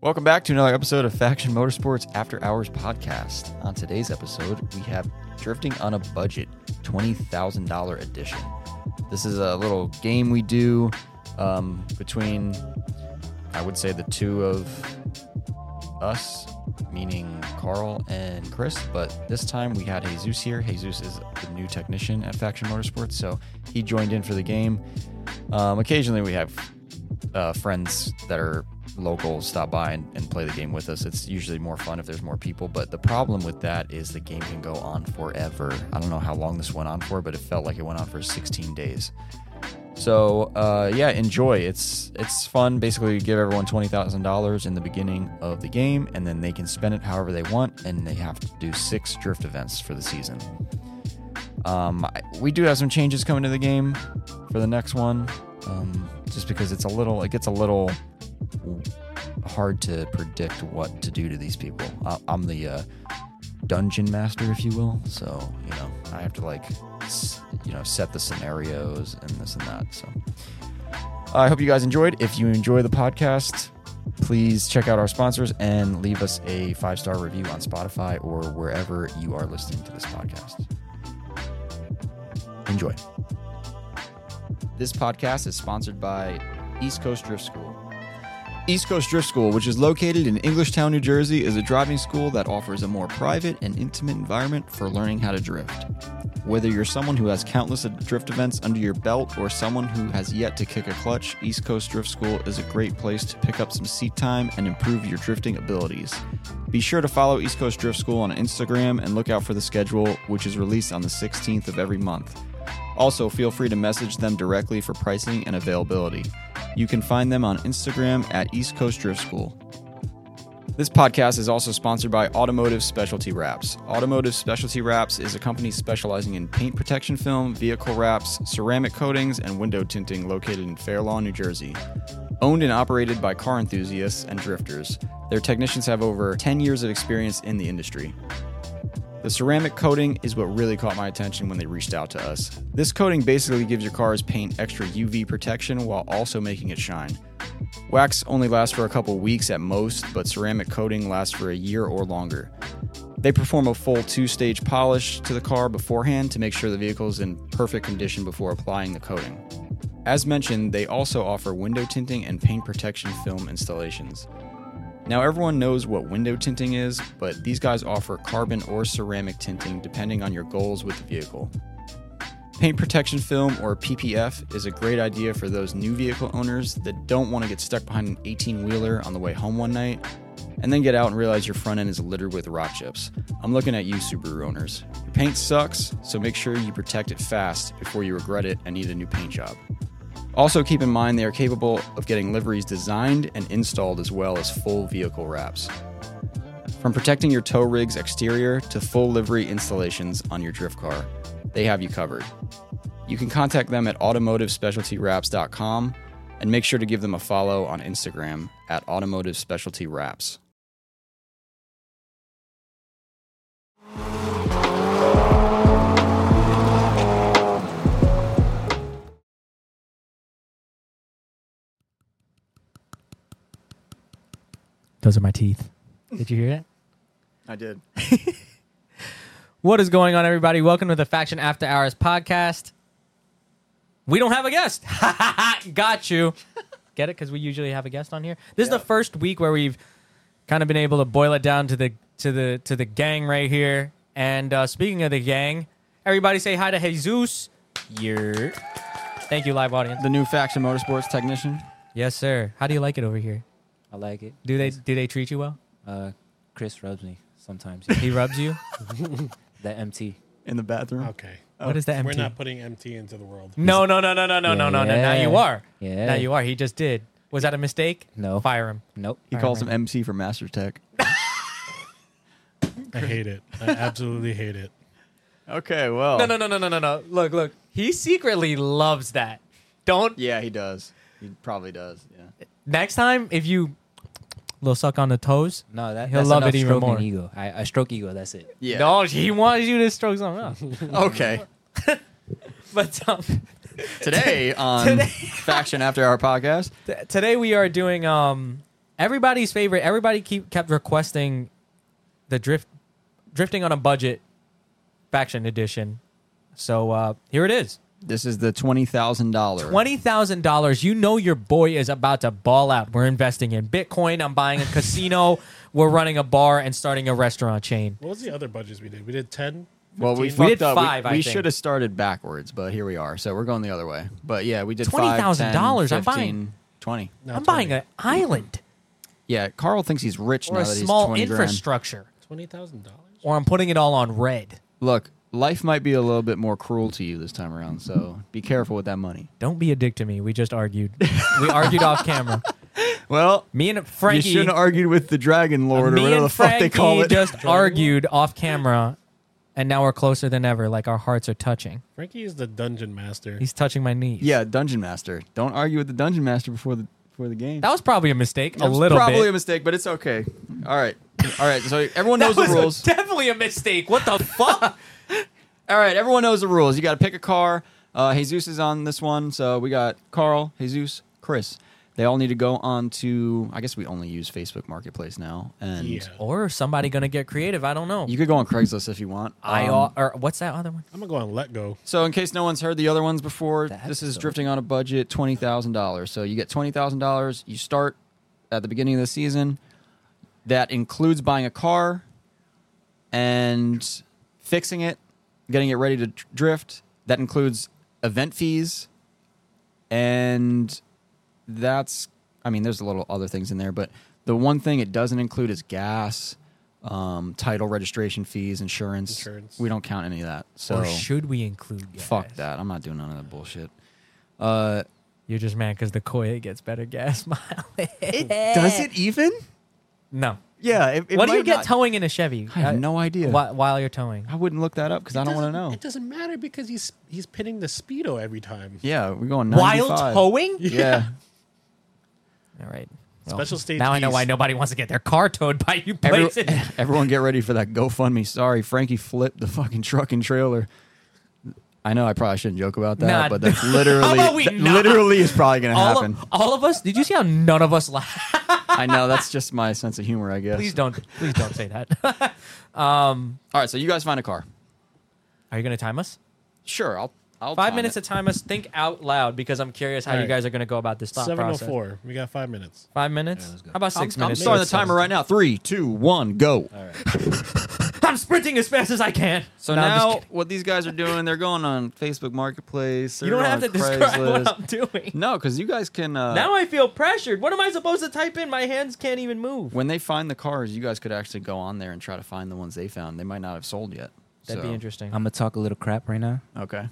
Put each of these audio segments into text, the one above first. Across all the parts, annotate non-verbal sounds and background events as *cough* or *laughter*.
Welcome back to another episode of Faction Motorsports After Hours Podcast. On today's episode, we have Drifting on a Budget $20,000 Edition. This is a little game we do um, between, I would say, the two of us, meaning Carl and Chris, but this time we had Jesus here. Jesus is the new technician at Faction Motorsports, so he joined in for the game. Um, occasionally we have uh, friends that are local stop by and, and play the game with us. It's usually more fun if there's more people, but the problem with that is the game can go on forever. I don't know how long this went on for, but it felt like it went on for 16 days. So uh, yeah, enjoy. It's it's fun. Basically, you give everyone twenty thousand dollars in the beginning of the game, and then they can spend it however they want, and they have to do six drift events for the season. Um, I- we do have some changes coming to the game for the next one, um, just because it's a little it gets a little hard to predict what to do to these people. I, I'm the uh, dungeon master, if you will. So you know, I have to like, s- you know, set the scenarios and this and that. So I hope you guys enjoyed. If you enjoy the podcast, please check out our sponsors and leave us a five star review on Spotify or wherever you are listening to this podcast. Enjoy. This podcast is sponsored by East Coast Drift School. East Coast Drift School, which is located in Englishtown, New Jersey, is a driving school that offers a more private and intimate environment for learning how to drift. Whether you're someone who has countless drift events under your belt or someone who has yet to kick a clutch, East Coast Drift School is a great place to pick up some seat time and improve your drifting abilities. Be sure to follow East Coast Drift School on Instagram and look out for the schedule, which is released on the 16th of every month. Also, feel free to message them directly for pricing and availability. You can find them on Instagram at East Coast Drift School. This podcast is also sponsored by Automotive Specialty Wraps. Automotive Specialty Wraps is a company specializing in paint protection film, vehicle wraps, ceramic coatings, and window tinting located in Fair Lawn, New Jersey. Owned and operated by car enthusiasts and drifters, their technicians have over 10 years of experience in the industry. The ceramic coating is what really caught my attention when they reached out to us. This coating basically gives your car's paint extra UV protection while also making it shine. Wax only lasts for a couple weeks at most, but ceramic coating lasts for a year or longer. They perform a full two stage polish to the car beforehand to make sure the vehicle is in perfect condition before applying the coating. As mentioned, they also offer window tinting and paint protection film installations. Now, everyone knows what window tinting is, but these guys offer carbon or ceramic tinting depending on your goals with the vehicle. Paint protection film, or PPF, is a great idea for those new vehicle owners that don't want to get stuck behind an 18 wheeler on the way home one night and then get out and realize your front end is littered with rock chips. I'm looking at you, Subaru owners. Your paint sucks, so make sure you protect it fast before you regret it and need a new paint job. Also, keep in mind they are capable of getting liveries designed and installed as well as full vehicle wraps. From protecting your tow rig's exterior to full livery installations on your drift car, they have you covered. You can contact them at automotivespecialtywraps.com and make sure to give them a follow on Instagram at automotive specialty wraps. Those are my teeth. Did you hear that? I did. What is going on, everybody? Welcome to the Faction After Hours podcast. We don't have a guest. *laughs* Got you. Get it? Because we usually have a guest on here. This is Yeah. the first week where we've kind of been able to boil it down to the to the to the gang right here. And uh, speaking of the gang, everybody say hi to Jesus. Yeah. Thank you, live audience. The new Faction Motorsports technician. Yes, sir. How do you like it over here? I like it. Do they do they treat you well? Uh, Chris rubs me sometimes. *laughs* He rubs *laughs* you. that MT. In the bathroom. Okay. What is the MT? Oh, We're not putting MT into the world. No, no, no, no, no, no, no, no, no. Now you Yeah. are. Yeah. Now you are. He just did. Was that a mistake? No. Fire him. Nope. He calls him MC for Master Tech. *laughs* I hate it. I absolutely hate it. Okay, well. No, no, no, no, no, no, no. Look, look. He secretly loves that. Don't. Yeah, he does. He probably does. Yeah. Next time, if you little suck on the toes. No, that, He'll that's love enough it even stroking more. Ego. I, I stroke ego. That's it. Yeah. No, he wants you to stroke something else. *laughs* Okay. but um, Today on *laughs* Today- Faction After Hour podcast, t- today we are doing um everybody's favorite. Everybody keep kept requesting the drift, drifting on a budget, faction edition. So uh, here it is. This is the twenty thousand dollar. Twenty thousand dollars. You know your boy is about to ball out. We're investing in Bitcoin. I'm buying a casino. *laughs* We're running a bar and starting a restaurant chain. What was the other budgets we did? We did 10? Well, we, 15? fucked did up. five, We, I we think. should have started backwards, but here we are. So we're going the other way. But yeah, we did five, $20,000. 10, I'm buying- 15, Twenty. No, I'm buying 20. an island Yeah, Carl thinks he's rich or now a that he's small 20 grand. infrastructure, $20,000? or I'm putting it all on red. Look, life might be a little bit more cruel to you this time around, so be careful with that money. Don't be a dick to me. We just argued. we argued *laughs* off camera. Well, Me and Frankie. you shouldn't have argued with the Dragon Lord or me whatever and the fuck they call Frankie it. *laughs* just argued off camera, and now we're closer than ever. Like our hearts are touching. Frankie is the dungeon master. He's touching my knees. yeah, Dungeon Master. Don't argue with the Dungeon Master before the before the game. That was probably a mistake. That a was little probably bit. a mistake, but it's okay. All right, all right. So *laughs* everyone knows the was rules. definitely a mistake. *laughs* What the fuck? All right, everyone knows the rules. You got to pick a car. Uh, Jesus is on this one, so we got Carl, Jesus, Chris. They all need to go on to. I guess we only use Facebook Marketplace now, and yeah. or somebody gonna get creative? I don't know. you could go on Craigslist if you want. I Um, or what's that other one? I'm going to go on Let Go. so in case no one's heard the other ones before, That's this is so- drifting on a budget, twenty thousand dollars. So you get twenty thousand dollars. You start at the beginning of the season. That includes buying a car and fixing it, getting it ready to dr- drift. That includes event fees, and that's. I mean, there's a little other things in there, but the one thing it doesn't include is gas, um, title registration fees, insurance. Insurance. We don't count any of that. So or should we include? Gas? Fuck that. I'm not doing none of that bullshit. Uh, You're just mad because the Koya gets better gas *laughs* mileage. Does it even? no. Yeah. It, it what do you might get not- towing in a Chevy? I have no idea. While, while you're towing, I wouldn't look that up because I don't want to know. It doesn't matter because he's he's pinning the speedo every time. yeah, we're going 95. while towing. *laughs* *laughs* Yeah. All right. Special stage Now I know piece. why nobody wants to get their car towed by you Every- places. *laughs* everyone get ready for that GoFundMe. Sorry, Frankie flipped the fucking truck and trailer. I know I probably shouldn't joke about that, Nah. *laughs* but that's literally about we that not? literally is probably going to all, happen. of, all of us. Did you see how none of us laughed? I know that's just my sense of humor, I guess. Please don't. Please don't say that. *laughs* All right, so you guys find a car. Are you going to time us? Sure, I'll I'll Five time minutes it. to time us. Think out loud because I'm curious how All you right. guys are going to go about this thought oh process. 704. We got five minutes. Five minutes. let's go. how about I'm, 6 I'm minutes? starting the timer right now. Three, two, one, go. All right. I'm sprinting as fast as I can. So No, I'm just now, kidding. what these guys are doing, they're going on Facebook Marketplace. you don't they're have to on describe Craigslist. what I'm doing. No, because you guys can. Uh, Now I feel pressured. What am I supposed to type in? My hands can't even move. when they find the cars, you guys could actually go on there and try to find the ones they found. They might not have sold yet. That'd So- be interesting. I'm gonna talk a little crap right now. Okay.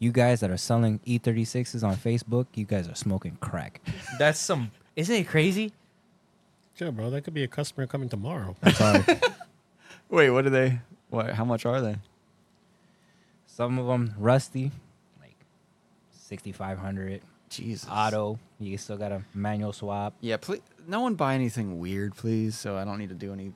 You guys that are selling E36s on Facebook, you guys are smoking crack. That's some. Isn't it crazy? Sure, bro. That could be a customer *laughs* coming tomorrow. I'm sorry. Wait, what are they? What? How much are they? Some of them rusty, like 6500 Jesus. auto. You still got a manual swap. Yeah. Please, no one buy anything weird, please. So I don't need to do any.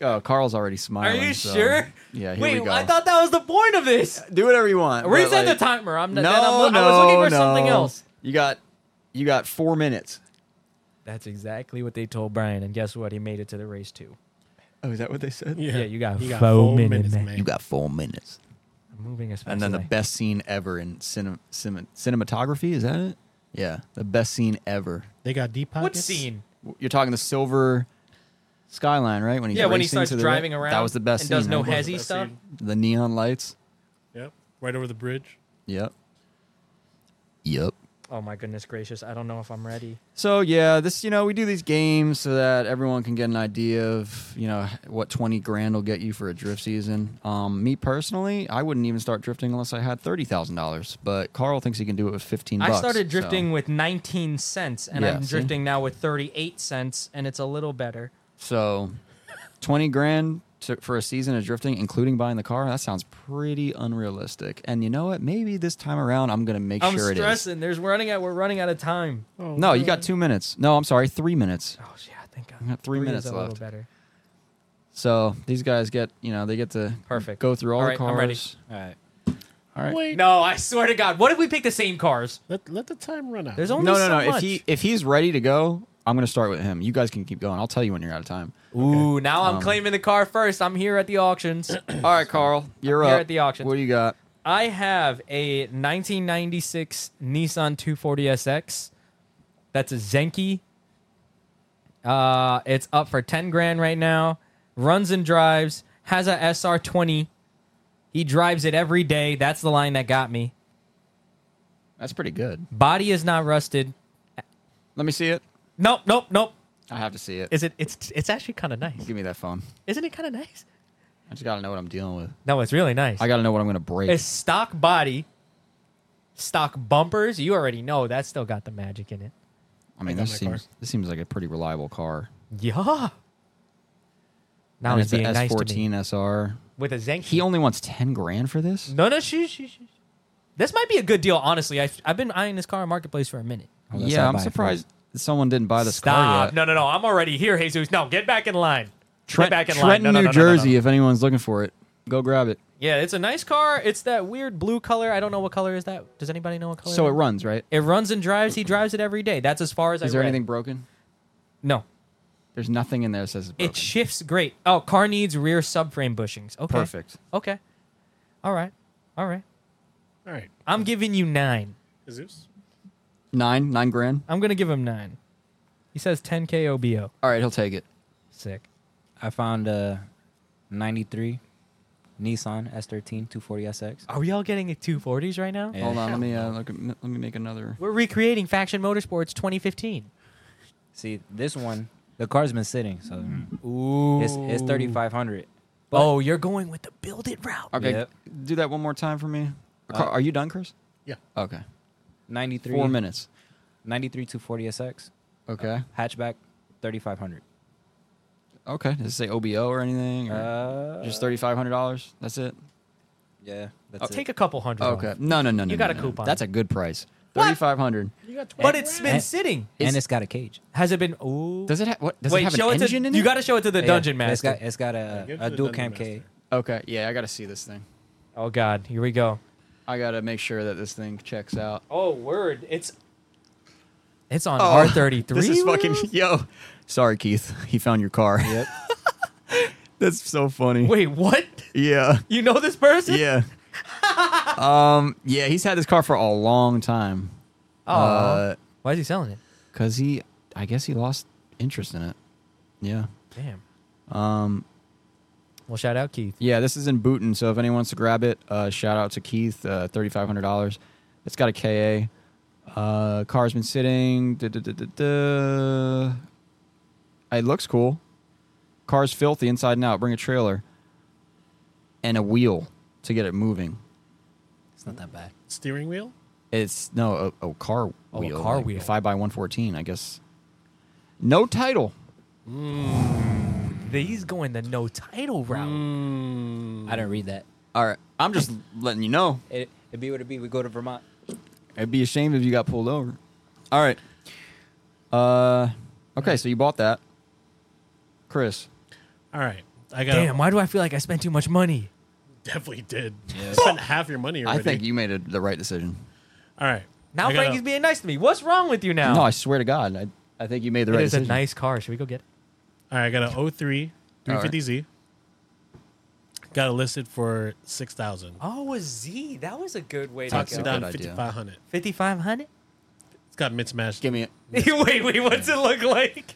Oh, Carl's already smiling. you so- sure? Yeah. Here Wait, we go. I thought that was the point of this. do whatever you want. but, Reset the like- timer. I'm No, not, then I'm, no, I was looking for something no. else. You got, you got four minutes. That's exactly what they told Brian, and guess what? He made it to the race too. Oh, is that what they said? Yeah, Yeah, you got you got four four minutes, minutes, man. man. You got four minutes. I'm moving as fast and then the as I- best scene ever in cinem- cinem- cinematography is that it yeah the best scene ever They got deep What pockets. scene? W- you're talking the silver skyline right when he's Yeah, when he racing starts to the driving right? around. that was the best and scene does no right? hezzy. hezzy Best stuff. scene. the neon lights Yep. Right over the bridge. yep yep Oh my goodness gracious! I don't know if I'm ready. so yeah this you know we do these games so that everyone can get an idea of you know what 20 grand will get you for a drift season um me personally i wouldn't even start drifting unless i had $30000 but carl thinks he can do it with 15 I bucks, started so- drifting with 19 cents, and Yeah, I'm see? drifting now with 38 cents, and it's a little better. So, twenty grand to, for a season of drifting, including buying the car, that sounds pretty unrealistic. And you know what? Maybe this time around, I'm gonna make I'm sure it is. stressing. There's running out. We're running out of time. Oh, No, you got two minutes. No, I'm sorry, three minutes. Oh yeah, I think I We got three minutes is a left. Little better. So these guys get, you know, they get to Perfect. go through all, All the right, cars. I'm ready. All right. All right. Wait. No, I swear to God. What if we pick the same cars? Let, let the time run out. There's only no, no, so no. much. If he if he's ready to go, I'm gonna start with him. You guys can keep going. I'll tell you when you're out of time. Ooh, now I'm Um, claiming the car first. I'm here at the auctions. All right, Carl, you're Here up. at the auction. What do you got? I have a 1996 Nissan 240SX. That's a Zenki. Uh, it's up for 10 grand right now. Runs and drives. Has a SR20. He drives it every day. That's the line that got me. That's pretty good. Body is not rusted. Let me see it. Nope, nope, nope. I have to see it. Is it? It's it's actually kind of nice. Give me that phone. Isn't it kind of nice? I just gotta know what I'm dealing with. No, it's really nice. I gotta know what I'm gonna break. It's stock body, stock bumpers. You already know that's still got the magic in it. I mean, I got this my car. seems this seems like a pretty reliable car. Yeah. Now and he's it's the being nice to me S14 SR. with a Zenki. He only wants ten grand for this. no, no, she, she, she. This might be a good deal, honestly. I've, I've been eyeing this car in marketplace for a minute. Unless I yeah, I'm buy it surprised someone didn't buy this car Stop! yet. No, no, no. I'm already here, Jesus. No, get back in line. Trent- get back in line. Trenton, No, no, New no, no, no, no. Jersey. If anyone's looking for it, go grab it. Yeah, it's a nice car. It's that weird blue color. I don't know what color is that. Does anybody know what color? So it that is? runs, right? It runs and drives. He drives it every day. That's as far as I. Is there read. anything broken? No. There's nothing in there that says it's broken. It shifts great. Oh, car needs rear subframe bushings. Okay. Perfect. Okay. All right. All right. All right. I'm giving you nine. Jesus. Nine, nine grand. I'm gonna give him nine. He says 10k OBO. All right, he'll take it. Sick. I found a 93 Nissan S13 240SX. Are we all getting at 240s right now? Yeah. Hold on, let me uh, look, at- let me make another. We're recreating Faction Motorsports 2015. See, this one, the car's been sitting, so Ooh. it's, it's 3500 Oh, you're going with the build it route. Okay, Yep. do that one more time for me. Uh, Car- Are you done, Chris? Yeah. Okay, 93 four minutes. 93 240SX Okay, hatchback 3500. okay. Does it say OBO or anything? or Uh just thirty five hundred dollars. That's it. Yeah, that's I'll it. take a couple hundred. off. Okay. No, no, no, no. You got no, a no. coupon. That's a good price. What? Thirty five hundred. You got 12 But it's grand. been sitting. and Is- it's got a cage. Eh. Has it been? Ooh. Does it? Ha- what? Does Wait, it have show an it engine to, in it? You got to show it to the dungeon Yeah, It's master. got it's got Yeah, give a, it a to the dual dungeon cam cage. master. okay. Yeah, I got to see this thing. oh God, here we go. I got to make sure that this thing checks out. Oh word, it's it's on Oh, R33. *laughs* This is fucking wheels? yo. Sorry, Keith. *laughs* He found your car. Yep. *laughs* That's so funny. *laughs* Wait, what? Yeah. You know this person? Yeah. *laughs* um. Yeah. He's had this car for a long time. Uh, Oh, why is he selling it? Cause he, I guess he lost interest in it. Yeah. Damn. Um. Well, shout out Keith. Yeah. This is in Booton. So if anyone wants to grab it, uh, shout out to Keith. Uh, Thirty five hundred dollars. It's got a KA. Uh, car's been sitting. duh, duh, duh, duh, duh. It looks cool. Car's filthy inside and out. Bring a trailer. And a wheel to get it moving. It's not that bad. steering wheel. It's no a, a car Oh, a wheel. car like, wheel. If I buy one fourteen, I guess. No title. He's going the no title route. Mm, I didn't read that. All right, I'm just letting you know. It it be what it be. We go to Vermont. It'd be a shame if you got pulled over. All right. Uh, okay, so you bought that, Chris. All right. I got Damn, why do I feel like I spent too much money? *laughs* definitely did. Spent half your money already. I think you made a, the right decision. All right. Now I gotta- Frankie's being nice to me. What's wrong with you now? No, I swear to God, I, I think you made the It right is a decision. nice car. Should we go get it? All right, I got a 03 350Z. Got it listed for 6000 Oh, a Z. That was a good way Talk Talks That's it a down good idea. 5500 Fifty-five hundred. It's got mismatched. Give me it. *laughs* wait, wait. What's it look like?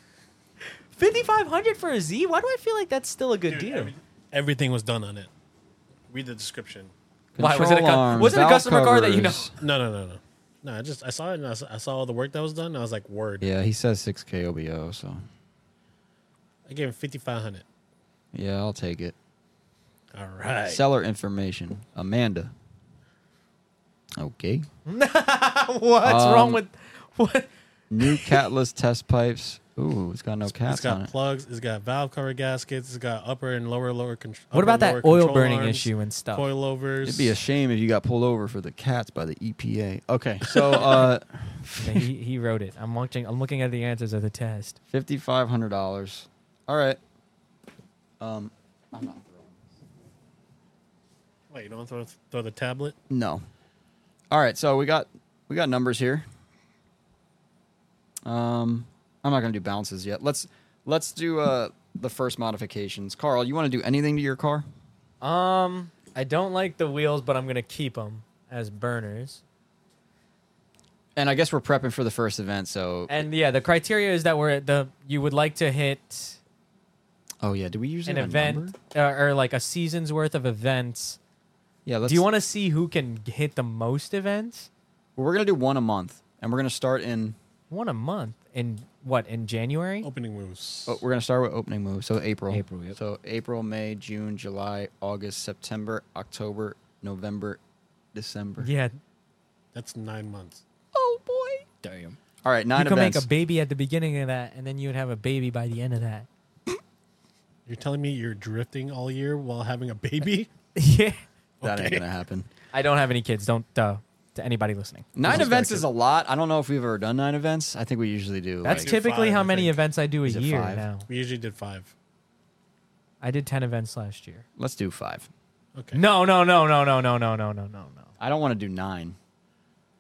Fifty-five hundred for a Z. Why do I feel like that's still a good Dude, deal? every- everything was done on it. Read the description. Why, was it a Control cu- arms, was it a valve customer car that you covers. No, no, no, no. No, I just I saw it and I saw, I saw all the work that was done. And I was like, word. Yeah, he says six K OBO. So I gave him fifty five hundred. yeah, I'll take it. All right. Seller information, Amanda. Okay. *laughs* What's wrong Um, with what? New *laughs* catless test pipes. Ooh, it's got no cats it's got on it. plugs. It's got valve cover gaskets. It's got upper and lower lower control. What about that oil burning issue and stuff? Coilovers. It'd be a shame if you got pulled over for the cats by the EPA. Okay, so *laughs* uh, *laughs* Yeah, he, he wrote it. I'm watching. I'm looking at the answers of the test. fifty five hundred dollars. All right. Um, I'm not throwing. Wait, you don't throw throw the tablet? No. All right, so we got we got numbers here. Um, I'm not gonna do balances yet. Let's let's do uh, the first modifications. Carl, you want to do anything to your car? Um, I don't like the wheels, but I'm gonna keep them as burners. And I guess we're prepping for the first event, so And yeah, the criteria is that we're at the you would like to hit oh yeah, do we usually an have a event number? uh, or like a season's worth of events. Yeah, let's. Do you want to see who can hit the most events? We're gonna do one a month, and we're gonna start in. One a month in what in January? Opening moves. Oh, we're gonna start with opening moves. So April. April, yep. So April, May, June, July, August, September, October, November, December. Yeah, That's nine months. Oh boy. Damn. All right, nine you could make events. a baby at the beginning of that, and then you would have a baby by the end of that. *laughs* You're telling me you're drifting all year while having *laughs* a baby? yeah, that ain't Okay. gonna *laughs* happen. I don't have any kids. Don't uh, to anybody listening. Nine This events back is to- a lot. I don't know if we've ever done nine events. I think we usually do. That's like, tip- typically five, how I many think. events I do a Is it year five? now. We usually did five. I did ten events last year. Let's do five. Okay. No, no, no, no, no, no, no, no, no, no, no. I don't want to do nine.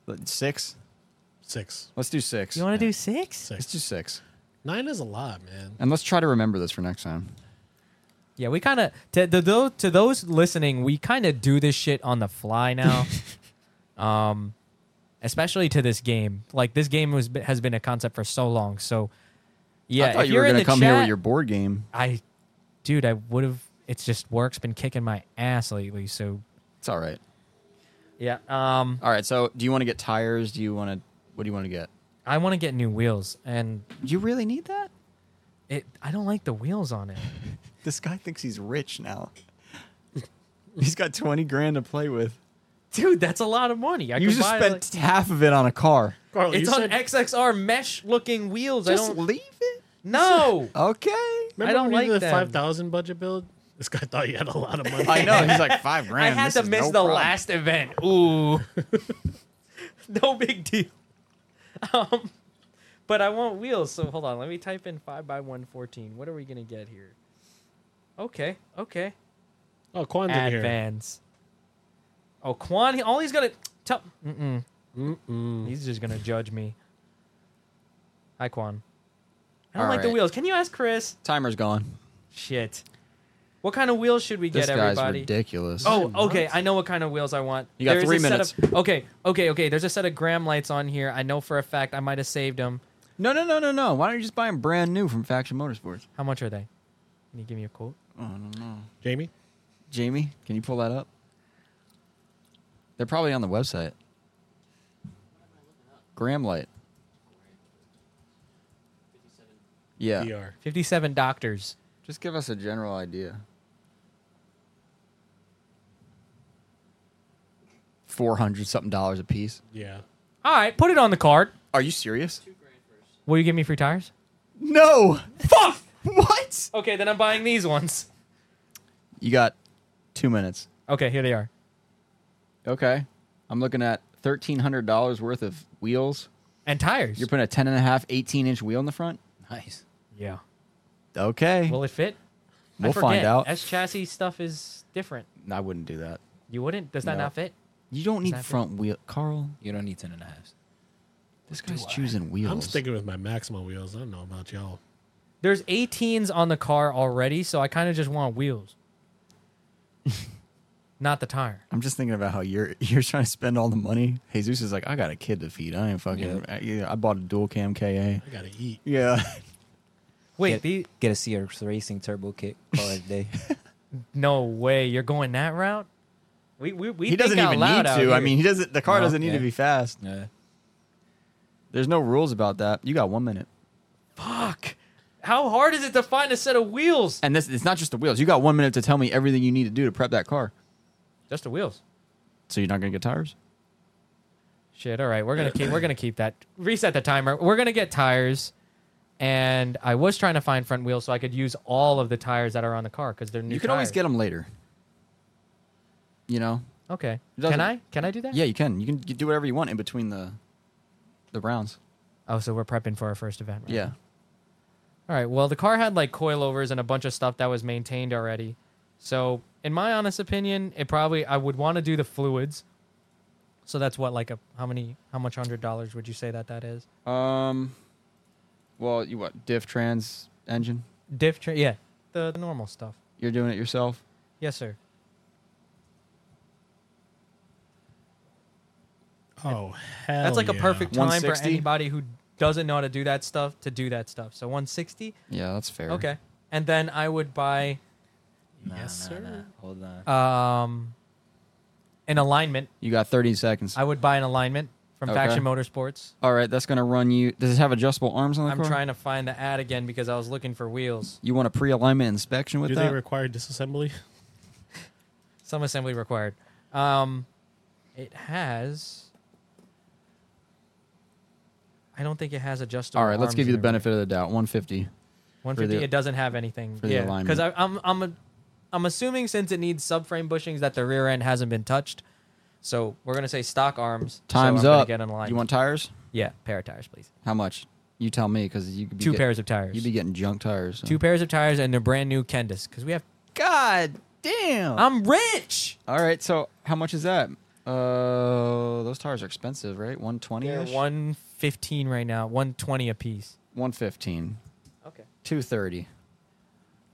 Let- Six. Six. Let's do six. You want to do six? Let's Six. do six. Nine is a lot, man. And let's try to remember this for next time. Yeah, we kind of to, to tho- to those listening, we kind of do this shit on the fly *laughs* now. um, especially to this game. Like this game was has been a concept for so long. So yeah, I thought if you were are in gonna the come here with chat- your board game. I, dude, I would have. It's just work's been kicking my ass lately. So It's all right. yeah, um, All right. So, do you want to get tires? Do you want to? What do you want to get? I want to get new wheels, and You really need that? it. I don't like the wheels on it. This guy thinks he's rich now. *laughs* he's got twenty grand to play with. Dude, that's a lot of money. I You could just buy, spent like- half of it on a car. Carl, it's you on e- said- XXR mesh looking wheels. I Oh, Just Oh, don't leave it. no. Okay. remember I don't when we did like the them. five thousand budget build. This guy *laughs* thought you had *laughs* a lot of money. I know. He's like five I grand. had this to is miss no the problem." last event. Ooh, *laughs* no big deal. *laughs* Um, but I want wheels. So hold on. Let me type in five by one fourteen. What are we gonna get here? Okay. Okay. Oh, Quan's in here. Advance. Oh, Quan. All he's gonna. Tell, mm-mm, Mm-mm. he's just gonna judge me. Hi, Quan. I don't All like the right. wheels. Can you ask Chris? Timer's gone. Shit. What kind of wheels should we This get, guy's everybody? ridiculous. Oh, Why okay. not? I know what kind of wheels I want. You got There's three a set of- minutes. okay, okay, okay. There's a set of gram lights on here. I know for a fact I might have saved them. no, no, no, no, no! Why don't you just buy them brand new from Faction Motorsports? How much are they? Can you give me a quote? Oh, I don't know. Jamie, Jamie, can you pull that up? They're probably on the website. Graham Light. Yeah. VR. Fifty-seven doctors. Just give us a general idea. 400 something dollars a piece. Yeah. All right, put it on the card. Are you serious? Will you give me free tires? No. Fuck. *laughs* What? Okay, then I'm buying these ones. You got 2 minutes. Okay, here they are. Okay. I'm looking at $1300 worth of wheels. And tires. You're putting a 10 and a half 18 inch wheel in the front? Nice. yeah. Okay. Will it fit? I we'll find forget. out. S chassis stuff is different. I wouldn't do that. You wouldn't? Does that No. not fit? You don't that need it? front wheel, Carl. You don't need ten and a half. This guy's choosing wheels. I'm sticking with my Maxima wheels. I don't know about y'all. There's 18s on the car already, so I kind of just *laughs* want wheels. not the tire. I'm just thinking about how you're *laughs* you're trying to spend all the money. Jesus is like, I got a kid to feed. I ain't fucking. I, yeah, I bought a dual cam KA. I gotta eat. Yeah. *laughs* Wait, Get- the, Get a CRX Racing turbo kit. Call it a day. no way. You're going that route? We, we, we he doesn't think even out need loud out to. I here. mean, he doesn't. The car No, doesn't need yeah. to be fast. yeah. There's no rules about that. You got one minute. fuck. How hard is it to find a set of wheels? And this it's not just the wheels. You got one minute to tell me everything you need to do to prep that car. Just the wheels. So you're not gonna get tires. Shit. All right, we're gonna keep. We're gonna keep that. Reset the timer. We're gonna get tires, and I was trying to find front wheels so I could use all of the tires that are on the car because they're new. you can always get them later. You know. them. Okay. It doesn't- Can I? Can I do that? Yeah, you can. You can do whatever you want in between the the rounds. Oh, so we're prepping for our first event. Right? Yeah. All right. Well, the car had like coilovers and a bunch of stuff that was maintained already. So, in my honest opinion, it probably I would want to do the fluids. So that's what like a how many how much hundred dollars would you say that that is? Um, Well, you what? Diff trans engine. Diff, tra- yeah, the, the normal stuff. You're doing it yourself. Yes, sir. Oh, hell That's like a yeah. perfect time for 160? anybody who doesn't know how to do that stuff to do that stuff. So 160, Yeah, that's fair. okay, and then I would buy Yes, sir. Hold on. um, an alignment. You got 30 seconds. I would buy an alignment from Okay. Faction Motorsports. All right, that's gonna run you. Does it have adjustable arms on the I'm car? trying to find the ad again because I was looking for wheels. You want a pre-alignment inspection with Do that? they require disassembly? Some assembly required. Um, it has. I don't think it has adjustable. All right, let's arms give you the and everything. benefit of the doubt. 150. for 150. the- it doesn't have anything. for the yeah, alignment. because I'm I'm a, I'm assuming since it needs subframe bushings that the rear end hasn't been touched, so we're gonna say stock arms. so Time's I'm gonna up. Get in line. You want tires? yeah, pair of tires, please. How much? You tell me, because you could be Two get- pairs of tires. You'd be getting junk tires. so. Two pairs of tires and a brand new Kendis because we have. God damn. I'm rich. All right, so how much is that? Uh, those tires are expensive, right? 120 They're ish. 115 right now, 120 a piece. 115. Okay. 230.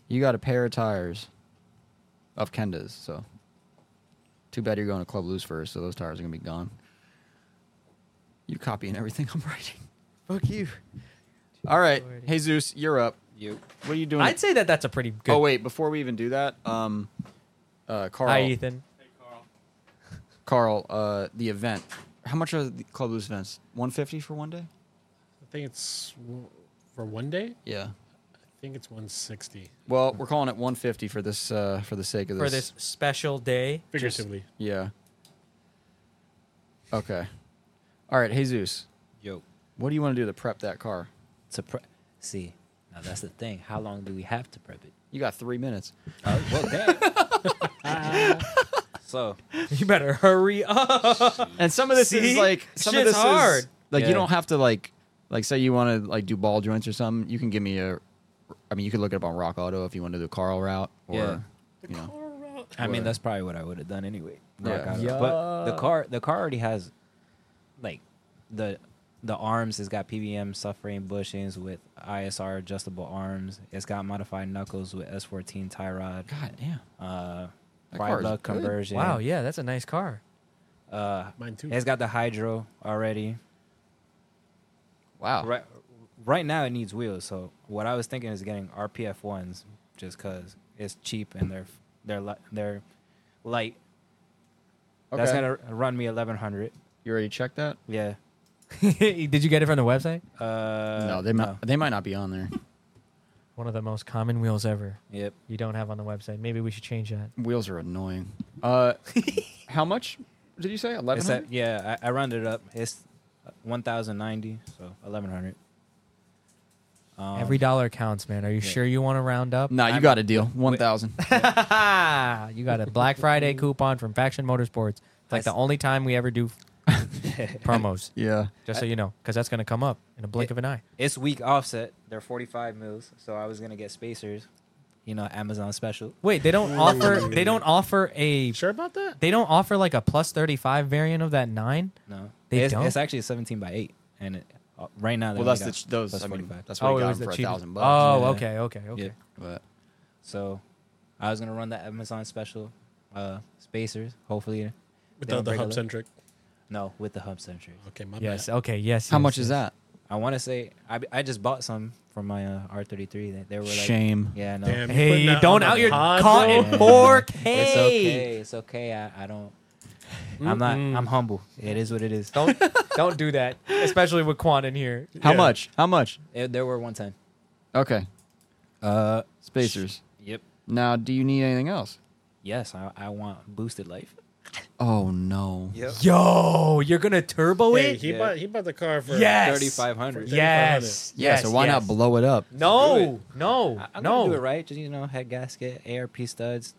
You got a pair of tires of Kendas, so too bad you're going to Club Loose first, so those tires are going to be gone. You copying everything *laughs* I'm writing. Fuck you. All right, Jesus, you're up. You. What are you doing? I'd say that that's a pretty good. Oh wait, before we even do that, um, uh, Carl, Hi, Ethan. Carl, uh, the event. How much are the Club Loose events? 150 for one day? I think it's w- for one day. Yeah. I think it's 160 Well, we're calling it 150 for this uh, for the sake of For this special day, *laughs* figuratively. Yeah. Okay. All right, Jesus. Yo. What do you want to do to prep that car? To pre- See, now that's the thing. How long do we have to prep it? You got three minutes. Oh, well, damn. *laughs* so, you better hurry up. And some of this is See? like some Shit's of this is hard. like you Yeah. don't have to like like say you want to like do ball joints or something. You can give me a. I mean, you could look it up on Rock Auto if you want to do the Carl route or Yeah. you know. I mean, Right. that's probably what I would have done anyway. Rock Yeah. out. But the car, the car already has, like, the the arms. It's got PBM subframe bushings with ISR adjustable arms. It's got modified knuckles with S14 tie rod. God damn. Uh, That car right is good. lug conversion. Wow, yeah, that's a nice car. Uh, Mine too. it's got the hydro already. Wow. Right, right now it needs wheels. So what I was thinking is getting RPF ones, just cause it's cheap and they're they're li- they're light. That's Okay. gonna run me eleven hundred. You already checked that? Yeah. *laughs* Did you get it from the website? Uh, no, they might they might not be on there. *laughs* One of the most common wheels ever. Yep. You don't have on the website. Maybe we should change that. Wheels are annoying. Uh, how much did you say? Eleven. It's at, yeah, I, I rounded it up. It's uh, one thousand ninety, so eleven hundred. Um, Every dollar counts, man. Are you sure you want to round up? Nah, you I'm- got a deal. One thousand. *laughs* you got a Black *laughs* Friday coupon from Faction Motorsports. It's like That's- the only time we ever *laughs* do promos. yeah. Just so you know, because that's going to come up in a blink of an eye. it's week offset. They're forty five mils, so I was gonna get spacers. You know, Amazon special. Wait, they don't offer. They don't offer a. You sure about that? They don't offer like a plus thirty five variant of that nine. No, They it's, don't? it's actually seventeen by eight, and it, uh, right now they Well, only that's the got ch- those. plus I mean, 45. that's what we got was them the for a cheapest- thousand bucks. Oh, yeah. okay, okay, okay. Yeah. But So I was gonna run that Amazon special uh spacers, hopefully. they don't Without the break a hub leg. centric. No, with the hub centric. Okay, my Yes. bad. Okay. Yes. how yes, much is yes. that? I want to say I, I just bought some from my uh, R33. They, they were like, Shame. yeah, no, Damn, you putting Hey, that on don't the out your pod, caught in bro? *laughs* Yeah. 4K. It's okay. It's okay. I, I don't. I'm not. I'm humble. It is what it is. Don't *laughs* don't do that, especially with Quan in here. How Yeah. much? How much? It, there were one ten. Okay. Uh. Spacers. Yep. Now, do you need anything else? Yes. I, I want boosted life. Oh no. Yep. Yo, you're gonna turbo Hey, it? he Yeah. bought he bought the car for Yes. Thirty five hundred. Yes. Yeah. yes, so why yes. not blow it up? No, no, I'm no. gonna do it right. Just you know, head gasket, ARP studs.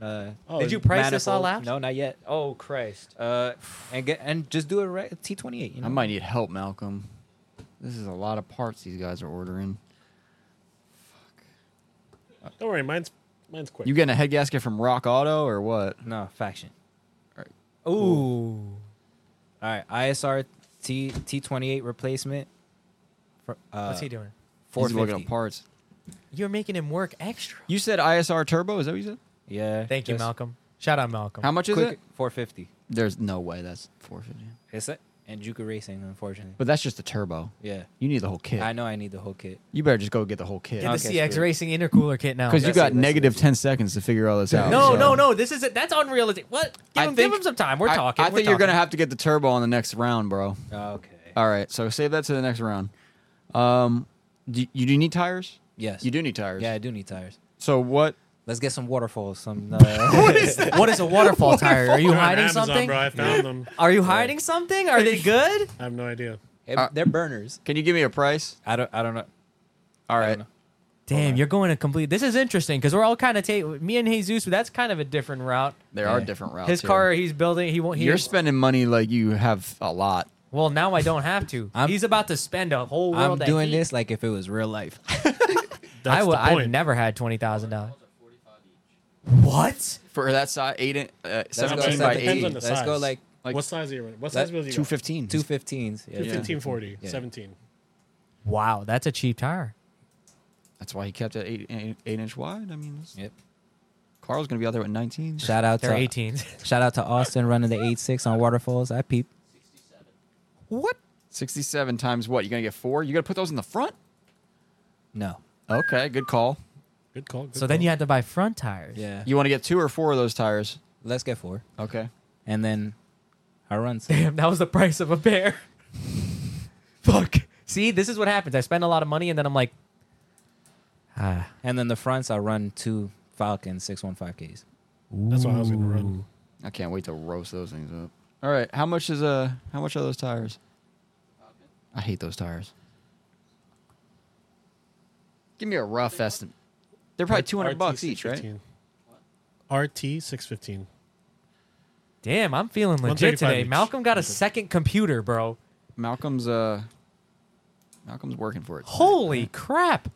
Uh, Oh, Did you price this all manifold. out? No, not yet. Oh Christ. Uh, and get and just do it right. T twenty eight. You know. I might need help, Malcolm. This is a lot of parts these guys are ordering. Don't worry, mine's mine's quick. You getting a head gasket from Rock Auto or what? No faction. Ooh. All right, ISR T T twenty eight replacement. For, uh, What's he doing? He's looking 450. up parts. You're making him work extra. You said ISR turbo. Is that what you said? Yeah. Thank you, just Malcolm. Shout out, Malcolm. How much is Quick, it? 450. There's no way that's 450. It's it. And Juka Racing, unfortunately. But that's just the turbo. Yeah. You need the whole kit. I know I need the whole kit. You better just go get the whole kit. Get the Okay, CX screw it. Racing intercooler kit now. Because you Uh, That's got it, that's it, negative that's it. 10 seconds to figure all this out. No, so- no, no. This is it. That's unrealistic. What? Give I him, think- give him some time. We're I- talking. I, We're think you're talking. going to have to get the turbo on the next round, bro. Oh, Okay. All right. So save that to the next round. Um, do, you do need tires? Yes. You do need tires. Yeah, I do need tires. So what? Let's get some *laughs* waterfalls. Some. Uh, *laughs* What is a waterfall tire? Are you They're on hiding Amazon, something? Bro, I found them. Are you hiding something? Are they good? I have no idea. Uh, they're burners. Can you give me a price? I don't. I don't know. All right. know. Damn, you're going to complete. This is interesting because we're all kind of take me and Jesus. That's kind of a different route. There are Yeah. different routes. His here. car, he's building. He won't. He, You're spending money like you have a lot. well, now I don't have to. I'm- he's about to spend a whole world. I'm that doing he- this like if it was *laughs* real life. That's I would. the point. I've never had twenty thousand dollars. What? For that size, eight, in, uh, Let's go I mean, 17 by it depends eight, on the Let's size. go like- like- what size are you running? What Let- size wheels you two got? fifteen. Two fifteens. Yeah. 1540, Yeah. 17. Wow, that's a cheap tire. That's why he kept it eight, eight, eight inch wide. I mean, it's- Yep. Carl's gonna be out there with 19. Shout out They're to 18s. *laughs* shout out to Austin running the eight six on waterfalls. I peep. what? 67 times what? You're gonna get four. You gotta put those in the front. No. Okay, good call. Good call. Good So then call. you had to buy front tires. Yeah. You want to get two or four of those tires? Let's get four, Okay. and then I run. some. Damn, that was the price of a bear. Fuck. See, this is what happens. I spend a lot of money and then I'm like, ah. And then the fronts, I run two Falcon six one five Ks. That's what I was going to run. I can't wait to roast those things up. All right, how much is uh how much are those tires? I hate those tires. Give me a rough estimate. They're probably 200 RT bucks each, right? 615. RT 615. Damn, I'm feeling legit 135 today. each. Malcolm got a second computer, bro. Malcolm's uh Malcolm's working for it. Holy crap.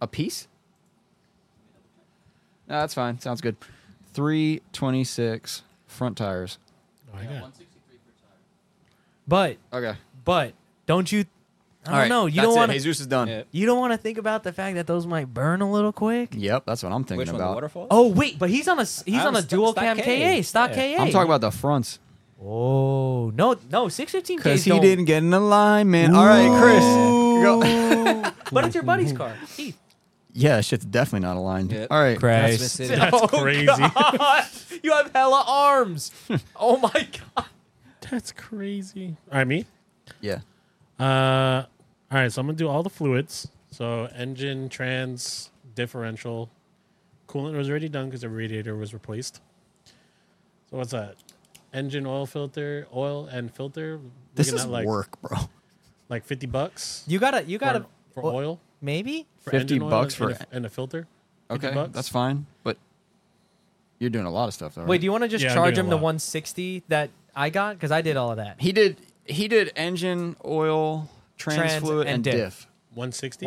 A piece? No, that's fine. Sounds good. 326 front tires. Oh, I got But, Okay. but, don't you, I don't All right, know. You that's don't it. want to. Jesus is done. Yeah. You don't want to think about the fact that those might burn a little quick. Yep, that's what I'm thinking Which one? The about. waterfalls? Oh wait, but he's on a s- he's I'm on a st- dual stock cam K. KA stock Yeah. KA. I'm talking about the fronts. Oh no no six fifteen Because he didn't get an alignment. All right, Chris. Go. But it's your buddy's car. Heath. *laughs* yeah, that shit's definitely not aligned. Yep. All right. That's Christ. the *laughs* city. That's oh, crazy. God. *laughs* You have hella arms. *laughs* oh my god. That's crazy. All right, me? Yeah. Uh, all right, so I'm gonna do all the fluids. So engine, trans, differential, coolant was already done because the radiator was replaced. So what's that? Engine oil filter, oil and filter. This looking is at, like work, bro. like fifty bucks. You gotta you gotta for, for well, oil. maybe? For 50 engine oil bucks and, for- and a, and a filter. 50 Okay, bucks. that's fine. But you're doing a lot of stuff, though. Wait, do you wanna just Yeah, I'm charge doing him the a lot. one sixty that I got? Because I did all of *laughs* that. he did. He did engine, oil, trans, Trans fluid, and and diff. diff. One sixty.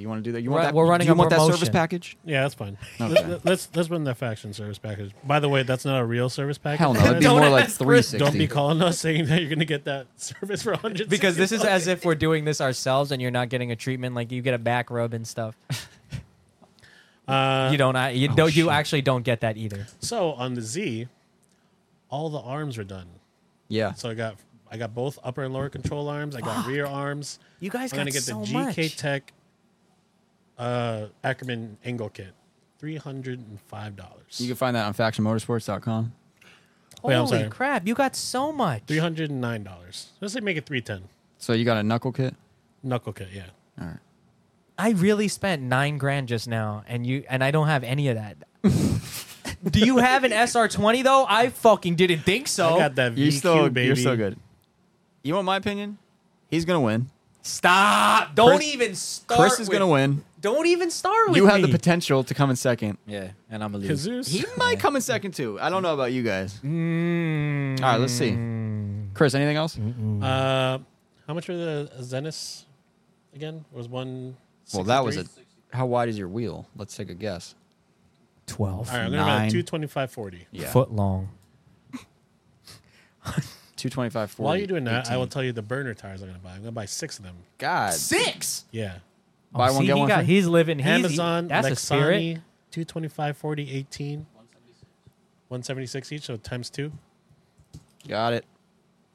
160. You want to do that? You We're- want that? we're running do you a want that service promotion. package? Yeah, that's fine. Okay. Let, us let's run that faction service package. By the way, that's not a real service package. Hell no, it'd be *laughs* guys. Don't more like ask Chris. 360. Don't be calling us saying that you're gonna get that service for hundred. Because this is as if we're doing this ourselves and you're not getting a treatment, like you get a back rub and stuff. *laughs* uh, You don't I, you don't you shit. actually don't get that either. So on the Z, all the arms are done. yeah. So I got I got both upper and lower control arms. I got rear arms. You guys I'm gonna got get so the GK much. Tech uh, Ackerman angle kit, three hundred and five dollars. You can find that on factionmotorsports.com. Wait, I'm Holy sorry. crap, you got so much. Three hundred and nine dollars. Let's say make it three ten. So you got a knuckle kit? Knuckle kit, yeah. All right. I really spent nine grand just now, and you and I don't have any of *laughs* that. Do you have an SR20 though? I fucking didn't think I so. got that VQ Oh, You're still, baby. you're still good. You want my opinion? He's going to win. Stop! Don't Chris- even start. Chris is with- going to win. Don't even start with You have the me. potential to come in second. Yeah, and I'm a loser. Kazoos. He might come in second too. I don't know about you guys. Mm. All right, let's see. Chris, anything else? Uh, how much were the Zenis again? Was one. Well, that was a. How wide is your wheel? Let's take a guess. Twelve All right, I'm gonna nine. two twenty five forty. Yeah. foot long. 225 40. While you're doing that, I will 18. tell you the burner tires I'm gonna buy. I'm gonna buy six of them. God. Six. Yeah. Buy one, see, get he one got- free. He's living. He's, Amazon, That's a spirit. Lexani, 225, 40, 18. 176 each, so times two. Got it.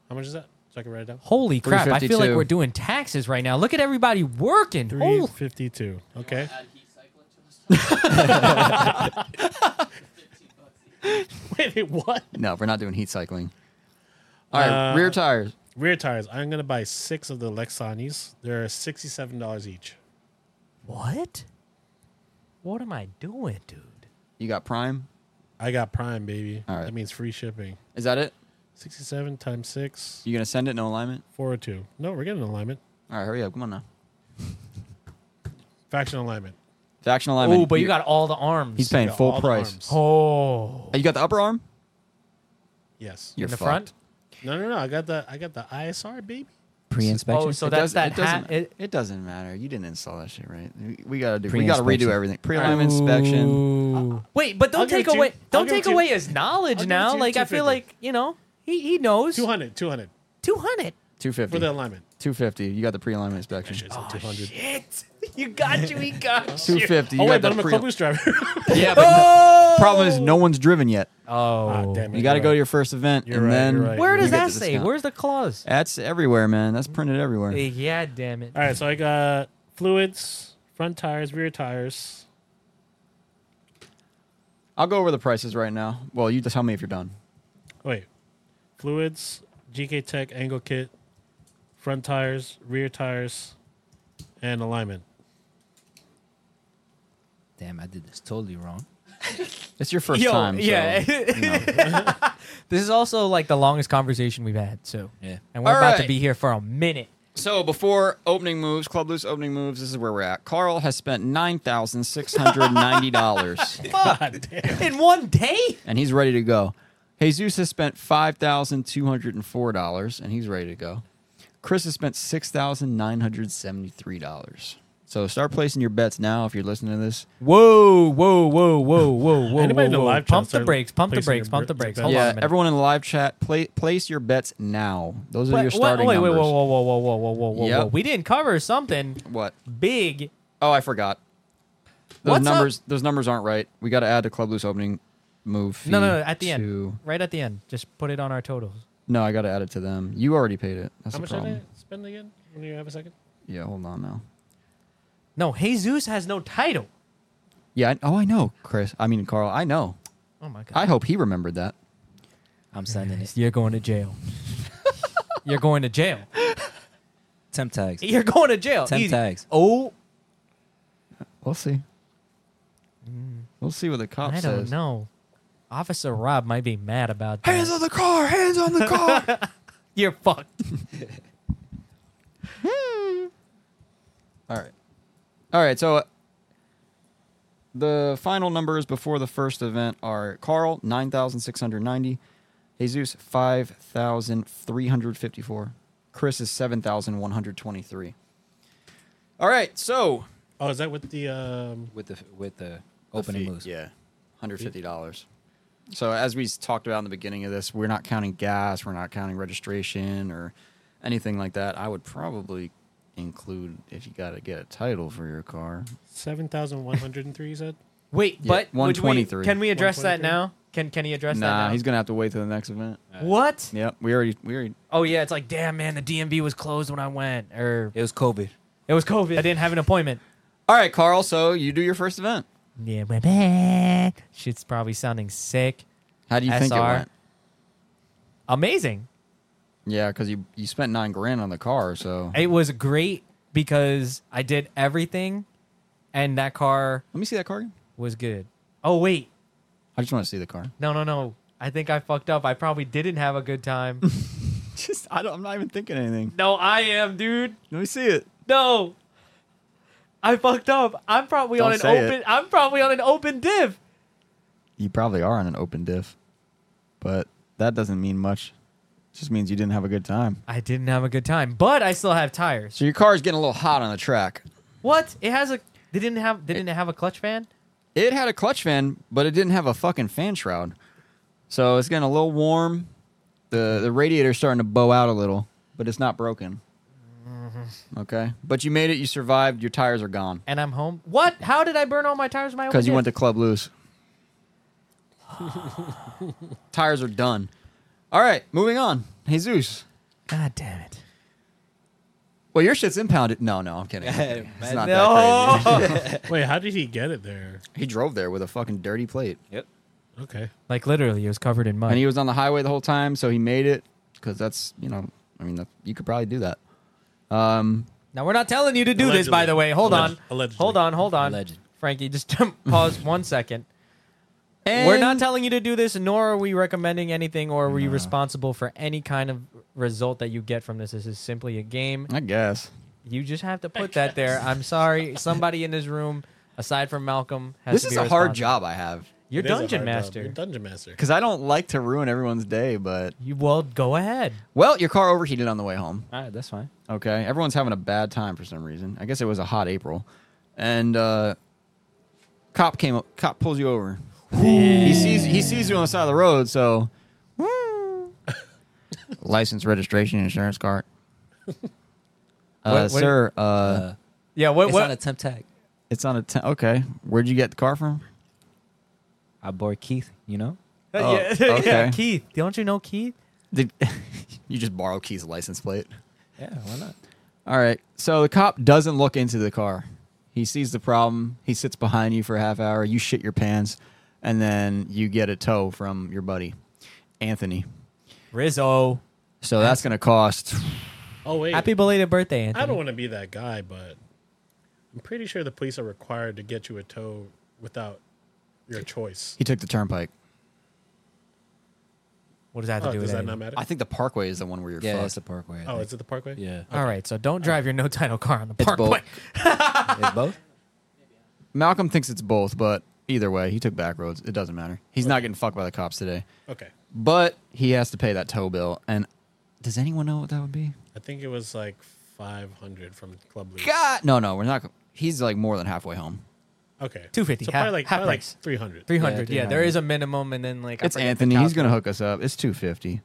How much is that? So I can write it down. Holy crap! I feel like 352. we're doing taxes right now. Look at everybody working. Holy 352. Okay. *laughs* Wait, what? No, we're not doing heat cycling. All right, Uh, rear tires. Rear tires. I'm gonna buy six of the Lexanis. They're sixty-seven dollars each. what? What am I doing, dude? You got prime? I got Prime, baby. All right. That means free shipping. Is that it? Sixty-seven times six, You going to send it? No alignment? four hundred two. No, we're getting alignment. All right, hurry up. Come on now. Faction alignment. Faction alignment. Oh, but you You're- got all the arms. He's paying Got full all the price. arms. Oh, Hey, uh, You got the upper arm? Yes. You're in the fucked. front. No, no, no. I got the I got the ISR, baby. Pre-inspection. Oh, so It doesn't- that's that it doesn't, hat. It, It, doesn't matter. You didn't install that shit right. We- We gotta do. We gotta redo Pre-inspection. everything. Pre-alignment inspection. Wait, but I'll don't give take it to you. away I'll don't give it take to you. away his knowledge I'll give it now. to you, like I feel 250. like you know he he knows 200, 200 two hundred. Two fifty. for the alignment. Two fifty. You got the pre-alignment inspection. Shit, so 200. Oh, Shit, *laughs* you got you. He got Two you. fifty. Oh you wait, got the but I'm a pre- club boost driver. Yeah, but Oh! the problem is no one's driven yet. Oh, *laughs* Ah, damn it. You got to You're go right. to your first event, You're and right, then you're right. Where you does get that the say? discount. Where's the clause? That's everywhere, man. That's printed everywhere. Eh, Yeah, damn it. All right, so I got fluids, front tires, rear tires. I'll go over the prices right now. Well, you just tell me if you're done. Wait, fluids, GK Tech angle kit, front tires, rear tires, and alignment. Damn, I did this totally wrong. It's your first Yo, time. so, yeah. you know. *laughs* This is also like the longest conversation we've had, so. Yeah. And we're All about to right. be here for a minute. So before opening moves, Club Loose opening moves, this is where we're at. Carl has spent nine thousand six hundred ninety *laughs* dollars. *laughs* God damn. In one day? and he's ready to go. Jesus has spent five thousand two hundred and four dollars, and he's ready to go. Chris has spent six thousand nine hundred seventy-three dollars. So start placing your bets now if you're listening to this. Whoa, whoa, whoa, whoa, whoa, *laughs* whoa. Anybody whoa, in the whoa. live chat pump the started brakes, pump the placing brakes, your pump the br- brakes. bets. Hold on a yeah, minute. everyone in the live chat, pla place your bets now. Those are What- your what- starting wait, wait, numbers. whoa, whoa, whoa, whoa, whoa, whoa, whoa, whoa. Yep. We didn't cover something What? big. Oh, I forgot. Those What's up? numbers, those numbers aren't right. We got to add the club loose opening move. Fee No, no, no, at the to- end. Right at the end. Just put it on our totals. No, I got to add it to them. You already paid it. That's How the much did problem. I spend again? When you have a second? Yeah, hold on now. No, Jesus has no title. Yeah. I, oh, I know, Chris. I mean, Carl. I know. Oh my god. I hope he remembered that. I'm sending *laughs* it. You're going to jail. *laughs* You're going to jail. Temp tags. You're going to jail. Temp Easy. tags. Oh, We'll see. We'll see what the cop I says. don't know. Officer Rob might be mad about that. Hands on the car! Hands on the *laughs* car! You're fucked. All right. All right. So uh, the final numbers before the first event are Carl nine thousand six hundred ninety, Jesus five thousand three hundred fifty four, Chris is seven thousand one hundred twenty three. All right. So Oh, is that with the um? with the with the opening moves. Yeah, hundred fifty dollars. So as we s- talked about in the beginning of this, we're not counting gas, we're not counting registration or anything like that. I would probably include if you got to get a title for your car. Seven thousand one hundred and three. You said. Wait, Yeah, but would we- 123. Can we address that 123? now? Can Can he address that Nah, now? he's gonna have to wait till the next event. what? Yep, we already we already Oh yeah, it's like damn man, the DMV was closed when I went, or It was COVID. it was COVID. I didn't have an appointment. All right, Carl, so you do your first event. Yeah, we're back. Shit's probably sounding sick. How do you think it SR. went? Amazing. Yeah, because you you spent nine grand on the car, so It was great because I did everything, and that car let me see that car again. was good. Oh wait, I just want to see the car. no, no, no. I think I fucked up. I probably didn't have a good *laughs* time. *laughs* Just I don't, I'm not even thinking anything. no, I am, dude. Let me see it. No. I fucked up. I'm probably Don't on an say it. open I'm probably on an open div. You probably are on an open diff, but that doesn't mean much. It just means you didn't have a good time. I didn't have a good time, but I still have tires. So your car's getting a little hot on the track. What? It has a they didn't have they didn't have a clutch fan? It had a clutch fan, but it didn't have a fucking fan shroud. So it's getting a little warm. The the radiator's starting to bow out a little, but it's not broken. Okay, but you made it. You survived. Your tires are gone and I'm home. What? How did I burn all my tires? with My own because you kid? went to Club Loose. tires are done. All right, moving on. Jesus. God damn it! Well, your shit's impounded. No, no, I'm kidding. It's not that crazy. No. *laughs* Wait, how did he get it there? *laughs* He drove there with a fucking dirty plate. Yep. Okay. like literally, it was covered in mud. And he was on the highway the whole time, so he made it because that's you know, I mean, that, you could probably do that. Um, now we're not telling you to do this, by Allegedly. the way. Hold Alleg- on. allegedly. Hold on. Hold on. Alleged. Frankie, just *laughs* pause one second. We're not and- telling you to do this, nor are we recommending anything, or are we responsible for any kind of result that you get from this. This is simply a game. I guess. You just have to put that there. I'm *laughs* sorry. Somebody in this room, aside from Malcolm, has This to is be a hard responsible. job I have You're It is a dungeon hard job. master. You're dungeon master. because I don't like to ruin everyone's day. But You well, go ahead. well, your car overheated on the way home. All right, that's fine. Okay, everyone's having a bad time for some reason. I guess it was a hot April, and uh, cop came. up- Cop pulls you over. He sees he sees you on the side of the road. So, *laughs* license, registration, insurance *laughs* card. What- Uh, what- sir, uh, Yeah. What? it's what? Uh, on a temp tag. it's on a ten. Okay, where'd you get the car from? I bought Keith, you know? Oh, yeah, *laughs* okay. Keith. Don't you know Keith? Did *laughs* you just borrow Key's license plate? Yeah, why not? All right. So the cop doesn't look into the car. He sees the problem. He sits behind you for a half hour. You shit your pants, and then you get a tow from your buddy, Anthony. Rizzo. So that's going to cost. Oh wait. Happy belated birthday, Anthony. I don't want to be that guy, but I'm pretty sure the police are required to get you a tow without your choice. He took the turnpike. What does that have to Oh, do with does that anything? not matter? I think the Parkway is the one where you're Yeah, fucked. it's the parkway. I oh, think. is it the Parkway? yeah. All right, so don't drive your no title car on the It's both. parkway. *laughs* it's both? Malcolm thinks it's both, but either way, he took back roads. It doesn't matter. He's not getting fucked by the cops today, Okay. but he has to pay that tow bill. And does anyone know what that would be? I think it was like 500 from Club Loose. God, no, no, we're not. He's like more than halfway home. Okay. 250, So half- probably like, half probably like price. 300. 300. Yeah, Yeah, there is a minimum, and then like I It's forget the Anthony. He's calc- going to hook us up. It's 250.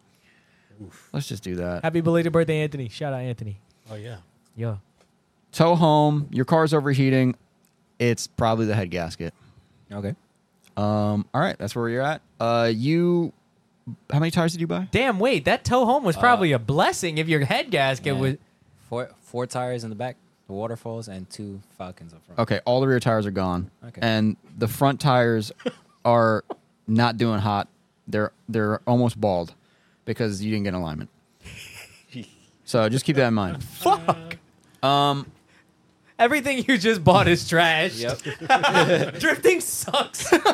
Let's just do that. Happy belated birthday, Anthony. Shout out, Anthony. Oh yeah. Yo, tow home. Your car's overheating. It's probably the head gasket. Okay. Um, all right, that's where you're at. Uh, you, how many tires did you buy? damn! Wait, that tow home Uh, was probably a blessing if your head gasket Yeah. was. Four four tires in the back, the waterfalls, and two falcons up front. Okay, all the rear tires are gone, Okay. and the front *laughs* tires are not doing hot. They're they're almost bald because you didn't get an *laughs* alignment. So just keep that in mind. Fuck. Um, Everything you just bought is trash. *laughs* Yep. Drifting *laughs* sucks. all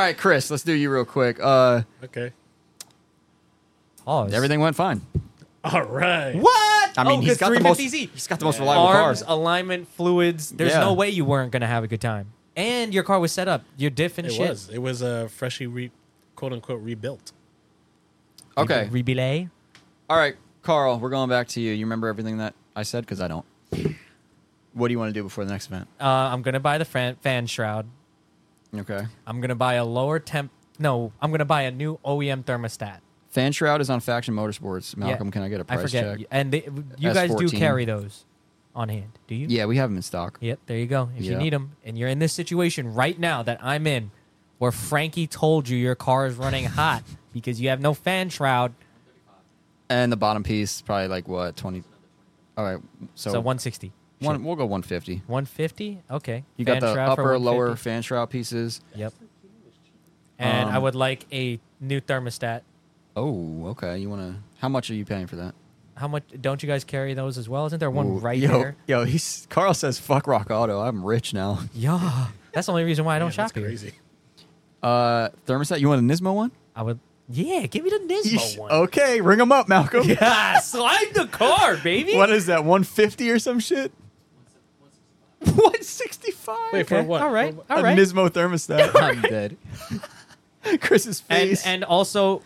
right, Chris, let's do you real quick. Uh, Okay. oh, it's- everything went fine. All right. What? I mean, oh, he's 'cause got the most. 350Z. He's got the most Yeah. reliable cars. arms, alignment, fluids. There's Yeah. no way you weren't gonna have a good time. And your car was set up. Your diff and It shit. was. It was a freshly re, quote unquote rebuilt. Okay, Re- Rebelay. All right, Carl, we're going back to you. You remember everything that I said? Because I don't. What do you want to do before the next event? Uh, I'm gonna buy the fan, fan shroud. Okay. I'm gonna buy a lower temp. No, I'm gonna buy a new OEM thermostat. Fan Shroud is on Faction Motorsports. Malcolm, Yeah. can I get a price I forget. check? And they, you guys do S14. carry those on hand, do you? Yeah, we have them in stock. Yep. There you go. If you Yeah. need them, and you're in this situation right now that I'm in, where Frankie told you your car is *laughs* running hot because you have no fan shroud, And the bottom piece, probably like what, 20? All right. So, so, 160. one, we'll go 150. 150. Okay. You Fan got the shroud for upper, lower 150. fan shroud pieces. Yep. And I Um, would like a new thermostat. Oh, okay. You want to. How much are you paying for that? How much? Don't you guys carry those as well? Isn't there one Ooh, right yo, there? Yo, he's, Carl says, fuck Rock Auto. I'm rich now. Yeah. That's the only reason why I don't Man, shop That's here. crazy. Uh, thermostat, you want a Nismo one? I would. Yeah, give me the Nismo one. Okay, ring them up, Malcolm. Yeah, *laughs* slide the car, baby. What is that? One fifty or some shit? One sixty five. Wait, for what? All right, For what? all a right. Nismo *laughs* thermostat. I'm dead. Chris's And face. and also,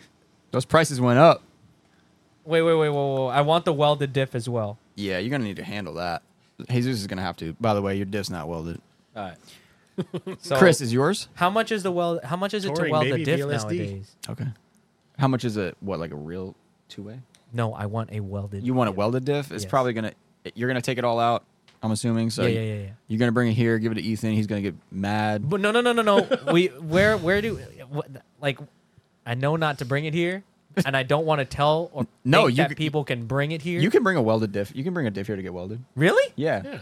those prices went up. wait, wait, wait, whoa, whoa. I want the welded diff as well. Yeah, you're gonna need to handle that. Jesus is gonna have to. By the way, your diff's not welded. All right. So, Chris is yours. how much is the weld? How much is it to Touring, weld the baby, diff VLSD. nowadays? Okay. How much is a what like a real two way? No, I want a welded. You want a welded diff? It's Yes. probably gonna you're gonna take it all out. I'm assuming. So Yeah, yeah, yeah, yeah. You're gonna bring it here, give it to Ethan. He's gonna get mad. But no, no, no, no, *laughs* no. we where where do what, like I know not to bring it here, and I don't want to tell or *laughs* No, think you that c- people can bring it here. you can bring a welded diff. You can bring a diff here to get welded. really? Yeah. Yeah.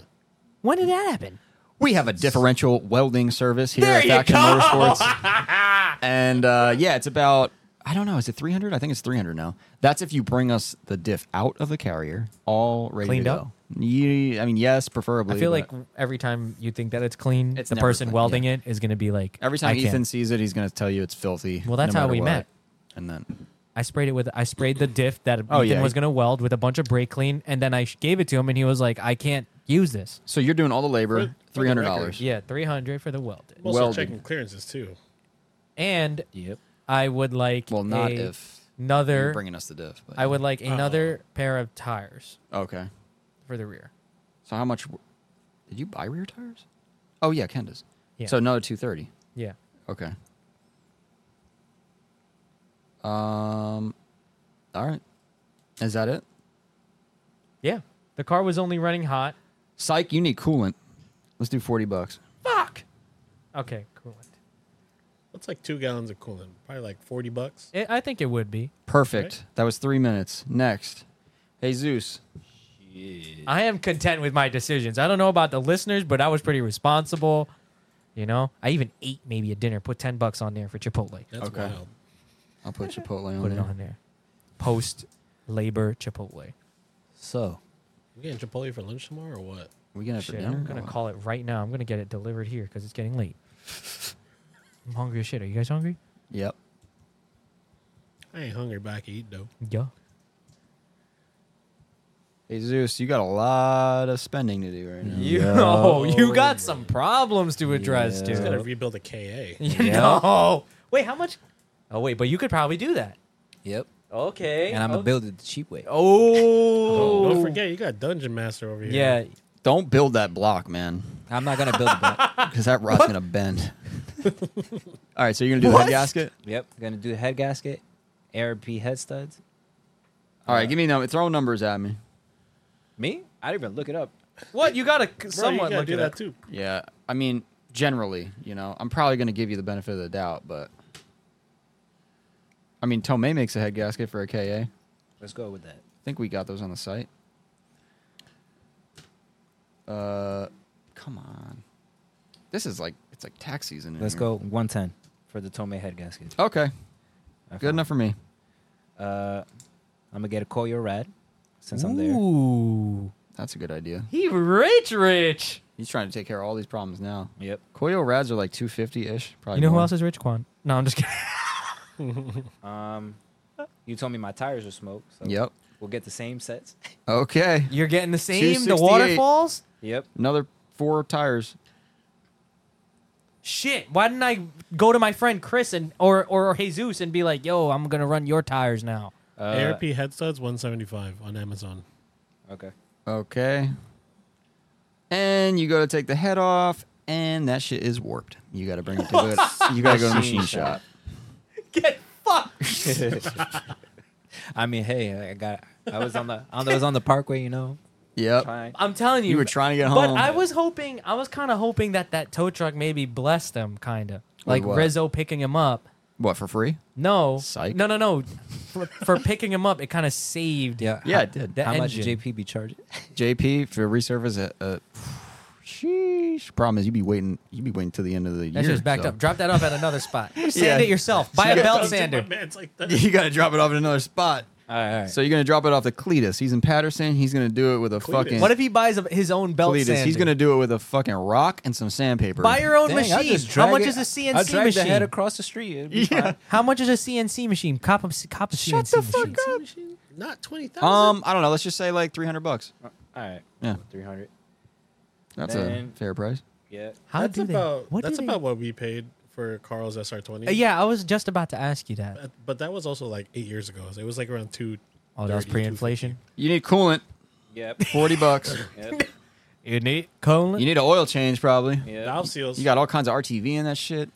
When did that happen? We have a differential welding service here There at you Faction go. Motorsports. *laughs* and uh, yeah, it's about I don't know, is it 300? I think it's 300 now. That's if you bring us the diff out of the carrier, all ready Cleaned to up? go. You, I mean, yes, preferably. I feel but like every time you think that it's clean, It's the never person clean, welding yeah. it is going to be like. every time I Ethan can't. sees it, he's going to tell you it's filthy. Well, that's no how matter we what. met. And then I sprayed it with I sprayed the diff that Oh, Ethan yeah. was going to weld with a bunch of brake clean, and then I sh- gave it to him, and he was like, "I can't use this." so you're doing all the For- labor, for the $300. dollars Yeah, three hundred for the welded, Also Welded. checking clearances too. and Yep. I would like Well, not a- if you're another. bringing us the diff. But, I would like Oh. another pair of tires Okay. for the rear. So how much w- did you buy rear tires? Oh yeah, Ken does. Yeah. So another 230. Yeah. Okay. Um. All right. Is that it? Yeah. The car was only running hot. Psych, you need coolant. Let's do forty bucks. Fuck. Okay, cool. That's like two gallons of coolant, probably like forty bucks. It, I think it would be. Perfect. That was three minutes. Next, hey Zeus. I am content with my decisions. I don't know about the listeners, but I was pretty responsible. You know, I even ate maybe a dinner, put 10 bucks on there for Chipotle. That's Okay. wild. I'll put Chipotle on Oh, Put it there. on there. Post labor Chipotle. So We getting Chipotle for lunch tomorrow or what? We gonna have for Shit, dinner. Oh, I'm or going to what? call it right now. I'm going to get it delivered here because it's getting late. I'm hungry as shit. Are you guys hungry? Yep. I ain't hungry, but I can eat though. Yeah. Hey Zeus, you got a lot of spending to do right now. You, Yeah. *laughs* oh, you got some problems to address, Yeah. dude. Just gotta rebuild a *laughs* KA. You know. Wait, how much? Oh wait, but you could probably do that. yep. Oh. Okay. And I'm gonna build it the cheap way. Oh. Don't forget, you got Dungeon Master over here. Yeah. Don't build that block, man, I'm not gonna build it. *laughs* Back. because that rod's gonna bend. *laughs* All right, so you're gonna do the head gasket. Yep. Gonna do the head gasket, ARP head studs. All right, give me num- throw numbers at me. Me? I didn't even look it up. What you gotta c- Bro, you somewhat gotta look do at that that too. too. Yeah, I mean, generally, you know, I'm probably going to give you the benefit of the doubt, but I mean, Tomei makes a head gasket for a KA. I Let's go with that. think we got those on the site. Uh, come on, this is like it's like tax season. in Let's here. go 110 for the Tomei head gasket. Okay, I good found- enough for me. Uh, I'm gonna get a Koyo Red since I'm there. Ooh, That's a good idea. he rich, rich. He's trying to take care of all these problems now. Yep. Koyo rads are like 250 ish. Probably. You know who more. else is rich? Quan. No, I'm just kidding. *laughs* Um, you told me my tires are smoked. So Yep. We'll get the same sets. Okay, You're getting the same. The 268. waterfalls. yep. another four tires. Shit. Why didn't I go to my friend Chris and or or Jesus and be like, "Yo, I'm gonna run your tires now." Uh, ARP head studs, one seventy five on Amazon. Okay. *laughs* Okay. And you go to take the head off, and that shit is warped. You got to bring it to good. *laughs* You got to go to the machine shop. Get fucked. I mean, hey, I got. I was on the. I was on the parkway, you know. Yep. Trying. I'm telling you. You were trying to get But home. I was hoping, I was kind of hoping that that tow truck maybe blessed him, kind of like what? Rizzo picking him up. what for free? No, Psych. no, no, no. For, for picking him up, it kind of saved. Yeah. Yeah, how- it did. The How much did engine. JP be charging? JP for resurface. Uh, uh, sheesh. Problem is, you be waiting. You be waiting till the end of the That year. shit's backed so- up. Drop that off at another spot. Sand Yeah. it yourself. Buy a belt Dungeon sander. *laughs* my man's like *laughs* *laughs* that. you got to drop it off at another spot. All right. All right. So you're gonna drop it off to Cletus. He's in Patterson. He's gonna do it with a fucking. What if he buys a, his own belt Cletus? sander? He's gonna do it with a fucking rock and some sandpaper. buy your own Dang, I'll machine. just How drag much it- is a CNC I'll drag machine? The head across the street. *laughs* It'd be Yeah. fine. How much is a CNC machine? Cop a, cop a Shut CNC the machine. fuck up. Not twenty thousand. Um, I don't know. Let's just say like 300 bucks. All right. Yeah. Three hundred. That's Man. a fair price. Yeah. How that's do they? about what do that's they- about what we paid for Carl's SR twenty. Uh, yeah, I was just about to ask you that. But- But that was also like eight years ago. So it was like around two. Oh, that was pre-inflation. You need coolant. *laughs* Yep. 40 bucks. yep. You need coolant. You need an oil change, probably. yep. Valve seals. You got all kinds of RTV in that shit.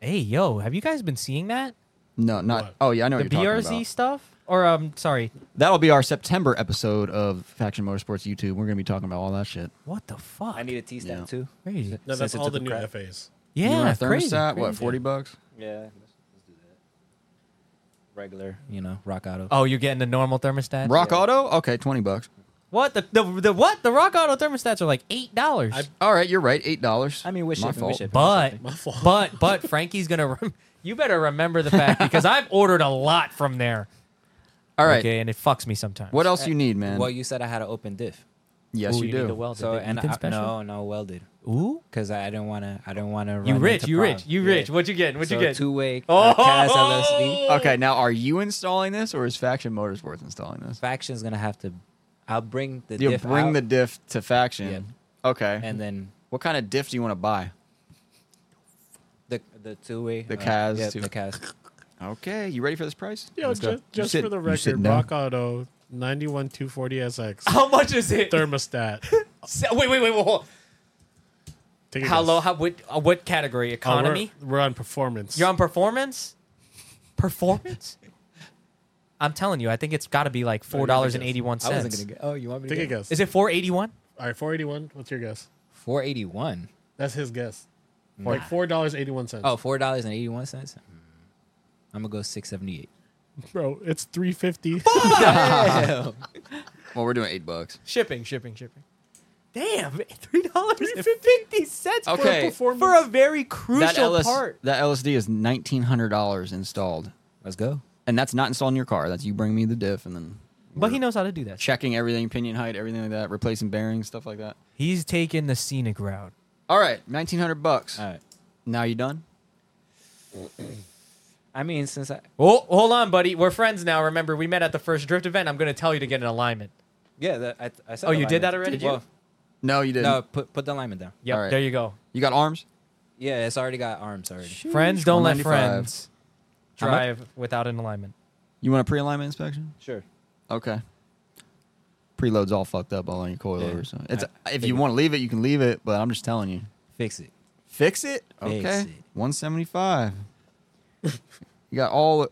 Hey, yo, have you guys been seeing that? No, not. What? Oh yeah, I know The what you're talking BRZ about. stuff? Or um sorry. That'll be our September episode of Faction Motorsports YouTube. We're gonna be talking about all that shit. What the fuck? I need a T stand Yeah. too. crazy. No, Since that's it all took the a new crap. FAs. You Yeah, want a crazy, thermostat? crazy. What, forty bucks? Yeah, let's, let's do that. Regular, you know, rock auto. Oh, you're getting the normal thermostat? Rock Auto? Okay, twenty bucks. What the, the the what? The Rock Auto thermostats are like eight dollars. I- All right, you're right. Eight dollars. I mean, we My should. fault. We should But *laughs* My fault. but but Frankie's gonna. Rem- you better remember the fact *laughs* because I've ordered a lot from there. All right. Okay, and it fucks me sometimes. What else you need, man? well, you said I had an open diff. yes, Ooh, you, you need do. to weld it. So The and Ethan I, special? no, no welded, Ooh, because I, I didn't want to. I didn't want to. you rich, you rich, you rich. What you getting? What so you getting? Two way Oh! oh! Cas LSD. okay, now are you installing this or is Faction Motorsports installing this? Faction's gonna have to. I'll bring the You diff bring out, the diff to Faction. Yep. Okay. and then what kind of diff do you want to buy? the the two way The Cas Yeah, too. *laughs* the Cas. Okay, you ready for this price? Yo, Let's ju- go. just, You sit- for the you sitting record, down? Rock Auto *laughs* 91-240SX *laughs* How much is it? thermostat. Se- wait, wait, wait, wait. hold. Take a How guess. low? How what? Uh, what category? Oh, we're- Economy? we're, on performance. You're on performance. *laughs* Performance. I'm telling you, I think it's got to be like you're four gonna dollars and eighty one I wasn't cents. gonna get. Oh, you want me to Take a get guess. Is it four eighty one? All right, 481. What's your guess? four eighty one? That's his guess. Like four dollars eighty one cents. Oh, four dollars and eighty one cents. Hmm. I'm gonna go six seventy eight. bro, it's three fifty. *laughs* Well, we're doing eight bucks. Shipping, shipping, shipping. Damn, three dollars and fifty cents for, Okay. a performance. for a very That, crucial LS, part. that LSD is nineteen hundred dollars installed, Let's go. and that's not installing your car. That's you bring me the diff and then But he knows how to do that. checking everything, pinion height, everything like that, replacing bearings, stuff like that. He's taking the scenic route. All right, nineteen hundred bucks. All right. Now you done? I mean, since I Oh, hold on, buddy. We're friends now. Remember, we met at the first drift event. I'm going to tell you to get an alignment. yeah, that, I, I said. Oh, you did alignment. that already? Did you? Well, No, you didn't. no, put put the alignment down. Yep, All right. there you go. You got arms? Yeah, it's already got arms already. Friends don't let 195. friends How much? drive without an alignment. You want a pre-alignment inspection? Sure. Okay. Preload's all fucked up all on your coilovers. So Yeah. it's I if you figured. want to leave it, you can leave it. But I'm just telling you, Fix it. fix it. Fix okay, it. 175. *laughs* you got all.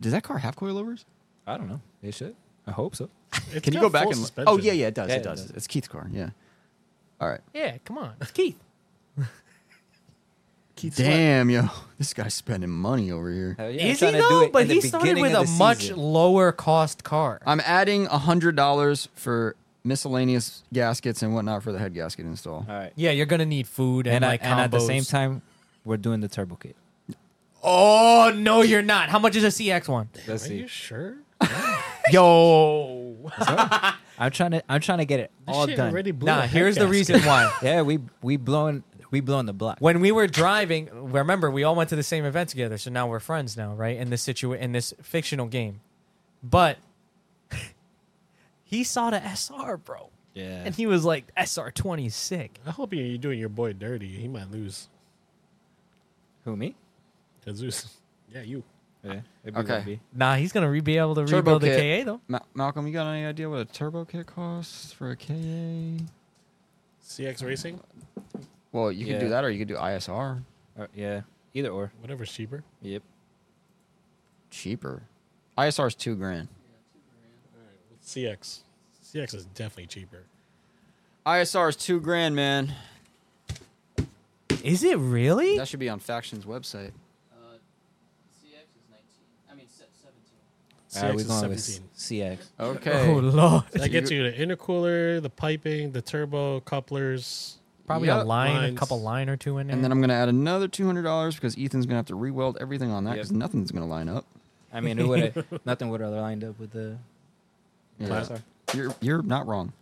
Does that car have coilovers? I don't know. It should. I hope so. Can you go back and? Oh yeah, yeah, it does. Yeah, it it does. does. It's Keith's car. Yeah. All right. Yeah, come on. It's Keith. Damn, yo, *laughs* this guy's spending money over here. Hell yeah, I'm Is he trying to do it though? in But the he started beginning with of a the much season. lower cost car. I'm adding hundred dollars for miscellaneous gaskets and whatnot for the head gasket install. All right. yeah, you're going to need food and, And, I- like and at the combos. same time, we're doing the turbo kit. Oh, no, you're not. How much is a CX one? Let's Are you see. sure? Yo. I'm trying to. I'm trying to get it This all shit done. already blew Nah, a here's the head reason why. *laughs* Yeah, we we blown we blown the block. when we were driving, remember we all went to the same event together, so now we're friends now, right? In this situ in this fictional game, but *laughs* he saw the SR, bro, Yeah. and he was like, "SR twenty is sick." I hope you're doing your boy dirty. He might lose. Who me? Jesus. Yeah, you. Yeah. Okay. Nah, he's gonna re- be able to Turbo rebuild the kit. KA though. Ma- Malcolm, you got any idea what a turbo kit costs for a KA? CX Racing, Well, you could do Yeah. that, or you could do ISR Uh, yeah. Either or. whatever's cheaper. Yep. cheaper. ISR is two grand. CX. CX is definitely cheaper. ISR is two grand, man. Is it really? That should be on Faction's website. CX is 19. I mean, se- 17. CX Ah, Alright, we're is Uh, going *laughs* with 17. CX. Okay. Oh lord, That gets you the intercooler, the piping, the turbo couplers. probably a Yup. line, a Lines. couple line or two in there. And then I'm gonna add another two hundred dollars because Ethan's gonna have to re-weld everything on that because nothing's gonna line up. I mean, it would *laughs* nothing would have lined up with the. Yeah. Wow. sorry. You're you're not wrong.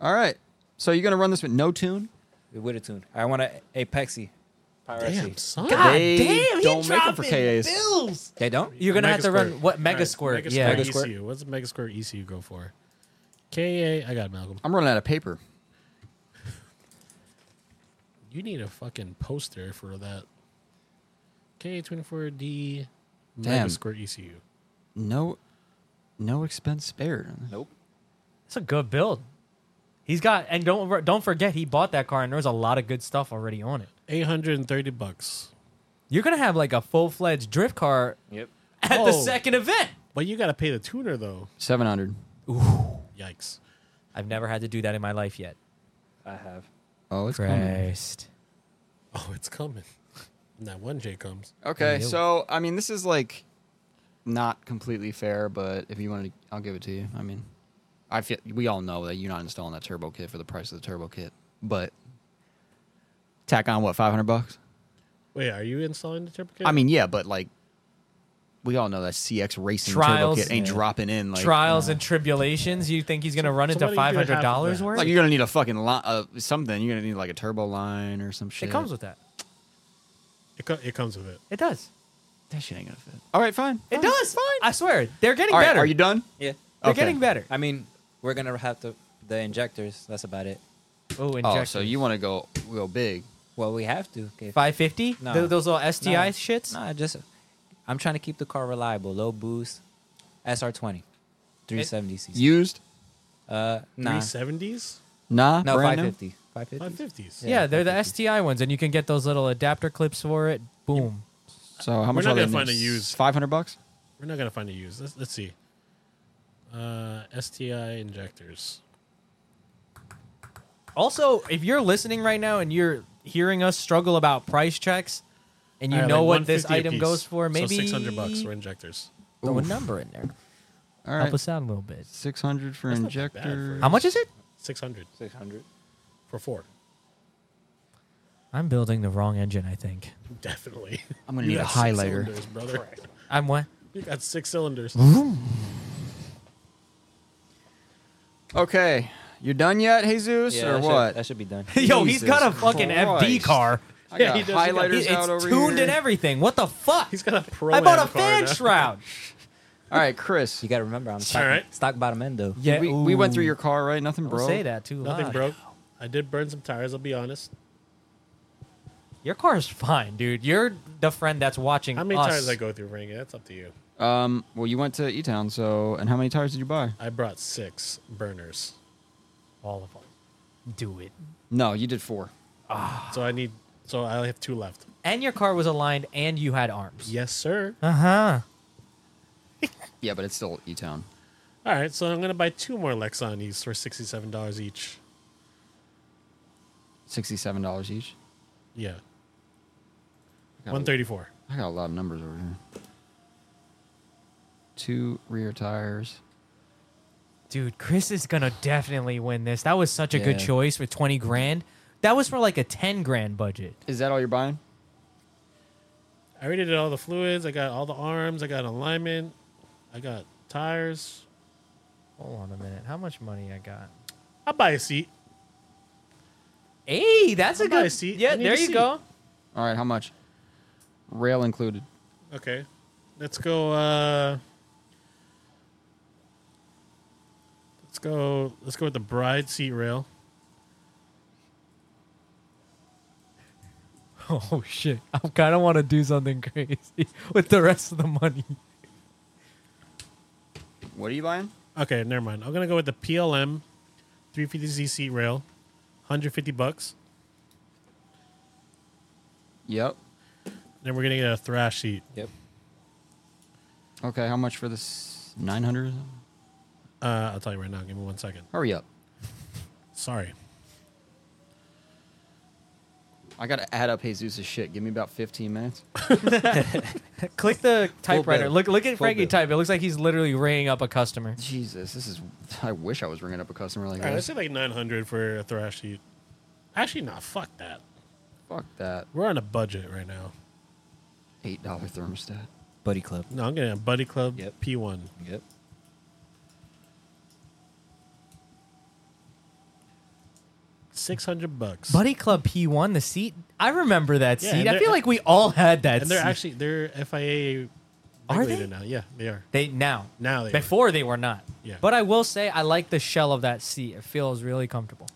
All right. So you're gonna run this with no tune? It would have tuned. I want a Apexy. Damn, son. God They damn, he don't make 'em for dropping KAs. Bills. They don't. You're gonna have to run what mega square? squirt? yeah, Mega Megasquirt. ECU. E What's a mega square ECU go for? KA. I got it, Malcolm. I'm running out of paper. You need a fucking poster for that. KA24D Damn. Mega Square ECU. No, no expense spared. on this. Nope. It's a good build. He's got, and don't don't forget, he bought that car, and there was a lot of good stuff already on it. 830 bucks. You're gonna have like a full fledged drift car Yep. at the Oh. second event. But you got to pay the tuner, though. 700. Yikes. *laughs* I've never had to do that in my life yet. I have. Oh, it's coming. Christ. Oh, it's coming. When That one J comes. Okay, Ew. so I mean, this is like not completely fair, but if you want to, I'll give it to you. I mean, I feel we all know that you're not installing that turbo kit for the price of the turbo kit, but tack on what 500 bucks. Wait, are you installing the turbo kit? I mean, yeah, but like we all know that CX racing Trials, turbo kit ain't yeah. dropping in like Trials and tribulations. You think he's gonna run into somebody five do half hundred of dollars that. worth? Like you're gonna need a fucking lot of something. You're gonna need like a turbo line or some shit. it comes with that. it, co- it comes with it. It does. that shit ain't gonna fit. All right, fine. It does. Fine. I swear, they're getting All right, better. are you done? Yeah. they're okay. getting better. I mean, we're gonna have to the injectors. That's about it. Oh, Oh, so you want to go go big? Well, we have to. Okay. five fifty? No. Those little STI No. shits. Nah, just I'm trying to keep the car reliable. Low boost. SR20, 370 cc. Used? uh nah. 370s? Nah, No, brand new? 550. 550. 550s. Yeah, Yeah, they're the 550. STI ones, and you can get those little adapter clips for it. Boom. So how much not are they gonna find new? a used. 500 bucks? We're not going to find a use. Let's, let's see. Uh, STI injectors. Also, if you're listening right now and you're hearing us struggle about price checks, and you All right, know like what this 150 item apiece. goes for, maybe so 600 bucks for injectors. throw a Oof. number in there. All Help right. us out a little bit. 600 for That's not bad for- injector. How much is it? 600 600. for four. I'm building the wrong engine. I think. Definitely. I'm gonna need You a got six highlighter. cylinders, brother. I'm what? You got *laughs* six cylinders. Okay. You're done yet, Jesus, Yeah, or that should- what? that should be done. *laughs* Yo, he's got a Jesus fucking FD Christ. car. I Yeah, got *laughs* he does, he got- highlighters It- out it's over tuned here. and everything. What the fuck? He's got a pro. I bought a car fan now. shroud. All right, Chris. You got to remember, I'm stock, Alright. stock bottom end though. Yeah, we, we went through ooh. your car, right? Nothing Don't broke. say that too *laughs* Nothing loud. broke. I did burn some tires, I'll be honest. Your car's fine, dude. You're the friend that's watching. How many us. tires I go through ring? That's up to you. Um, well, you went to E Town, so and how many tires did you buy? I brought six burners. All of them. Do it. No, you did four. So I need so I have two left. And your car was aligned, and you had arms. Yes, sir. Uh huh. Yeah, but it's still E Town. Alright, so I'm gonna buy two more Lexon E's for sixty seven dollars each. Sixty-seven dollars each. Yeah. I got a- One thirty four. I got a lot of numbers over here. Two rear tires. Dude, Chris is gonna definitely win this. That was such a good Yeah. choice for twenty grand. That was for like a ten grand budget. Is that all you're buying? I already did all the fluids, I got all the arms, I got alignment, I got tires. Hold on a minute. How much money I got? I'll buy a seat. Hey, that's a I'll buy good. a seat. Yeah, I need there a you seat. go. All right, how much? Rail included. Okay. Let's go uh Let's go let's go with the bride seat rail. *laughs* Oh shit! I kind of want to do something crazy *laughs* with the rest of the money. What are you buying? Okay, never mind. I'm gonna go with the PLM 350Z seat rail, 150 bucks. Yep. Then we're gonna get a thrash seat. Yep. Okay, how much for this? 900? Uh, I'll tell you right now. Give me one second. Hurry up. Sorry. I gotta add up Jesus' shit. Give me about 15 minutes. *laughs* Click the typewriter. bill. Look, look at Full Frankie bill. type. It looks like he's literally ringing up a customer. Jesus, this is. I wish I was ringing up a customer like All right, let's this. say like 900 for a thrash seat. Actually, nah. Fuck that. Fuck that. We're on a budget right now. $8 thermostat. Buddy club. No, I'm getting a Buddy Club Yep. P1. Yep. Six hundred bucks. Buddy Club P1, the seat. I remember that Yeah, seat. and I they're- feel like we all had that and seat. they're actually they're FIA Are regulated they? now. Yeah, they are. they now. Now they are. Before they were not. Yeah. But I will say I like the shell of that seat. It feels really comfortable.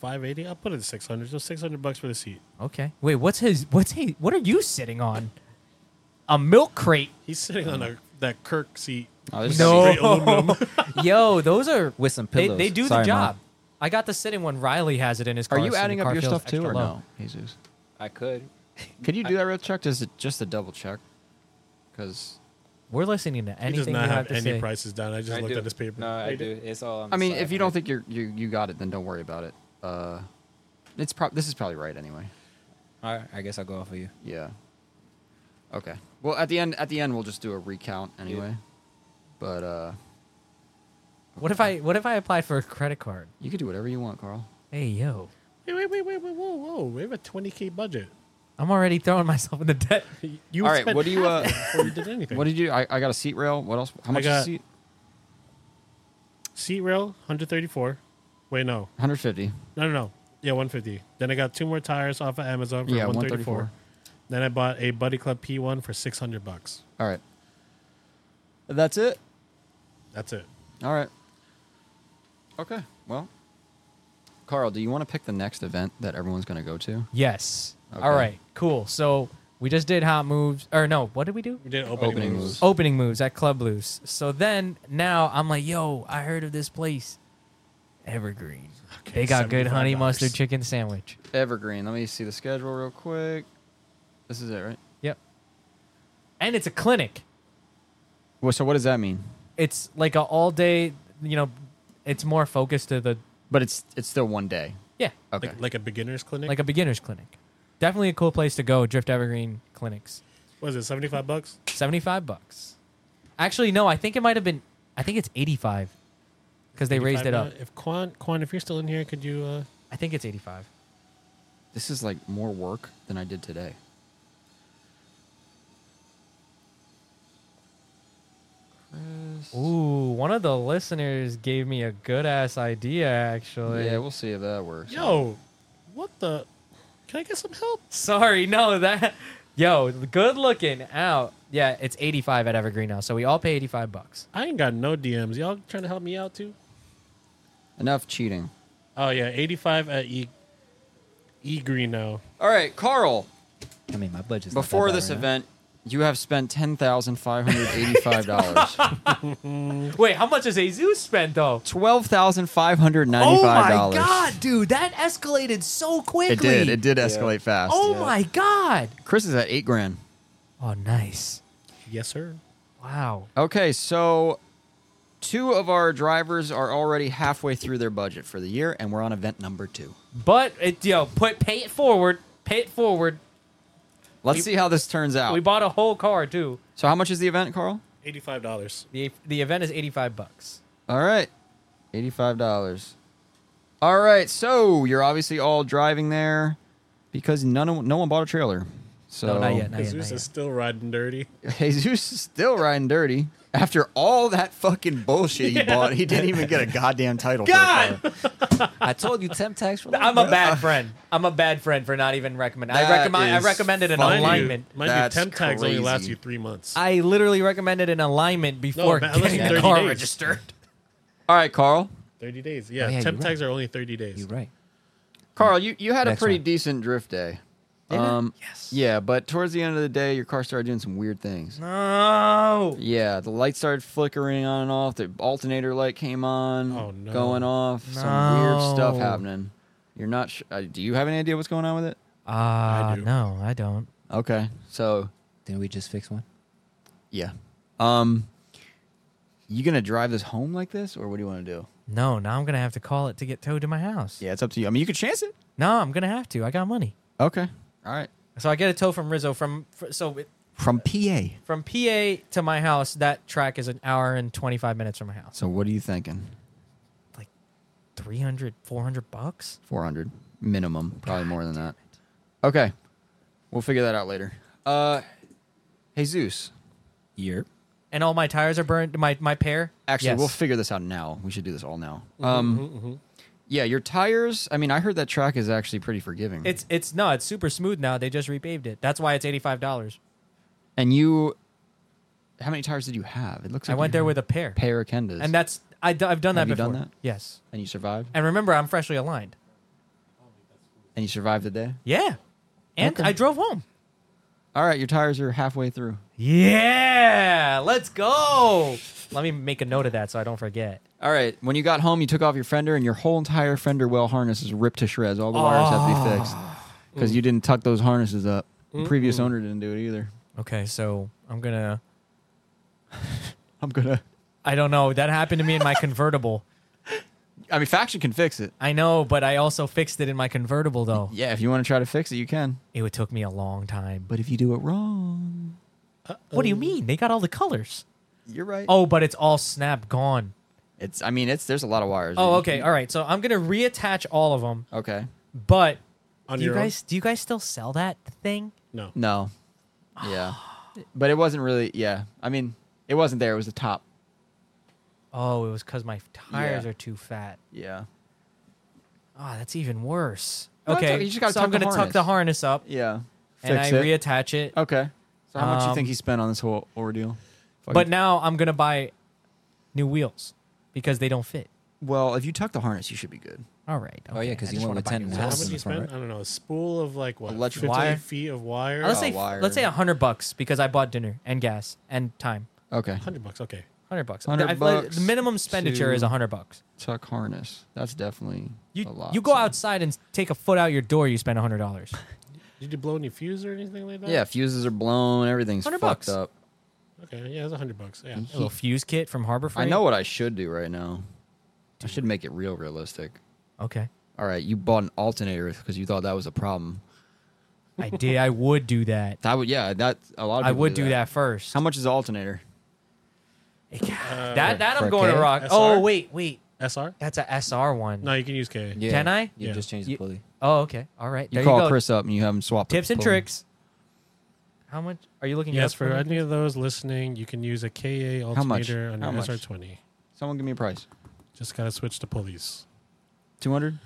580. I'll put it at 600. So 600 bucks for the seat. Okay. Wait, what's his what's he what are you sitting on? A milk crate. He's sitting on a that Kirk seat. Oh, this No. Is, Straight aluminum. *laughs* Yo, those are With some they, pillows. they do Sorry, the Mom. job. I got the sitting one. Riley has it in his car. are you so the adding up car your feels stuff too extra or low. no, Jesus? I could. Can you do that real check? Just to, just to double check, because We're listening to he does anything you not have have, to any say. prices down. I just I looked do. at his paper. No, I You do. It's all. On I the mean, side, if you right? don't think you're you you got it, then don't worry about it. Uh, it's pro- this is probably right anyway. all right, I guess I'll go off of you. Yeah. Okay. Well, at the end, at the end, we'll just do a recount anyway. But uh, What if I what if I applied for a credit card? you can do whatever you want, Carl. Hey yo, Wait, wait, wait, wait, wait, whoa, whoa! We have a twenty k budget. I'm already throwing *laughs* myself in the debt. You All right, spent what do you, half uh, that before you did *laughs* anything? What did you? I, I got a seat rail. What else? How much is a got- seat? Seat rail, hundred thirty four. Wait, no, 150. no, no, no. Yeah, one fifty. Then I got two more tires off of Amazon for Yeah, one thirty four. 134. Then I bought a Buddy Club P one for six hundred bucks. All right. That's it. That's it. All right. Okay. Well, Carl, do you want to pick the next event that everyone's going to go to? Yes. All Okay. right. Cool. So we just did hot moves, or no? What did we do? We did opening, Opening moves. moves. Opening moves at Club Loose. So then now I'm like, yo, I heard of this place, Evergreen. Okay, They got good honey $75. mustard chicken sandwich. Evergreen. Let me see the schedule real quick. This is it, right? Yep. And it's a clinic. Well, so what does that mean? It's like a all day. You know, it's more focused to the But it's it's still one day. yeah, Okay. Like, like a beginner's clinic. like a beginner's clinic. Definitely a cool place to go. Drift Evergreen clinics. what is it seventy five bucks? 75 bucks. Actually, no, I think it might have been, I think it's 85 because they raised it up. 85 now? If Quan, Quan, if you're still in here, could you? uh I think it's 85. this is like more work than I did today. Chris. Ooh, one of the listeners gave me a good ass idea, actually. Yeah, we'll see if that works. Yo, what the? Can I get some help? Sorry, no, that, yo, good looking out. Yeah, it's 85 at Evergreen now. So we all pay 85 bucks. I ain't got no DMs. Y'all trying to help me out too? Enough cheating. Oh yeah, eighty five at E E Green now. All right, Carl. I mean, my budget's not that Before bad this right now. event, you have spent ten thousand five hundred eighty-five dollars. *laughs* Wait, how much is Jesus spent though? Twelve thousand five hundred Oh ninety-five my dollars. God, dude, that escalated so quickly. It did. It did escalate fast. Oh Yeah. my God. Chris is at eight grand. Oh, nice. Yes, sir. Wow. Okay, so two of our drivers are already halfway through their budget for the year, and we're on event number two. But it, yo, put pay it forward. Pay it forward. Let's We- see how this turns out. We bought a whole car too. so, how much is the event, Carl? Eighty five dollars. The the event is eighty five bucks. All right, eighty-five dollars. All right, so you're obviously all driving there because none of, no one bought a trailer. So No, not yet. Not yet, Jesus not is yet. still riding dirty. Jesus is still riding dirty after all that fucking bullshit he bought. He didn't even get a goddamn title. for the God! car. I told you, temp *laughs* tax. For I'm a *laughs* bad friend. I'm a bad friend for not even recommending. I That recommend. I is recommended an funny. Mind you- alignment. Mind you, That's temp tags only last crazy. you three months. I literally recommended an alignment before man, unless getting it's the 30 car days. registered. All right, Carl. thirty days. Yeah, Oh, yeah, temp you're tags are only thirty days. You're right. Carl, you, you had a Next pretty one. decent drift day. I? yes. Yeah, but towards the end of the day, your car started doing some weird things. No. Yeah, the light started flickering on and off. The alternator light came on. Oh, no. Going off. Some weird stuff No. happening. You're not. Sh- uh, do you have any idea what's going on with it? Ah, do. no, I don't. Okay, so Didn't we just fix one? yeah, um, you gonna drive this home like this, or what do you want to do? No, now I'm gonna have to call it to get towed to my house. Yeah, it's up to you. I mean, you could chance it. No, I'm gonna have to. I got money, Okay. All right. so I get a tow from Rizzo from. fr so it, From PA. from PA to my house, that track is an hour and 25 minutes from my house. So what are you thinking? 300, 400 bucks? Four hundred minimum, probably more than that. Okay, we'll figure that out later. Uh, Jesus. Year. And all my tires are burned. My, my pair? Actually, Yes. Mm-hmm, we'll figure this out now. We should do this all now. Um, yeah, your tires. I mean, I heard that track is actually pretty forgiving. It's, it's, no, it's super smooth now. They just repaved it. That's why it's $85. and you. How many tires did you have? It looks. I like went you there had with a pair. a pair of Kendas, And that's, I, have done Have that you before. done that? Yes. and you survived, And remember, I'm freshly aligned. and you survived the day. Yeah. And Okay. I drove home. All right, your tires are halfway through. Yeah. Let's go. Let me make a note of that so I don't forget. All right, when you got Ah. home, you took off your fender, and your whole entire fender well harness is ripped to shreds. All the wires have to be fixed. because you didn't tuck those harnesses up. The previous owner didn't do it either. Okay, so I'm gonna. I'm gonna. I don't know. That happened to me in my *laughs* convertible. I mean, faction can fix it. I know, but I also fixed it in my convertible though. Yeah, if you want to try to fix it, you can. It would took me a long time. But if you do it wrong, What do you mean? They got all the colors. you're right. Oh, but it's all snap gone. it's. I mean, it's. There's a lot of wires. Oh, dude. okay. All right. So I'm gonna reattach all of them. Okay. But On do you your own? guys do you guys still sell that thing? No. No. *sighs* Yeah. but it wasn't really. Yeah. I mean, it wasn't there. It was the top. Oh, it was because my tires Yeah. are too fat. Yeah. Oh, that's even worse. No, it's okay, okay. You just gotta so tuck I'm the gonna tuck harness. Oh, the harness up Yeah. and I Fix it. reattach it. okay. So how much do you Um, think he spent on this whole ordeal? But now I'm gonna buy new wheels because they don't fit. well, if you tuck the harness, you should be good. All right. Oh, yeah, 'cause I you just went wanna with buy 10 new and a So how half. wheels. House much in you the front, spend? I don't know. A spool of like what? Electric 50 wire? feet of wire. Uh, Let's say Oh, wire. let's say hundred bucks because I bought dinner and gas and time. Okay. Oh, hundred bucks. Okay. Hundred bucks. 100 I've let- bucks The minimum expenditure is to- is hundred bucks. Tuck harness. That's definitely a You lot. you go so- outside and take a foot out your door, you spend hundred dollars. Did you blow any fuse or anything like that? Yeah, fuses are blown. Everything's 100 fucked bucks. up. Okay. Yeah, it's a hundred bucks. Yeah. A little fuse kit from Harbor Freight. I know what I should do right now. I should make it real realistic. Okay. All right, you bought an alternator because you thought that was a problem. I did. I would *laughs* do that. That would, yeah, that a lot of. I people would do that first. How much is the alternator? that that for I'm a going to K? rock. SR? Oh wait, wait. SR? That's a SR one. No, you can use K. Yeah, Can I? You Yeah. just change You- the pulley. Oh okay. All right. You there call you go. Chris up and you have him swap the Tips and pull. tricks. How much are you looking Yes, at for any of those listening, you can use a KA much? alternator on How your much? SR20. Someone give me a price. Just gotta switch to pulleys. Two hundred.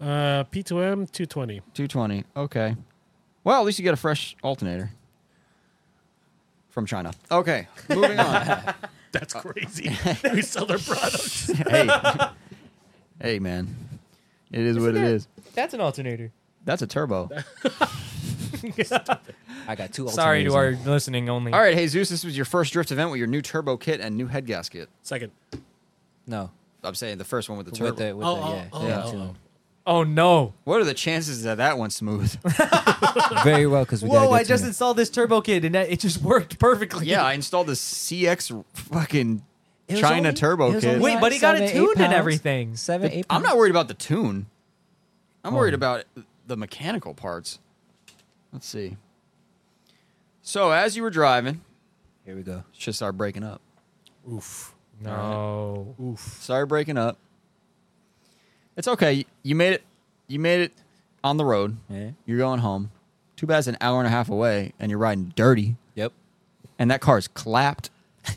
Uh, P2M 220. 220. Okay. Well, at least you get a fresh alternator from China. Okay, moving *laughs* on. That's crazy. *laughs* we sell their products. *laughs* hey, hey, man, it is what it is. That's an alternator. That's a turbo. I got two. Sorry to alternators our in. listening only. All right, Jesus, this was your first drift event with your new turbo kit and new head gasket. Second. no. I'm saying the first one with the turbo. With the, with Oh, the, oh, yeah, oh, yeah, oh, two. oh. Oh no. What are the chances that that one's *laughs* smooth? Very well, because we got a Whoa, good I just tuner. installed this turbo kit and that, it just *laughs* worked perfectly. yeah, I installed the CX fucking It was China only- it turbo was kit. only Wait, but he got seven, it eight tuned and pounds. everything. Seven, eight. I'm pounds. Oh. not worried about the tune. I'm worried about the mechanical parts. Let's see. So as you were driving, Here we go. it just started breaking up. Oof. No. Oof. Started breaking up. It's okay. You made it. You made it on the road. Yeah. You're going home. Too bad it's an hour and a half away, and you're riding dirty, Yep. and that car's clapped, *laughs*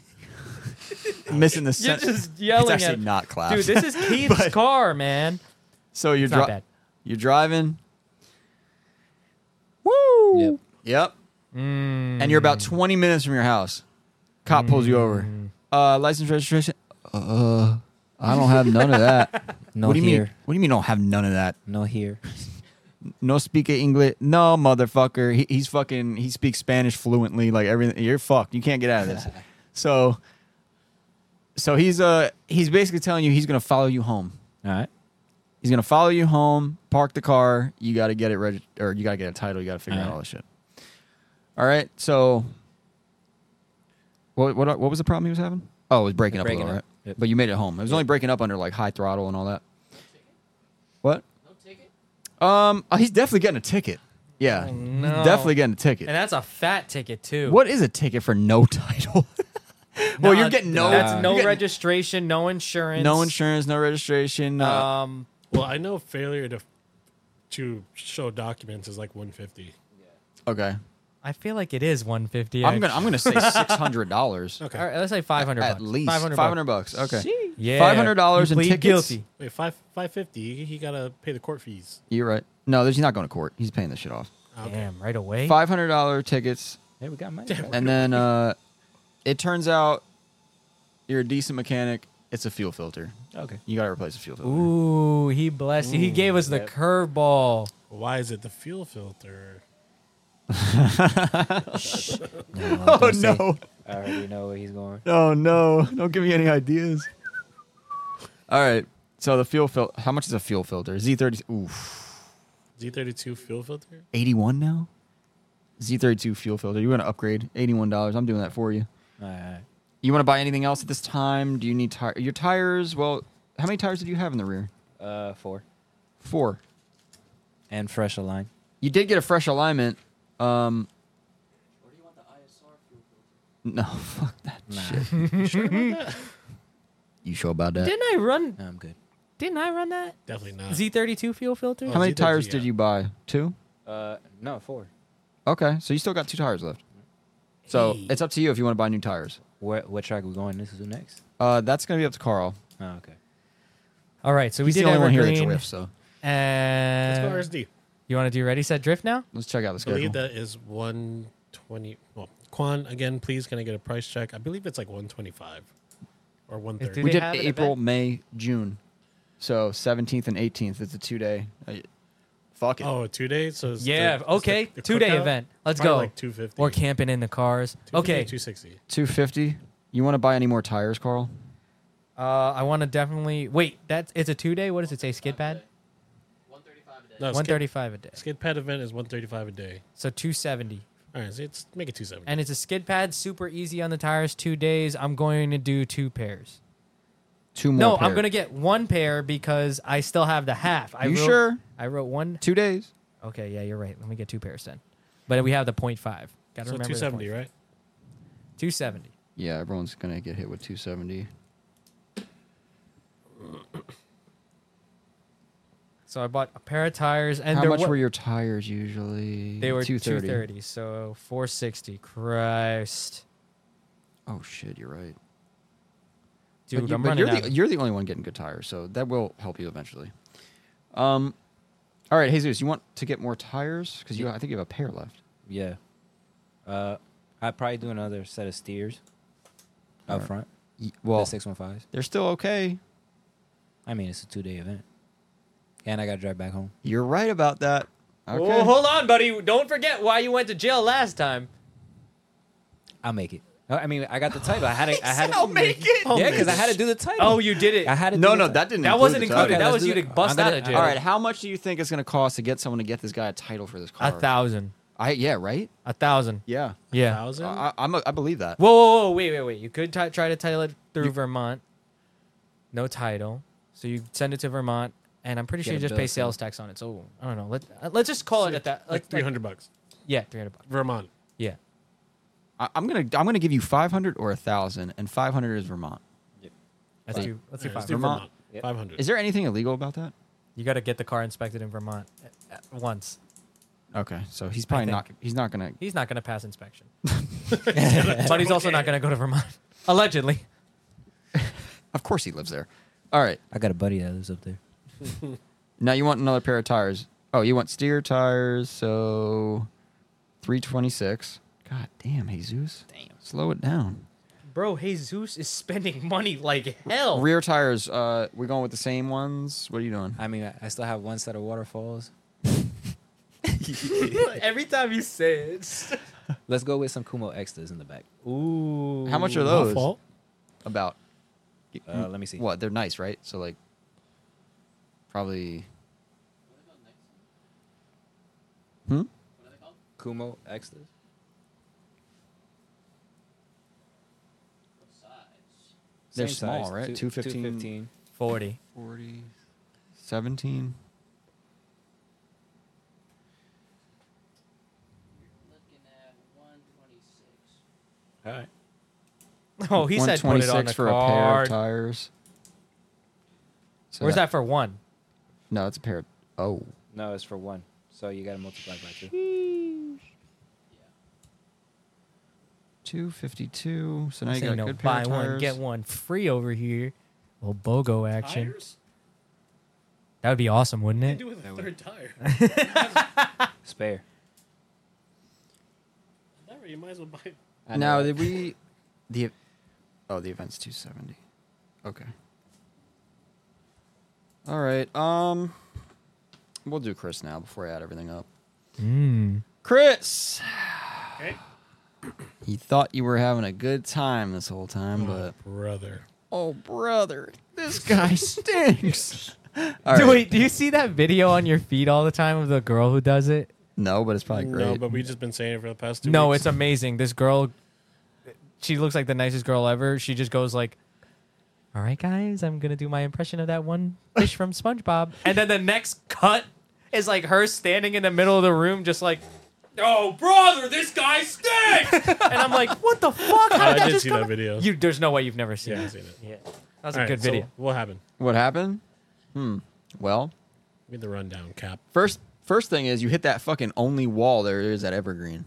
missing the You're center. just yelling *laughs* it's at actually not clapped. Dude, this is Keith's car, man. *laughs* so you're It's not dri- bad. You're driving. Woo. Yep. Yep. Mm. And you're about 20 minutes from your house. Cop pulls you over. Mm. Uh, license registration. Uh, I don't have none of that. No what do you here. mean? What do you mean? Don't have none of that? No here. No speak English. No motherfucker. He, he's fucking. He speaks Spanish fluently. Like everything. You're fucked. You can't get out of this. so. So he's uh he's basically telling you he's gonna follow you home. All right. He's gonna follow you home, park the car. You got to get it reg- or you got to get a title. You got to figure out Alright. all this shit. All right, so what what what was the problem he was having? Oh, it was breaking up. Breaking a little, up. right? Yep. But you made it home. It was only breaking up under like high throttle and all that. What? No ticket? Um, oh, he's definitely getting a ticket. Yeah, Oh, no. he's definitely getting a And ticket. that's a fat ticket too. What is a ticket for no *laughs* title? well, No, you're getting no. That's you're no getting registration, no insurance. No insurance, no registration. Uh, Um, Well, I know failure to to show documents is like 150. okay, I feel like it is 150. I'm gonna I'm gonna say *laughs* six hundred dollars. Okay. All right, let's say 500 at bucks. least 500 500 bucks. Okay. Yeah. $500 You in plead tickets? Guilty. Wait, five 550. He got to pay the court fees. You're right. No, there's- he's not going to court. He's paying this shit off. Okay. Damn, right away. Five hundred dollar tickets, Hey, we got money. right? and then uh, it turns out you're a decent mechanic. It's a fuel filter. Okay. You got to replace the fuel filter. Ooh, he blessed you. He gave us the yep. curveball. Why is it the fuel filter? No, I was Oh gonna say, no! I already know where he's going. Oh *laughs* no! Don't give me any ideas. All right. So the fuel filter. How much is a fuel filter? Z thirty. Oof. Z32 fuel filter. 81 now? Z32 fuel filter. You want to upgrade. $81. I'm doing that for you. All right. You want to buy anything else at this time? Do you need tire your tires? Well, how many tires did you have in the rear? Uh, four. Four. And fresh align. You did get a fresh alignment. Um Or do you want the ISR fuel filter? no, *laughs* fuck that Nah. shit. You sure about that? You sure about that? Didn't I run? No, I'm good. Didn't I run that Definitely not. Z32 fuel filter? How many Z32, tires yeah. did you buy? Two? Uh, no, four. Okay, so you still got two tires left. So Hey. it's up to you if you want to buy new tires. What what track we going This is next? Uh, that's gonna be up to Carl. Oh, okay. All right, so we He's did the only one here that Evergreen, drifts, so Let's go And RSD. you want to do ready set drift now? let's check out the I schedule. believe that is 120. Well, Quan, again, please, can I get a price check? I believe it's like 125 or 130. Do we they did have an April, event? May, June. So 17th and 18th. It's a two day. Uh, Fuck it. Oh, a two day. So it's Yeah, the- it's okay. the- the Two day cookout? event. Let's Probably go. Like 250. We're camping in the cars. 250, Okay. 260. 250. You want to buy any more tires, Carl? Uh, I want to definitely wait. That's it's a two day. What does it say? Skid pad. 135 a day. No, One skid, thirty-five a day. skid pad event is 135 a day. So two seventy. All right, so it's make it 270. And it's a skid pad. Super easy on the tires. Two days. I'm going to do two pairs. Two more. no, pair. I'm gonna get one pair because I still have the half. I You wrote, sure? I wrote one. Two days. Okay, yeah, you're right. Let me get two pairs then. But we have the point five. Got to so remember 270, right? Two seventy. Yeah, everyone's gonna get hit with 270. So I bought a pair of tires, and How there much wa- were your tires usually? They were two thirty, so four sixty. Christ, Oh shit, you're right. dude, but you, I'm but running you're out. the, you're the only one getting good tires, so that will help you eventually. Um, all right, Jesus, you want to get more tires because you I think you have a pair left. Yeah. Uh, I'd probably do another set of steers. Up Alright. front, Y- the Well, six one fives. they're still okay. I mean, it's a two day event, and I got to drive back home. You're right about that. Okay. Oh, hold on, buddy. Don't forget why you went to jail last time. I'll make it. No, I mean, I got the title. I had to. I had to I'll make it. Yeah, because I had to do the title. Oh, you did it. I had to. no, do the no, ti- that didn't. That include wasn't the included. title. That let's was do you the- to bust I'm gonna- out of jail. All right, how much do you think it's going to cost to get someone to get this guy a title for this car? a thousand, I yeah, right? a thousand. Yeah. Yeah. 1000 I, I'm a, I believe that. Whoa, whoa, whoa, wait, wait, wait. You could ti- try to title it through Vermont. No title, so you send it to Vermont, and I'm pretty Get sure you a just bill pay for sales tax on it. So I don't know. Let uh, let's just call it at that. like Like 300 bucks. Yeah, three hundred bucks. Vermont. Yeah. I, I'm gonna I'm gonna give you 500 or a thousand, and 500 is Vermont. Let's Fine. do let's do All right, five. let's do Vermont. Vermont. Yep. 500. Is there anything illegal about that? You got to get the car inspected in Vermont uh, uh, once. Okay, so he's probably think- not he's not gonna. He's not going to pass *laughs* inspection. but he's also not going to go to *laughs* Vermont. Allegedly. Of course, he lives there. All right, I got a buddy that lives up there. now you want another pair of tires. Oh, you want steer tires, so 326. God damn, Jesus. Damn. Slow it down. Bro, Jesus is spending money like hell. Rear tires, uh, we're going with the same ones. What are you doing? I mean, I, I still have one set of waterfalls. *laughs* Every time you say it. Let's go with some Kumo extras in the back. Ooh. How much are No those? fault. About Uh, let me see. what? They're nice, right? So like, probably. What Hmm. about next? What are they called? Kumo extras. What size? They're Same small, size, right? Two- 215. 215. *laughs* 40. 40, 17. You're looking at 126. All right. Oh, he said put it on 126 the for a pair card. of tires. So Where's that for one? No, it's a pair. Of, oh, No, it's for one. So you got to multiply by two. 252. So now Say you got a no, good pair buy of tires. one, get one free over here. Well, BOGO action. *laughs* Tires? That would be awesome, wouldn't What do it? you do with a That third *laughs* tire? Spare. That way you might as well buy I know Now that. did we the oh the event's 270. Okay. All right. Um we'll do Chris now before I add everything up. Mm. Chris, Okay. you thought you were having a good time Hmm. this whole time, but brother. oh brother, this guy stinks. *laughs* All do, right. wait, do you see that video on your feed all the time of the girl who does it? No, but it's probably great. No, but we've just been saying it for the past two no, weeks. it's amazing. This girl, she looks like the nicest girl ever. She just goes like, "All right, guys, I'm gonna do my impression of that one fish from SpongeBob," *laughs* and then the next cut is like her standing in the middle of the room, just like, "Oh, brother, this guy stinks," *laughs* and I'm like, "What the fuck? How I did that did just see come?" that video. You, there's no way you've never seen Yeah, I've that. seen it. That was All a right, good so video. what happened? What happened? Hmm. Well, Give me the rundown, Cap. first first thing is you hit that fucking only wall there is at Evergreen.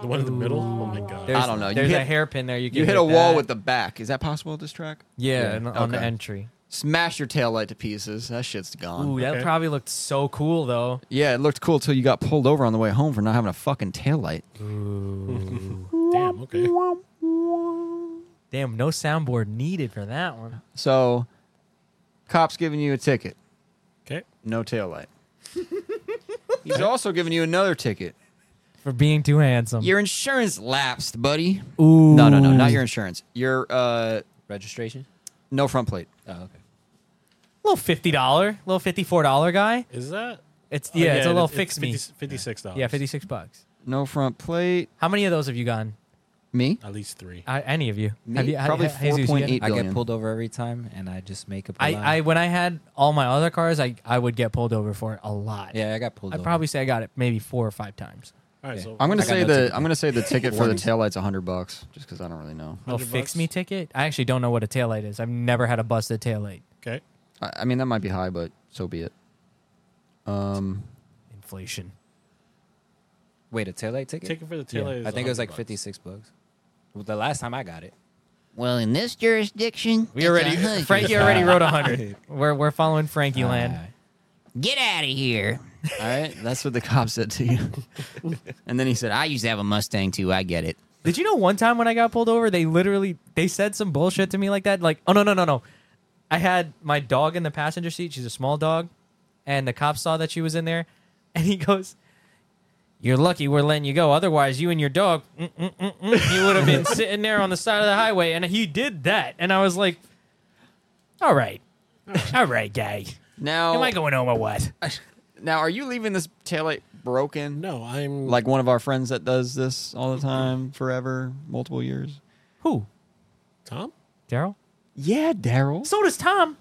The one in the middle? Oh my god. There's- I don't know. You There's a hit- hairpin there. You can You hit a wall that. with the back. Is that possible at this track? yeah, and on the okay. entry. Smash your taillight to pieces. That shit's gone. Ooh, that Okay. probably looked so cool though. Yeah, it looked cool till you got pulled over on the way home for not having a fucking taillight. Damn, okay. Damn, no soundboard needed for that one. So, cops giving you a ticket, Okay. no taillight. *laughs* He's also giving you another ticket. For being too handsome. Your insurance lapsed, buddy. Ooh. No, no, no, not your insurance. Your uh, Registration? no front plate. Oh, okay. little fifty dollar, little fifty four dollar guy. Is that? It's Oh, yeah, it's a little it- fix me. 50 Fifty-six dollars. Yeah, fifty six bucks. No front plate. How many of those have you gotten? Me? At least three. I, any of you? Me? Have you ha- Probably ha- Jesus, you 4.8 got- I get Billion. pulled over every time, and I just make up. a lie. I, I when I had all my other cars, I, I would get pulled over for it a lot. yeah, I got pulled I'd over. probably say I got it maybe four or five times. All right, Yeah. so I'm gonna I got say no the ticket. I'm gonna say *laughs* the ticket for the Warnings? taillight's hundred bucks, just because I don't really know. Little 100 fix bucks? me ticket. I actually don't know what a taillight is. I've never had a busted taillight. Okay. I, I mean that might be high, but so be it. Um, Inflation. wait a taillight ticket. Ticket for the Yeah. taillight. I think it was like fifty. fifty-six bucks. Well, the last time I got it, Well, in this jurisdiction, We already it's a hundred. Frankie already wrote *laughs* a hundred. We're we're following Frankie Ah. land. Alright. Get out of here. *laughs* all right, that's what the cop said to you, *laughs* and then he said, I used to have a Mustang too. I get it. Did you know one time when I got pulled over, they literally they said some bullshit to me like that? Like, oh no no no no, I had my dog in the passenger seat. She's a small dog, and the cop saw that she was in there, *laughs* and he goes, "You're lucky we're letting you go. Otherwise, you and your dog, mm, mm, mm, mm, you would have *laughs* been sitting there on the side of the highway." And he did that, and I was like, "All *laughs* right, all right, guy, am "Now, Oh. I going home or what?" now, are you leaving this taillight broken? No, I'm Like one of our friends that does this all the time, forever, multiple years. Who, Tom. Daryl? Yeah, Daryl. So does Tom.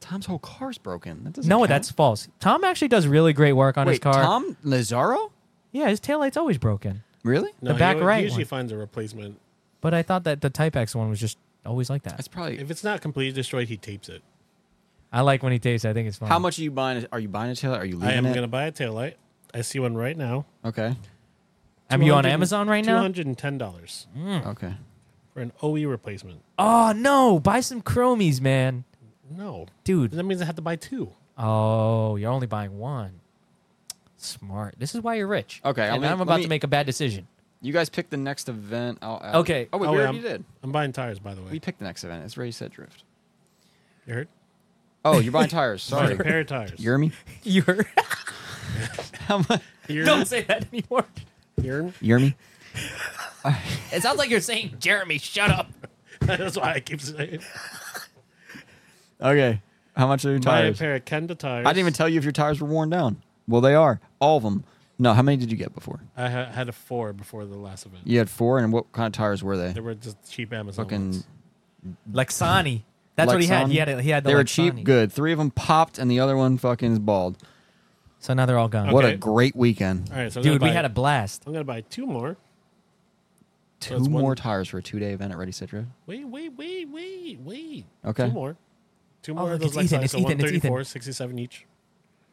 Tom's whole car's broken. That doesn't No, count. that's false. Tom actually does really great work on wait, his car. Tom Lazaro. Yeah, his taillight's always broken. Really? No, back he, right He usually one. finds a replacement. But I thought that the Type X one was just always like that. That's probably. If it's not completely destroyed, he tapes it. I like when he tastes. it. I think it's fun. how much are you buying? Are you buying a taillight? Are you leaving I am it? gonna buy a taillight. I see one right now. Okay. Am you on 200 Amazon right Two now? hundred and ten dollars Hmm. Okay. for an OE replacement. Oh no! Buy some chromies, man, No, dude. that means I have to buy two. Oh, you're only buying one. Smart. This is why you're rich. Okay, I'll and make- I'm let about me- to make a bad decision. *laughs* You guys pick the next event. I'll add. Okay. Oh wait, Oh, we yeah, already I'm- did. I'm buying tires, by the way. We picked the next event. It's Ready Set Drift. You heard? Oh, you're buying *laughs* tires. Sorry, a Sorry. pair of tires. *laughs* You hear me? *laughs* You're. How much? You're- Don't say that anymore. you're- You hear me? It sounds like you're saying, Jeremy, shut up. That's why I keep saying. Okay. How much are your Buy a tires? I pair of Kenda tires. didn't even tell you if your tires were worn down. Well, they are. All of them. No, how many did you get before? I ha- had a four before the last event. You had four, and what kind of tires were they? They were just cheap Amazon. Fucking. ones. Lexani. That's what he had. Lexan? He had. A, he had. The they were Lexani. cheap, good. Three of them popped, and the other one fucking is bald. So now they're all gone. What a Okay. great weekend. All right, so I'm Dude, we gonna buy- had a blast. I'm gonna buy two more. Two it's one- more tires for a two day event at Ready Set Drift. Wait, wait, wait, wait, wait. Okay. Two more. Two more Oh, look, of those it's Ethan, Lexus. it's So Ethan, it's 134, 67 each.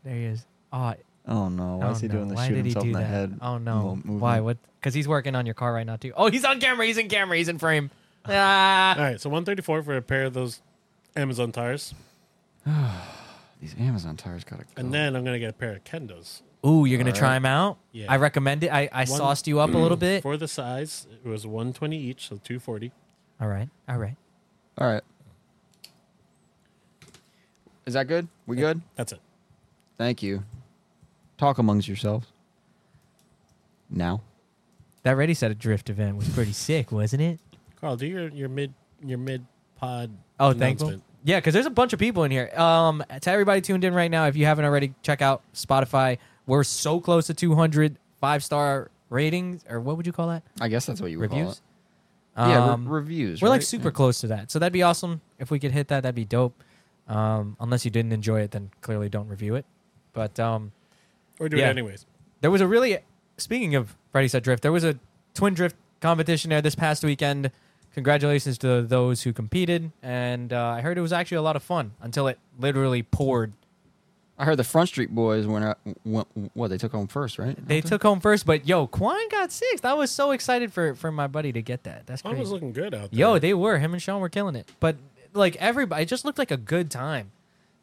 There he is. Oh, Oh no! Why Oh, is he no. doing this? Why Shoot did he himself do in the that? head. Oh no! mo- Why? movement. What? Because he's working on your car right now too. Oh, he's on camera. He's in camera. He's in frame. Ah. All right, so 134 for a pair of those Amazon tires, These Amazon tires gotta. and go. Oh. then I'm gonna get a pair of Kendos Ooh, you're gonna All try right. him out. Yeah. I recommend it. I, I One- sauced you up a little *clears throat* bit. for the size. It was 120 each, so 240. All right. All right. All right. Is that good? We good? That's it. Thank you. Talk amongst yourselves. Now. That ready set adrift event was pretty sick, wasn't it? Carl, do your your mid your mid pod. Oh, thankful. announcement. Yeah, because there's a bunch of people in here. Um, to everybody tuned in right now, if you haven't already, check out Spotify. We're so close to 200 five star ratings, or what would you call that? I guess that's what you would call Reviews. it. Yeah, Um, re- reviews. We're like right? super close to that, so that'd be awesome if we could hit that. That'd be dope. Um, unless you didn't enjoy it, then clearly don't review it. But um, Or do Yeah. it anyways. there was a really speaking of Freddy said drift. There was a twin drift competition there this past weekend. Congratulations to those who competed, and uh, I heard it was actually a lot of fun until it literally poured. I heard the Front Street Boys went out. Went, what they took home first, right? They took home first, but yo, Quan got sixth. I was so excited for for my buddy to get that. That's I crazy. was looking good out there. Yo, they were. Him and Sean were killing it. But like everybody, it just looked like a good time.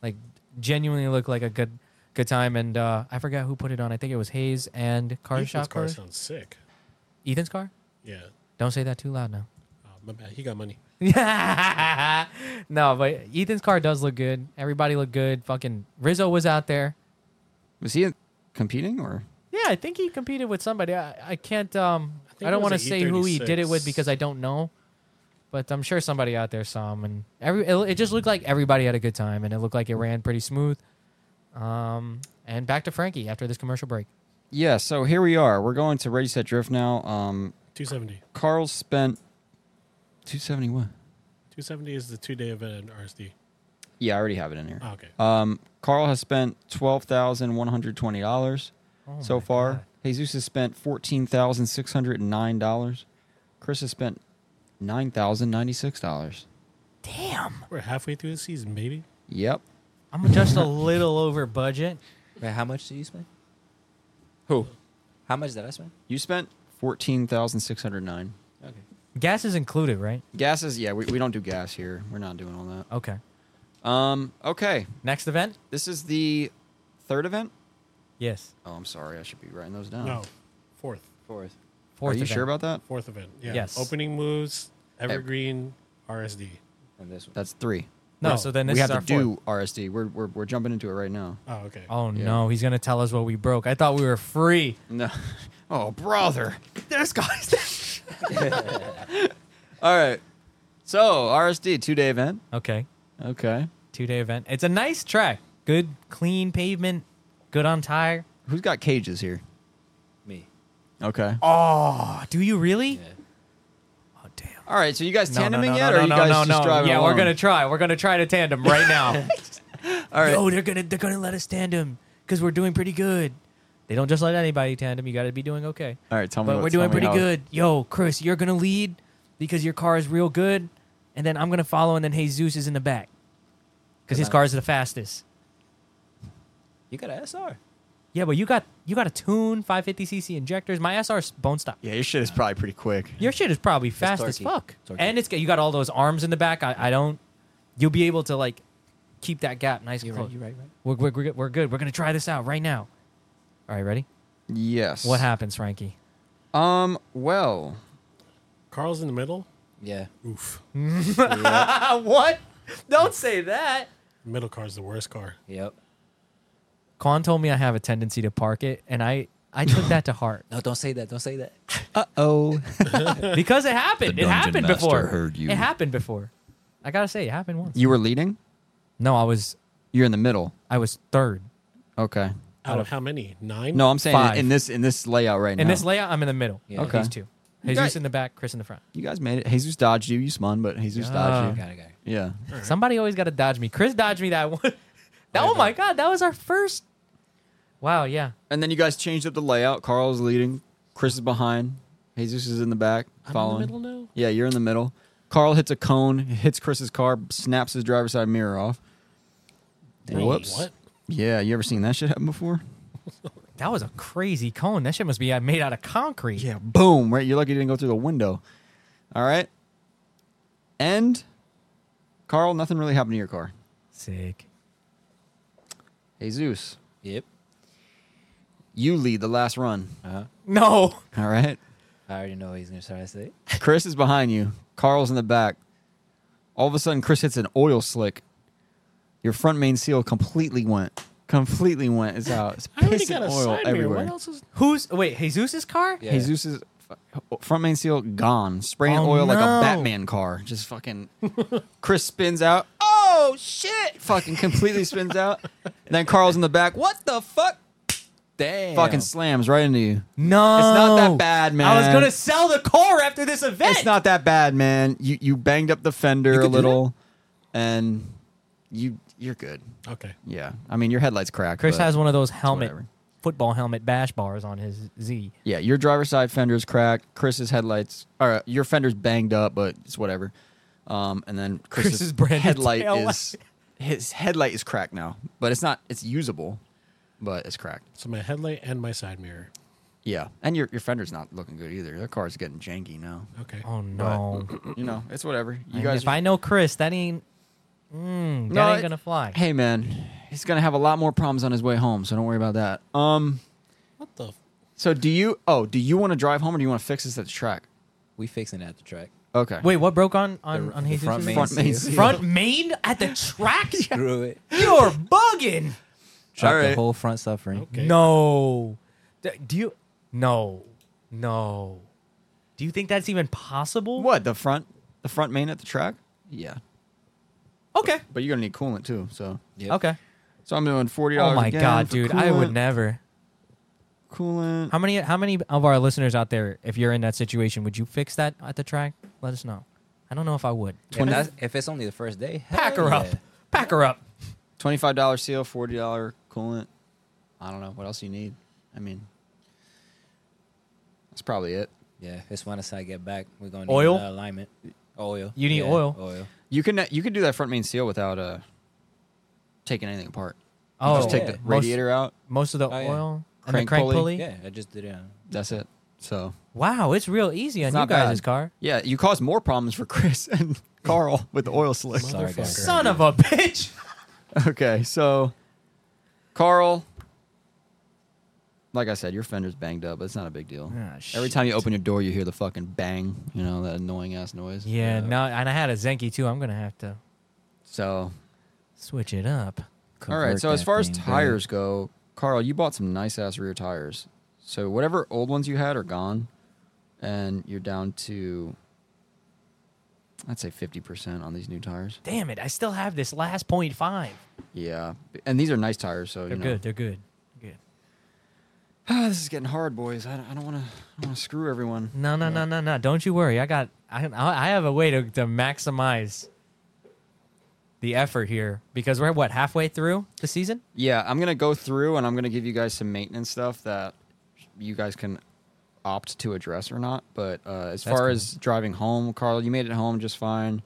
Like genuinely looked like a good good time. And uh, I forgot who put it on. I think it was Hayes and Car Ethan's Shop. car Car. sounds sick. Ethan's car. Yeah. Don't say that too loud now. *laughs* Oh, my bad. He got money. no, but Ethan's car does look good. Everybody looked good. Fucking Rizzo was out there. Was he competing or? Yeah, I think he competed with somebody. I, I can't. Um, think I, it don't was E want to an say who he did it with E36. because I don't know. But I'm sure somebody out there saw him, and every it, it just looked like everybody had a good time, and it looked like it ran pretty smooth. Um, and back to Frankie after this commercial break. Yeah. So here we are. We're going to Ready Set Drift now. Um, 270. Carl spent two seventy one. 270 is the two day event at RSD. Yeah, I already have it in here. Oh, okay. Um, Carl has spent twelve thousand one hundred twenty dollars Oh so my far. God. Jesus has spent fourteen thousand six hundred and nine dollars. Chris has spent nine thousand ninety six dollars. Damn, We're halfway through the season, baby. Yep. I'm just a little over budget. Wait, how much did you spend? Who? How much did I spend? You spent fourteen thousand six hundred nine. Okay. Gas is included, right? Gas is yeah. We, we don't do gas here. We're not doing all that. Okay. Um. Okay. Next event? This is the third event. Yes. Oh, I'm sorry. I should be writing those Oh. down. No, fourth. Are Fourth. Fourth you event. sure about that? Fourth event. Yeah. Yes. Opening moves, Evergreen, RSD. And this one. That's three. No, No, so then this we is have our to fourth. do RSD. We're, we're we're jumping into it right now. Oh, okay. Oh Yeah. no, he's gonna tell us what we broke. I thought we were free. No. *laughs* Oh, brother. This guy's. *laughs* All right. So RSD two day event. Okay. Okay. two day event. It's a nice track. Good, clean pavement. Good on tire. Who's got cages here? Me. Okay. Oh, do you really? Yeah. Oh, damn. All right. So you guys No, no, tandeming no, yet, no, or are you no, guys no, just no. driving? Yeah, along? we're gonna try. We're gonna try to tandem right now. *laughs* All right. Oh, they're gonna they're gonna let us tandem because we're doing pretty good. They don't just let anybody tandem. You got to be doing okay. All right. Tell me. but what- we're tell doing me pretty how- good. Yo, Chris, you're gonna lead because your car is real good, and then I'm gonna follow, and then Jesus is in the back because his Good car is the fastest. You got an SR. Yeah, but you got you got a tune 550cc injectors. My SR's bone stock. Yeah, your shit is probably pretty quick. Your shit is probably fast as torquey. fuck, Torquey. and it's got- you got all those arms in the back. I, I don't. You'll be able to like keep that gap nice and You close. right? You right? Right? We're, we're, we're, good- we're good. We're gonna try this out right now. All right, ready? Yes. What happens, Frankie? Um. Well. Carl's in the middle. Yeah. Oof. what? Don't say that. Middle car's the worst car. Yep. Quan told me I have a tendency to park it, and I I took that to heart No, don't say that. Don't say that. Oh. because it happened. The it dungeon happened master before. heard you. It happened before. I gotta say, it happened once. You were leading. No, I was You're in the middle. I was third. Okay. Out of how many? Nine? No, I'm saying Five. in this in this layout right In now. this layout, I'm in the middle. Yeah. of Okay. These two. You Jesus got- in the back, Chris in the front. you guys made it. Jesus dodged you. You spun, but Jesus Ah. dodged you. Got it. Got it. Yeah. Somebody always got to dodge me. Chris dodged me that *laughs* one. That, oh don't- my god, that was our first. Wow, yeah. And then you guys changed up the layout. Carl's leading. Chris is behind. Jesus is in the back, I'm following. in the middle now? Yeah, you're in the middle. Carl hits a cone, hits Chris's car, snaps his driver's side mirror off. Bro, Whoops. What? Yeah, you ever seen that shit happen before? That was a crazy cone. That shit must be uh, made out of concrete. Yeah, boom, right? You're lucky you didn't go through the window. All right. And Carl, nothing really happened to your car. Sick. Jesus, Yep. you lead the last run. Uh huh. No. All right. I already know what he's gonna start to say. Chris is behind you. Carl's in the back. All of a sudden, Chris hits an oil slick. Your front main seal completely went. Completely went. It's out. It's I already pissing got a oil side mirror. everywhere. What else is Who's wait? Jesus's car? Yeah. Jesus is front main seal gone. Spraying Oh, oil like no. a Batman car. Just *laughs* fucking. Chris spins out. Oh shit! Fucking completely spins out. And then Carl's in the back. What the fuck? Damn. Fucking slams right into you. No, It's not that bad, man. I was gonna sell the car after this event. It's not that bad, man. You you banged up the fender a could do little, and you you're good. Okay. Yeah, I mean your headlights crack. Chris but- has one of those helmet, whatever. football helmet bash bars on his Z. Yeah, your driver's side fender's cracked. Chris's headlights, or uh, your fender's banged up, but it's whatever. Um, and then Chris's, Chris's brand new headlight tail is *laughs* his headlight is cracked now, but it's not. It's usable, but it's cracked. So my headlight and my side mirror. Yeah, and your your fender's not looking good either. That car's getting janky now. Okay. Oh no! *clears throat* You know, it's whatever. You And guys, if I know Chris, that ain't mm, that No, ain't it- gonna fly. hey man, he's gonna have a lot more problems on his way home, so don't worry about that. Um, What the? F- so do you? Oh, do you want to drive home or do you want to fix this at the track? We fixing it at the track. Okay. Wait, what broke on on The- on the Jesus? front main Front main seal. Front main at *laughs* the track? Screw it. You're bugging. Drop right. the whole front suffering. okay. No. D- Do you? No. No. Do you think that's even possible? What the front? The front main at the track? Yeah, Okay. but you're gonna need coolant too. So Yep. Okay. So I'm doing forty Oh dollars. my god, dude! I would never. Coolant. How many? How many of our listeners out there? If you're in that situation, would you fix that at the track? Let us know. I don't know if I would. If, that's, if it's only the first day, hell Pack her up. yeah. Pack her up. Twenty five dollar seal, forty dollar coolant. I don't know what else you need. I mean, that's probably it. Yeah, it's once I get back, we're gonna need Oil? another alignment. Oil. You need Yeah, oil. Oil. You can you can do that front main seal without uh taking anything apart. You Oh, just take the most- radiator out. Most, of the Oh, yeah. oil and Crank the crank pulley. pulley. Yeah, I just did it. On. That's it. So Wow, it's real easy on it's you not guys' bad. car. Yeah, you cause more problems for *laughs* Chris and Carl with the oil *laughs* slick. Sorry, guys. Motherfucker. Son of a bitch. Okay, so Carl, like I said, your fender's banged up, but it's not a big deal. *laughs* Ah, Every shit. time you open your door, you hear the fucking bang, you know, that annoying ass noise. Yeah, no, and I had a Zenki too. I'm gonna have to So, switch it up. all right, Convert so as that far as thing, babe. tires go, Carl, you bought some nice ass rear tires. So, whatever old ones you had are gone, and you're down to, I'd say 50% on these new tires. Damn it, I still have this last point five. Yeah. And these are nice tires, so, you They're know. good. They're good. Good. Ah, *sighs* this is getting hard, boys. I don't- I don't want to screw everyone. No, no, no, no, no. Don't you worry. I got. I I I have a way to, to maximize the effort here because we're what halfway through the season. Yeah, I'm gonna go through and I'm gonna give you guys some maintenance stuff that you guys can opt to address or not. But uh, as far cool. as driving home, Carl, you made it home just fine.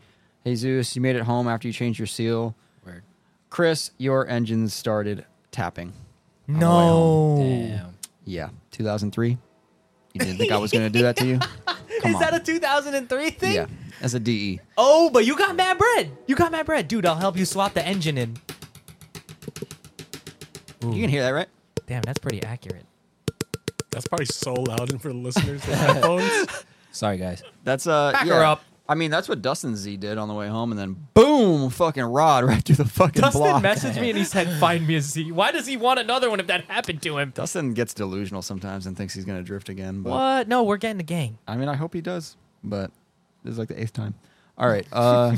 Jesus, you made it home after you changed your seal. Word. Chris, your engines started tapping. on the way home. No. Damn. Yeah, 2003. You didn't think I was gonna do that *laughs* to you? Come *laughs* Is that on. a 2003 thing? yeah, as a E. DE. Oh, but you got mad bread. You got mad bread, dude. I'll help you swap the engine in. Ooh, You can hear that, right? Damn, that's pretty accurate. That's probably so loud for the listeners with *laughs* headphones. Sorry, guys. That's uh. Back yeah. her up. I mean, that's what Dustin Z did on the way home, and then boom, fucking rod *laughs* right through the fucking Dustin block. messaged me and he said, "Find me a Z." Why does he want another one if that happened to him? *laughs* Dustin gets delusional sometimes and thinks he's going to drift again. But What? No, we're getting the gang. I mean, I hope he does, but this is like the eighth time. All right. Uh,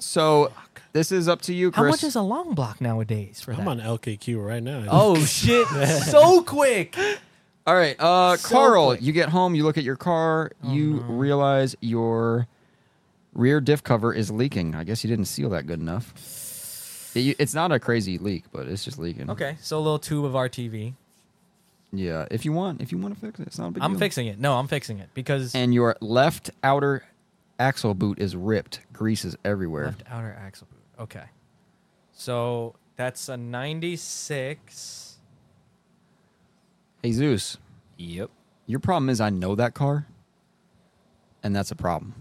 so this is up to you, How Chris. much is a long block nowadays for that? I'm on LKQ right now. Oh *laughs* shit! so quick. All right, uh, So Carl. quick. Oh, You get home, you look at your car, you realize your rear diff cover is leaking. I guess you didn't seal that good enough. It- it's not a crazy leak, but it's just leaking. Okay, so a little tube of RTV. Yeah, if you want, if you want to fix it, it's not a big I'm deal. fixing it. No, I'm fixing it because And your left outer axle boot is ripped. Grease is everywhere. left outer axle boot. Okay, so that's a 96. Hey Zeus, Yep. your problem is I know that car, and that's a problem.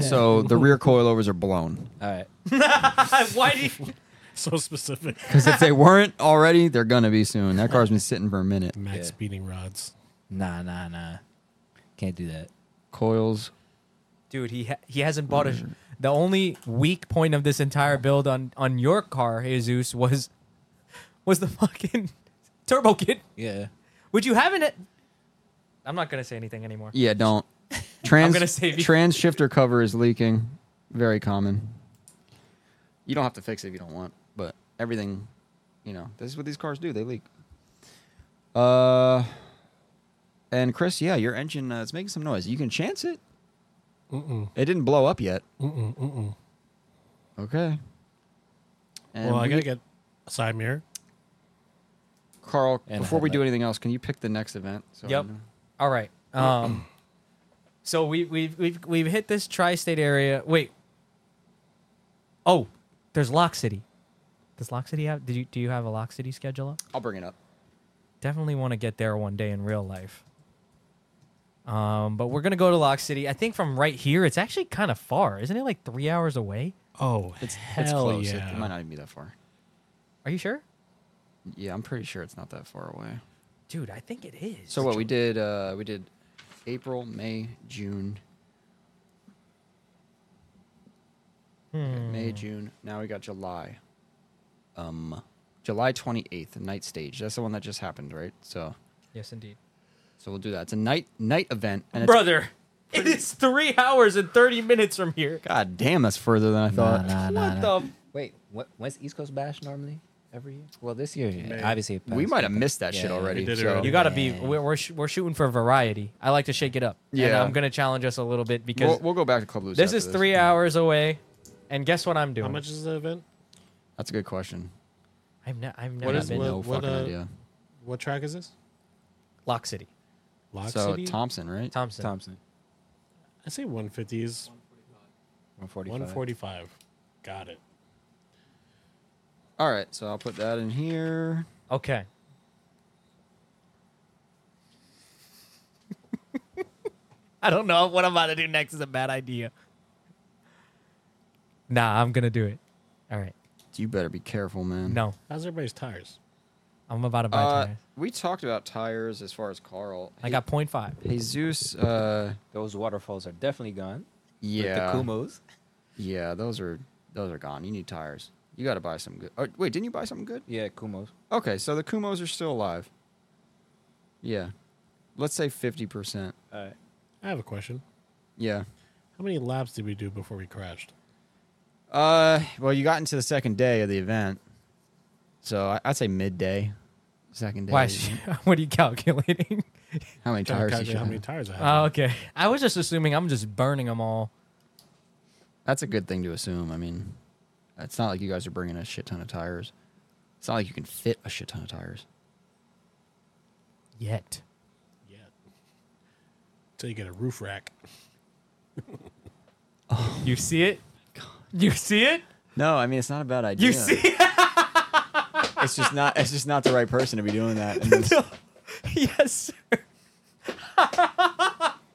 so the rear coilovers are blown All right. *laughs* Why do you? so specific. because if they weren't already, they're gonna be soon. That car's been sitting for a minute. Max Yeah. beating rods. Nah, nah, nah. Can't do that. Coils. *laughs* Dude, he ha- he hasn't bought a. The only weak point of this entire build on on your car, Jesus, was was the fucking *laughs* turbo kit, Yeah. which you haven't e-, I'm not gonna say anything anymore. Yeah, *laughs* don't. Trans gonna save you. trans shifter cover is leaking. Very common. You don't have to fix it if you don't want, but everything, you know, this is what these cars do. They leak. Uh, and Chris, yeah, your engine uh, it's making some noise. You can chance it. Mm-mm, It didn't blow up yet. mm-mm, mm-mm. Okay. And Well, I we- gotta get a side mirror. Carl. And Before we do headlight. anything else, can you pick the next event? So I Yep. know. All right. Um, so we we've we've we've hit this tri-state area. Wait. Oh, there's Lock City. Does Lock City have? Did you do you have a Lock City schedule up? I'll bring it up. Definitely want to get there one day in real life. Um, but we're gonna go to Lock City. I think from right here, it's actually kind of far, isn't it? Like three hours away. Oh, It's hell it's close. It- yeah! It, might not even be that far. Are you sure, Yeah, I'm pretty sure it's not that far away. dude? I think it is. So what we did, uh, we did April, May, June, Hmm. May, June. Now we got July. Um, July 28th, night stage. That's the one that just happened, right? So, Yes, indeed, so we'll do that. It's a night night event, and it's, brother. It is three hours and thirty minutes from here. God damn, that's further than I thought. what the? Wait, what, when's East Coast Bash normally? Every year? Well, this year, May. obviously. It We passed. might have missed that shit Yeah, we already. did it so- already. You gotta be. Yeah. We're we're, sh- we're shooting for variety. I like to shake it up. And Yeah. I'm gonna challenge us a little bit because We'll, we'll go back to Club Loose. this after is three hours away, and guess what I'm doing? How much is the event? That's a good question. I've, ne- I've never What is- been what- no what, fucking uh, idea. What track is this? Lock City, Lock so City. Thompson, right? Thompson. Thompson. I say 150 is 145. 145. Got it. All right, so I'll put that in here. Okay. *laughs* I don't know what I'm about to do next is a bad idea. Nah, I'm gonna do it. All right. You better be careful, man. No, How's everybody's tires? I'm about to buy Uh, tires. we talked about tires as far as Carl. I got 0.5. Jesus. Uh, Those waterfalls are definitely gone. with yeah, the Kumos. yeah. Those are those are gone. You need tires. You got to buy some good. Oh, wait, didn't you buy something good? Yeah, Kumos. Okay, so the Kumos are still alive. Yeah, let's say fifty percent. All right. I have a question. Yeah. How many laps did we do before we crashed? Uh, well, you got into the second day of the event, so I, I'd say midday. Second day. Why? of the event. *laughs* what are you calculating? How *laughs* many Trying to tires? Did calculate you how have? many tires I Oh, have? okay. I was just assuming I'm just burning them all. That's a good thing to assume. I mean, it's not like you guys are bringing a shit ton of tires. It's not like you can fit a shit ton of tires. Yet. yeah. Until you get a roof rack. You see it? You see it? No, I mean it's not a bad idea. You see it? it's just not it's just not the right person to be doing that. in this- *laughs* yes, sir. *laughs*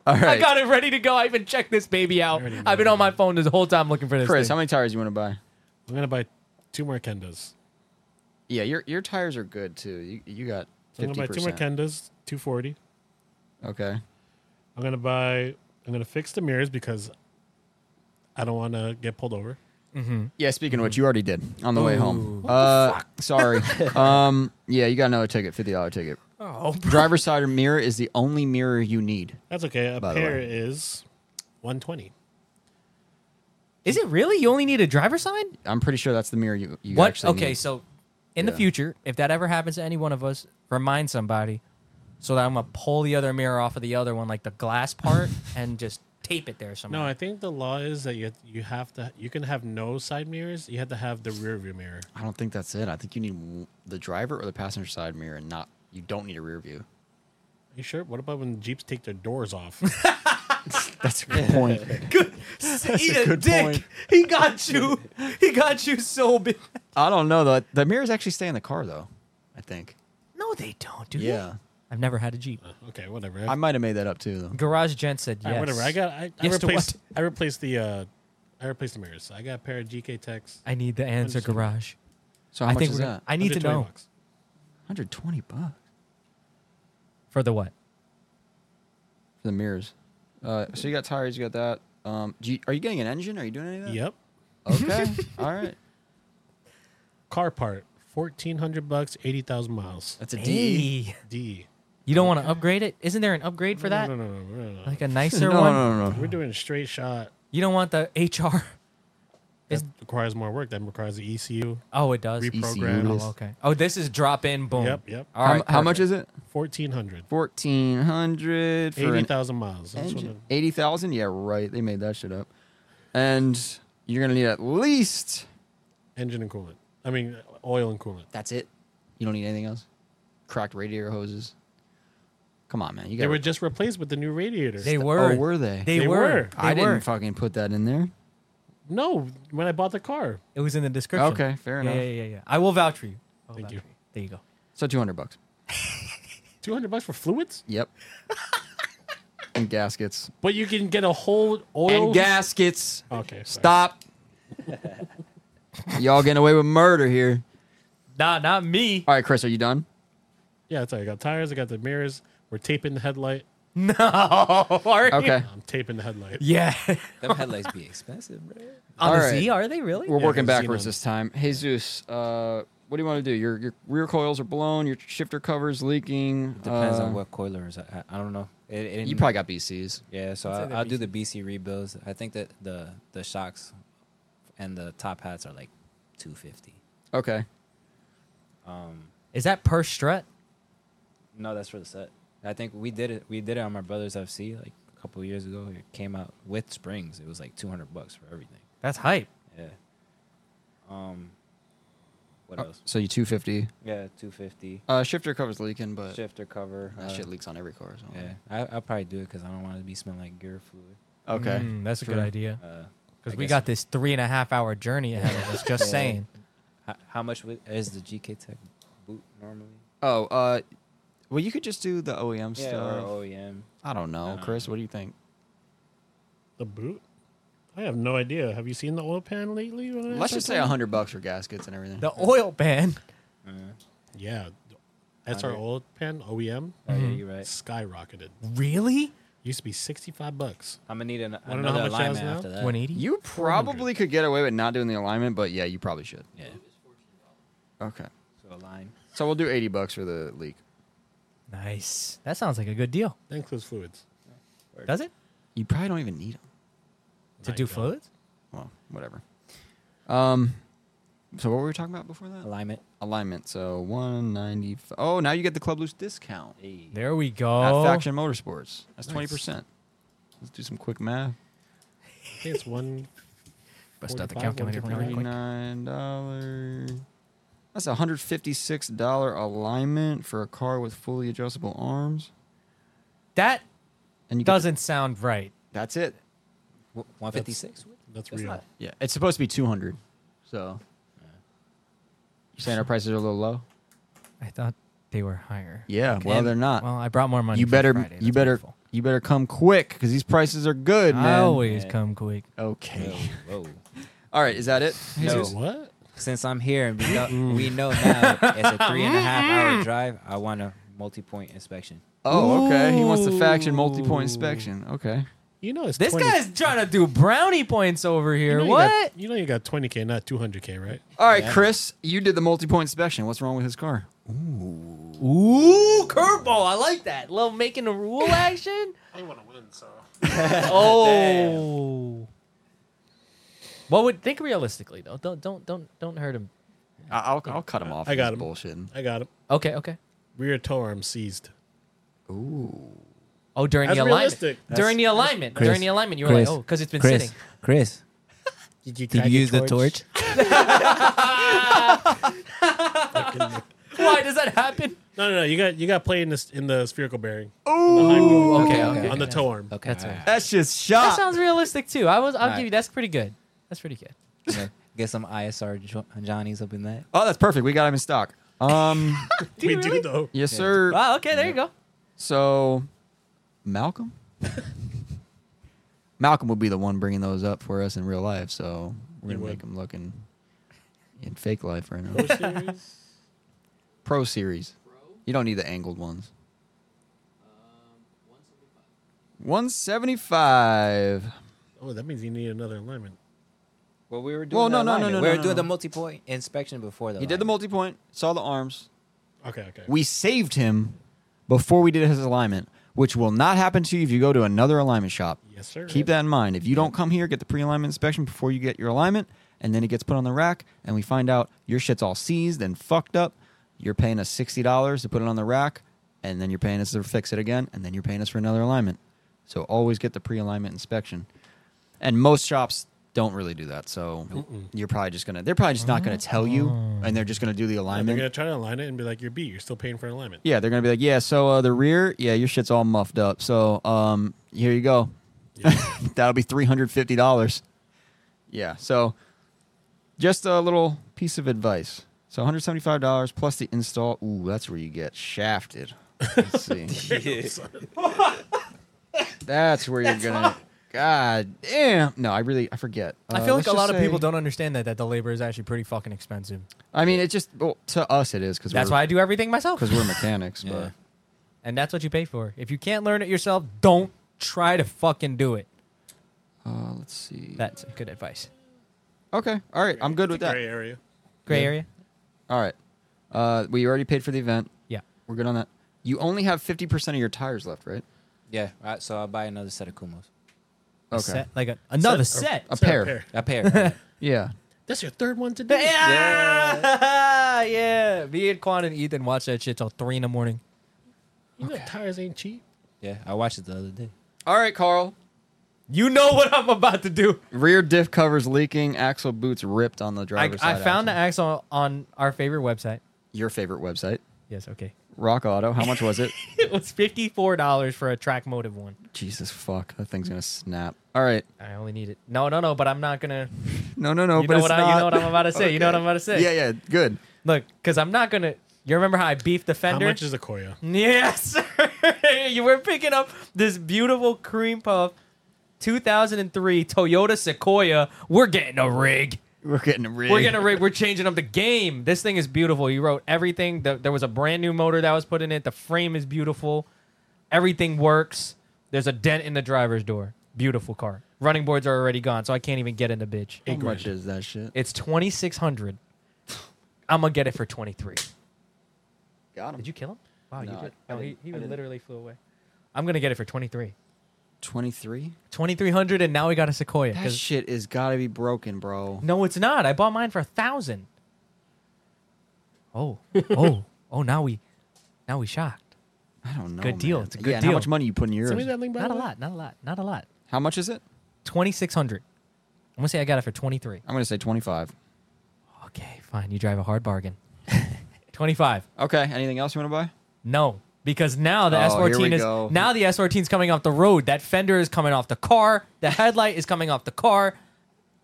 All right, I got it ready to go. I even checked this baby out. already I've been know. on my phone this whole time looking for this. Chris, thing. how many tires you want to buy? I'm gonna buy two more Kendas. Yeah, your your tires are good too. You you got So I'm fifty gonna buy two more percent. Kendas, 240. Okay. I'm gonna buy. I'm gonna fix the mirrors because I don't want to get pulled over. Yeah, speaking of which, you already did on the way home. uh, *laughs* sorry. um, yeah, you got another ticket, fifty dollar ticket. Oh, Driver's side mirror is the only mirror you need. That's okay. A By the pair way. is 120. is it really? You only need a driver's side? I'm pretty sure that's the mirror you you What? actually Okay, need. so in the Yeah. future, if that ever happens to any one of us, remind somebody so that I'm gonna pull the other mirror off of the other one, like the glass part, and just tape it there somewhere. No, I think the law is that you you have to you can have no side mirrors. You have to have the rear view mirror. I don't think that's it. I think you need w- the driver or the passenger side mirror, and not you don't need a rear view. You sure? What about when Jeeps take their doors *laughs* off? That's a good point. Eat a good point. He got you. He got you so big. *laughs* I don't know though. The mirrors actually stay in the car though. I think. No, they don't. Do Yeah, I've never had a Jeep. okay, whatever. I might have made that up too though. Garage Gent said All yes. right, whatever. I got. I, I Yes to replaced. what? I replaced the. Uh, I replaced the mirrors. I got a pair of GK Techs. I need the answer, Understood. Garage. So how I much think is we're gonna- that? I need to 120 know bucks. 120 bucks for the what? for the mirrors. Uh, so you got tires, you got that. Um, do you, are you getting an engine? Are you doing any of that? Yep. Okay. All right. Car part. Fourteen hundred bucks. Eighty thousand miles. That's a D. Hey. D. You don't want to upgrade it? Isn't there an upgrade for *laughs* that? No, no, no, no, no, no. Like a *laughs* nicer No, no, one? no, no. We're doing a straight shot. You don't want the HR? That Is- requires more work. That requires the E ECU *laughs* Oh, it does. ECU reprogram. E is- Oh, okay. Oh, this is drop in, Oh. boom. Yep, yep. All How, right. how much perfect. is it? Fourteen hundred. Fourteen hundred for Eighty an thousand miles. That's what engine. Eighty thousand? Yeah, right. They made that shit up. And you're gonna need at least. the- engine and coolant. I mean, oil and coolant. That's it. You don't need anything else. Cracked radiator hoses. Come on, man. You got. They were just replaced with the new radiators. They were. Oh, were they? They, They were. were. They I were. didn't fucking put that in there. no, when I bought the car, It was in the description. Okay, fair Yeah, enough. Yeah, yeah, yeah. I will vouch for you. I will Thank vouch you. for There you go. So two hundred bucks. two hundred bucks for fluids, *laughs* Yep. and gaskets. but you can get a whole oil. And gaskets. Okay, sorry. Stop. *laughs* Y'all getting away with murder here. Nah, not me. All right, Chris, are you done? Yeah, that's all. I got tires. I got the mirrors. We're taping the headlight. No. Are you- Okay. I'm taping the headlight. Yeah. *laughs* Them headlights be expensive, bro. On All the right. Z, are they really? We're working 'cause you backwards know. this time. Jesus, uh, what do you want to do? Your, your rear coils are blown. Your shifter covers leaking. Depends uh, on what coilers. I, I I don't know. It, it You probably got BCs. yeah. So I'd say I, they're I'll do the BC rebuilds. I think that the the shocks and the top hats are like two fifty. Okay. Um, Is that per strut? no, that's for the set. I think we did it. We did it on my brother's FC like a couple years ago. It came out with springs. It was like two hundred bucks for everything. That's hype. Yeah. Um. What else? So you 250. Yeah, two fifty. Uh, shifter covers leaking, but Shifter cover. that uh, shit leaks on every car. So. Yeah, I, I'll probably do it because I don't want to be smelling like gear fluid. Okay. Mm, that's a good Sure. idea. Uh, I Because we guess- got this three and a half hour journey ahead of us. Just *laughs* Yeah. saying. How, how much wi- is the GK Tech boot normally? Oh, uh, well, you could just do the OEM Yeah, stuff. or E OEM. I don't know, I don't Chris. What do you think? The boot. I have no idea. Have you seen the oil pan lately? Let's just say a a hundred bucks for gaskets and everything. The oil ban. Uh, Yeah, that's our Hundred. oil pan E OEM. oh, yeah, Mhm. you're right. Skyrocketed. Really? Used to be sixty-five bucks. I'm gonna need an, Wanna know how another much that is alignment now? after that. 180? Uh, You probably could get away with not doing the alignment, but yeah, you probably should. Yeah, Okay. so align. So we'll do 80 bucks for the leak. Nice. That sounds like a good deal. That includes fluids. Does it? You probably don't even need them. Oh To No, do you don't. fluids? Well, whatever. Um, so what were we talking about before that? Alignment. Alignment. So 195. Oh, now you get the Club Loose discount Hey. There we at go. Faction Motorsports. That's Nice. 20%. Let's do some quick math. I think it's one. Bust out the 45, calculator really quick. $139. That's a $156 alignment for a car with fully adjustable arms. That And you get the- doesn't sound right. that's it. One fifty six. That's, That's real. not- Yeah, it's supposed to be 200. So you saying our prices are a little low? I thought they were higher. Yeah, well, they're not. Well, I brought more money. you for better Friday. you That's better my fault. you better come quick because these prices are good I man always Yeah. come quick. okay Whoa. whoa. all right is that it No. Jesus? What? Since I'm here and we know, we know now it's *laughs* a three and a Mm-hmm. half hour drive, I want a multi point inspection. oh okay he wants the faction multi-point Ooh. inspection okay You know it's This 20 guy's trying to do brownie points over You here. know you what? got- you know you got twenty k, not two hundred k, right? all right Yeah. chris you did the multi-point inspection what's wrong with his car Ooh, curveball. I like that. Love making a rule *laughs* action. I want to win, so oh. What would think realistically though? Don't don't don't don't hurt him. I- I'll, I'll cut him off I if got he's him. bullshitting I got him. Okay, okay. Rear toe arm seized. ooh Oh, during That's the alignment. realistic. During the alignment. Chris, during the alignment, you were Chris, like, oh, because it's been Chris, sitting. Chris, Did you, did you use the torch? Why does that happen? *laughs* No, no, no. You got you got play in this in the spherical bearing ooh Okay, okay. on the toe arm. Okay, That's all right. that's just That shot sounds realistic too. I was. I'll Alright. give you. That's pretty good. That's pretty good. *laughs* Yeah, Get some ISR jo- Johnnies up in that. oh that's perfect we got him in stock *laughs* um we do *laughs* though. yes Yeah. sir Wow. Okay. There you go. So, *laughs* Malcolm? Malcolm would be the one bringing those up for us in real life, so we're He going to would. make him look in, in fake life *laughs* right now. Pro Series. Pro, You don't need the angled ones. um, 175. 175. oh, that means you need another alignment. Well, we were doing. Well, the no, no, no, alignment. no, We no, were no, doing no. the multi-point inspection before the. He did the alignment. multi point, saw the arms. Okay, okay. We saved him before we did his alignment, which will not happen to you if you go to another alignment shop. Yes, sir. Keep that in mind. If you don't come here, get the pre-alignment inspection before you get your alignment, and then it gets put on the rack, and we find out your shit's all seized and fucked up. You're paying us sixty dollars to put it on the rack, and then you're paying us to fix it again, and then you're paying us for another alignment. So always get the pre-alignment inspection. And most shops don't really do that, so you're probably just gonna. They're probably just not gonna tell you, and they're just gonna do the And they're alignment. gonna try to align it and be like, "You're B. You're still paying for an alignment." Yeah, they're gonna be like, yeah, so uh, the rear, yeah, your shit's all muffed up. So um, here you go. *laughs* That'll be three hundred fifty dollars. Yeah. So just a little piece of advice. So one hundred seventy-five dollars plus the install. Ooh, that's where you get shafted. Let's *laughs* see. *laughs* *laughs* that's where you're gonna. God damn. No, I really I forget. I Uh, feel like let's a just lot of say- people don't understand that that the labor is actually pretty fucking expensive. I mean, it just well, to us it is because That's why I do everything myself. because we're *laughs* mechanics. Yeah. But And that's what you pay for. If you can't learn it yourself, don't try to fucking do it. uh, let's see. That's good advice. okay. All right. I'm good It's with a that. Gray area. Gray Yeah. area? All right. Uh, we already paid for the event. Yeah. We're good on that. You only have 50% of your tires left, right? Yeah, right, so I'll buy another set of Kumos. A Okay. set- like a, another set. A It's not pair. A *laughs* pair. right? Yeah. That's your third one today. *laughs* Yeah. *laughs* yeah. Me and Quan and Ethan watch that shit till three in the morning. You know tires ain't cheap. yeah, I watched it the other day. All right, Carl. You know what I'm about to do. Rear diff covers leaking, axle boots ripped on the I, driver's I side. found the axle. axle on our favorite website. your favorite website, Yes, okay. Rock Auto. How much *laughs* was it? It was $54 for a track motive one. Jesus fuck, that thing's gonna snap. All right. I only need it. No, no, no, but I'm not going to. No, no, no. You but know it's what I- not. you know what I'm about to say. You know what I'm about to say. Yeah, yeah. Good. Look, because I'm not going to. You remember how I beefed the How fender? much is a Koya? Yes, *laughs* sir. you were picking up this beautiful cream puff 2003 Toyota Sequoia. We're getting a rig. We're getting a rig. We're getting a rig. We're changing up the game. This thing is beautiful. You wrote everything. The- there was a brand new motor that was put in it. The frame is beautiful. Everything works. There's a dent in the driver's door. Beautiful car. Running boards are already gone, so I can't even get in the bitch. How much is that shit? It's 2600. I'm gonna get it for 23. Got him. Did you kill him? Wow, No, you did. I- I No, he, didn't- he I didn't. literally flew away. I'm gonna get it for 23. 23? 2300 and now we got a sequoia That 'cause- shit is gotta be broken, bro. no it's not i bought mine for a thousand *laughs* oh oh oh now we now we shocked I don't know. Good deal. man. It's a Yeah, good and How deal. much money you put in yours? Send me that link. by not the a way. lot not a lot not a lot How much is it? 2600 i'm gonna say i got it for 23 I'm gonna say 25. okay fine you drive a hard bargain *laughs* 25 Okay. Anything else you want to buy? no because now the Oh, here we s14 is go. now the s14 is coming off the road that fender is coming off the car the headlight is coming off the car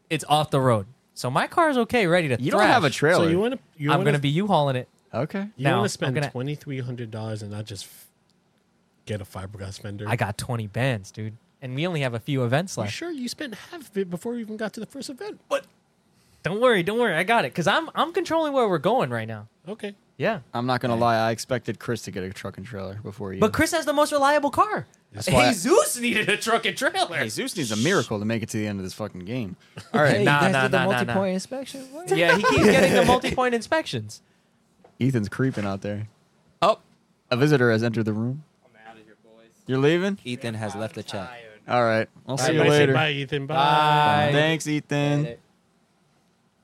it's off the road so my car is okay ready to You don't have a thrash. trailer. So you want to? You i'm wanna, gonna be u-hauling it okay. You now, want I'm to spend gonna- twenty three hundred dollars and not just f- get a fiberglass fender? I got 20 bands, dude. And we only have a few events You left. sure you spent half of it before we even got to the first event? But don't worry, don't worry. I got it cuz I'm I'm controlling where we're going right now. Okay. Yeah. I'm not gonna lie. I expected Chris to get a truck and trailer before you. But Chris has the most reliable car. why I- Jesus needed a truck and trailer. Jesus needs a miracle to make it to the end of this fucking game. All right, *laughs* Hey. Nah, guys nah, did the nah, nah, nah. multi-point inspection? Yeah, he *laughs* keeps getting the multi-point inspections. Ethan's creeping out there. Oh, a visitor has entered the room. I'm out of here, boys. You're leaving. Ethan has left the chat. All right. I'll see you Everybody say later. Bye, Ethan. Bye. Bye. Thanks, Ethan.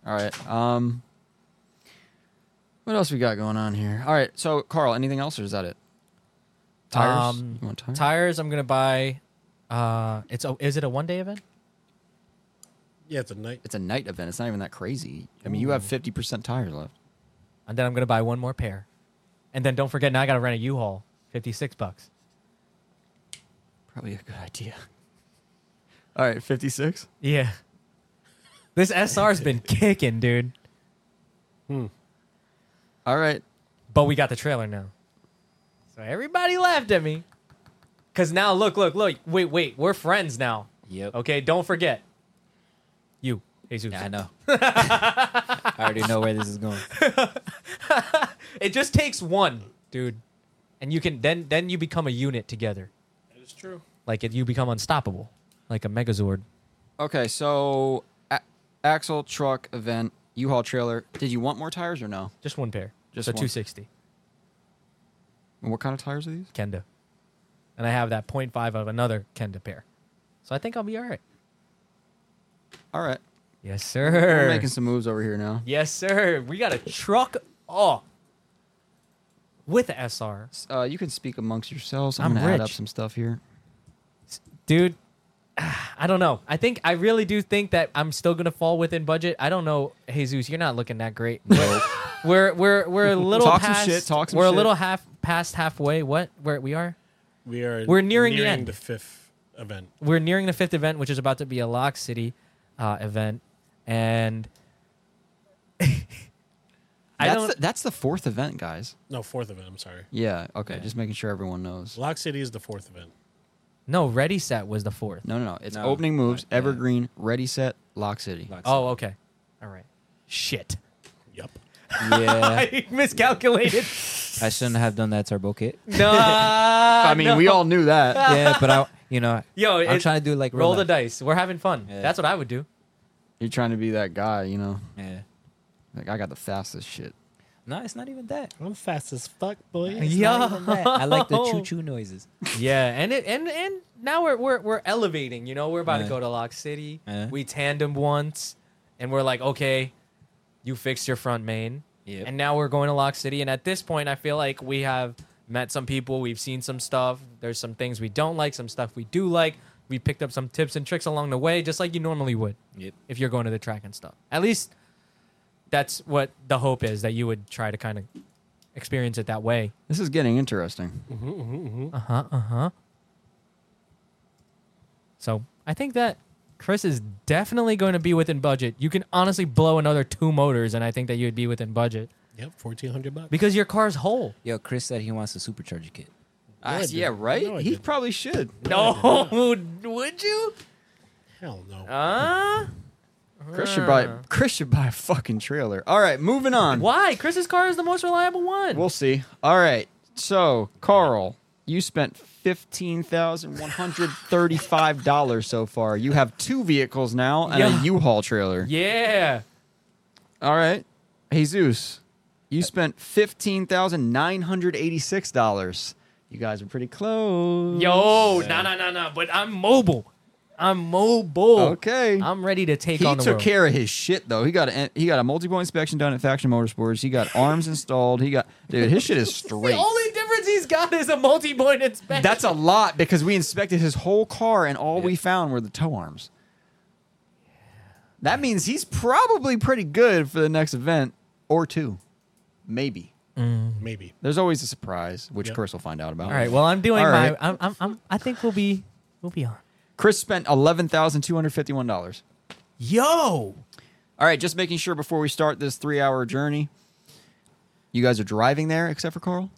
All right. Um, what else we got going on here? All right. So, Carl, anything else, or is that it? Tires. Um, you want tires? Tires I'm going to buy uh it's a, is it a one-day event? Yeah, it's a night. it's a night event. It's not even that crazy. I mean, you have fifty percent tires left. And then I'm going to buy one more pair. And then don't forget now I got to rent a U-Haul, 56 bucks. Probably a good idea. *laughs* All right, 56. Yeah. This SR's been kicking, dude. All right. But we got the trailer now. So everybody laughed at me. Cause now look, look, look. Wait, wait. We're friends now. Yep. Okay, don't forget. You, Jesus. Yeah, I *laughs* know. I already know where this is *laughs* going. It just takes one, dude. And you can then then you become a unit together. That is true. Like if you become unstoppable. Like a megazord. Okay, so a- axle truck event, U-Haul trailer. Did you want more tires or no? Just one pair. Just Just so one. two sixty. And what kind of tires are these? Kenda. And I have that 0.5 of another Kenda pair. So I think I'll be all right. All right. Yes, We're sir. making some moves over here now. yes, sir. We got a truck off with SR. Uh, you can speak amongst yourselves. I'm, I'm gonna add up rich. some stuff here. Dude, *sighs* I don't know. I think I really do think that I'm still going to fall within budget. I don't know, Jesus, you're not looking that great. *laughs* we're we're we're a little Talk some past shit, talk some we're a shit. little half past halfway. What? Where we are? We are We're nearing the end. the fifth event. we're nearing the fifth event, which is about to be a Lock City uh, event, and *laughs* I that's don't. the, that's the fourth event, guys. No, fourth event. I'm sorry. Yeah. Okay. Yeah. Just making sure everyone knows. Lock City is the fourth event. no, Ready Set was the fourth. No, no, no. It's No, opening moves, not- yeah. evergreen, ready, set, lock city. Lock Oh, okay. All right. Shit, Yep. Yeah, *laughs* I *laughs* miscalculated. I shouldn't have done that turbo kit. no, *laughs* I I mean, we all knew that. *laughs* Yeah, but I, you know, Yo, I'm it- trying to do like roll real the life. dice. We're having fun. Yeah. That's what I would do. *laughs* You're trying to be that guy, you know? Yeah. Like, I got the fastest shit. No, it's not even that. I'm fast as fuck, boy. It's not even that. I like *laughs* the Yo. choo choo noises. Yeah, and it and and now we're we're we're elevating. You know, we're about to Yeah. go to Lock City. Yeah. We tandem once, and we're like, okay, you fixed your front main, Yep. and now we're going to Lock City. And at this point, I feel like we have met some people. We've seen some stuff. There's some things we don't like, some stuff we do like. We picked up some tips and tricks along the way, just like you normally would Yep. if you're going to the track and stuff. At least that's what the hope is that you would try to kind of experience it that way. This is getting interesting. Uh huh. Uh huh. So I think that Chris is definitely going to be within budget. You can honestly blow another two motors, and I think that you'd be within budget Yep, fourteen hundred bucks. because your car's whole. Yo, Chris said he wants a supercharger kit. Ah, dude. yeah, No, I right? He didn't. probably should. No, *laughs* would you? Hell no. Uh Chris should buy Ah. Chris should buy a fucking trailer. All right, moving on. why? Chris's car is the most reliable one. We'll see. All right. So, Carl, you spent $15,135 so far. You have two vehicles now and Yeah. a U-Haul trailer. yeah. All right. Jesus, you spent $15,986. You guys are pretty close. Yo, no, no, no, no. But I'm mobile. I'm mobile. Okay. I'm ready to take he on took the world. care of his shit though. He got a, he got a multi point inspection done at Faction Motorsports. He got arms installed. He got dude, his shit is the straight. only difference he's got is a multi-point inspection. That's a lot because we inspected his whole car and all we found were the tow arms. That means he's probably pretty good for the next event or two, maybe. Maybe. There's always a surprise, which Yep. Chris will find out about. All right. Well, I'm doing All my. right. I'm, I'm, I'm, I think we'll be. We'll be on. Chris spent eleven thousand two hundred fifty-one dollars. Yo. All right, just making sure before we start this three-hour journey. You guys are driving there, except for Carl.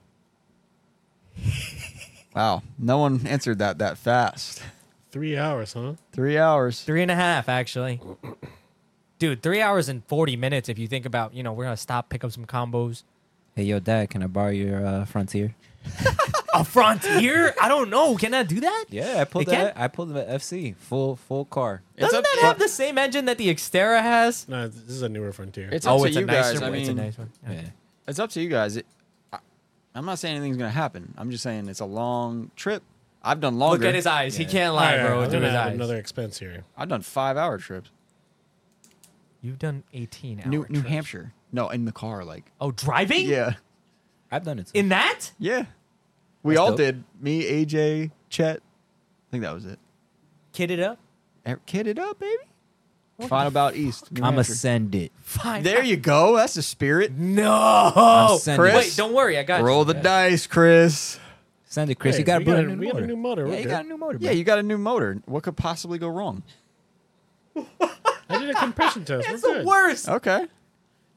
wow, no one answered that that fast. Three hours, huh? Three hours. Three and a half, actually. Dude, three hours and forty minutes. If you think about, you know, we're gonna stop, pick up some combos. Hey, yo, Dad, can I borrow your uh, Frontier? A frontier? I don't know. Can I do that? Yeah, I pulled It can? that. I pulled the FC full full car. It's Doesn't up that to- have the same engine that the Xterra has? No, this is a newer frontier. Oh, It's up to you guys. one. I it's a mean, nice one. Yeah. Okay. it's up to you guys. It, I, I'm not saying anything's gonna happen. I'm just saying it's a long trip. I've done longer. Look at his eyes. He Yeah. can't All lie, right, bro. I'm Through gonna his add eyes. another expense here. I've done five-hour trips. You've done eighteen. Hour New New trips. Hampshire. No, in the car, like Oh, driving? yeah, I've done it. Too. In that? yeah. We That's all dope. did. Me, AJ, Chet. I think that was it. Kitted up. Eh, Kid it up, baby. Find about East. New I'm gonna Hampshire. send it. *laughs* Fine. There you go. That's the spirit. No. sending Chris? Wait, don't worry. I got you. Roll the dice, Chris. Send it, Chris. Hey, you gotta we put got a, a- new we got a motor. new motor. Yeah, We're you good. got a new motor. Yeah, bro. you got a new motor. What could possibly go wrong? I did a compression test. That's We're the good. worst. Okay. And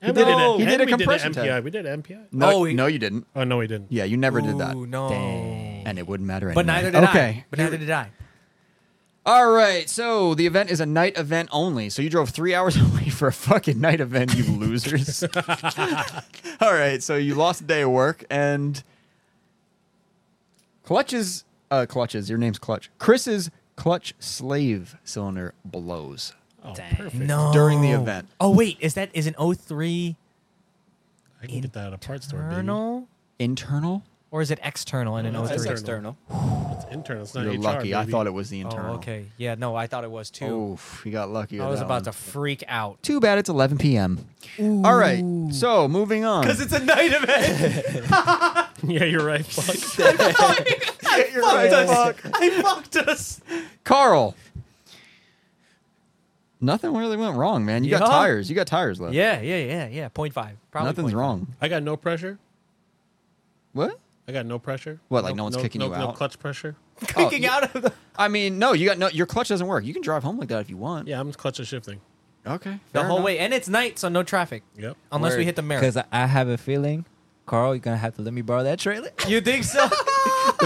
He we did it- an- he did and a we compression MPI. test. We did MPI. No, Oh, he- no, you didn't. Oh no, we didn't. Yeah, you never did that, Ooh, no. and it wouldn't matter. Anyway. But neither did I. Okay. But neither did I. All right. So the event is a night event only. So you drove three *laughs* hours away for a fucking night event, *laughs* you losers. *laughs* All right. So you lost a day of work and clutches. Uh, clutches. Your name's Clutch. Chris's clutch slave cylinder blows. Oh, perfect. During the event. Oh wait, is that is an 03 I can get that at a parts store, baby. Colonel? Internal Or is it external in an No, it's 03? external. It's internal. It's not You're HR, lucky. I baby. thought it was the internal. Oh, okay. Yeah, no, I thought it was too. Oof, we got lucky. I with was that about one. to freak out. Too bad it's 11 p.m. All right. So moving on. Because it's a night *laughs* event. *laughs* yeah, you're right. Fuck. You're right, fuck. I fucked us. Carl. Nothing really went wrong, man. You Yeah. got tires. You got tires left. Yeah, yeah, yeah, yeah. Point five. Probably Nothing's point wrong. I got no pressure. What? I got no pressure. What, like no one's kicking no, you No out? clutch pressure. five. Oh, Kicking yeah. out of the. I mean, no. You got no. Your clutch doesn't work. You can drive home like that if you want. Yeah, I'm clutch and shifting. Okay. The fair whole enough. way. And it's night, so no traffic. Yep. Unless we Word. hit the mirror. Because I have a feeling, Carl, you're gonna have to let me borrow that trailer. You think so?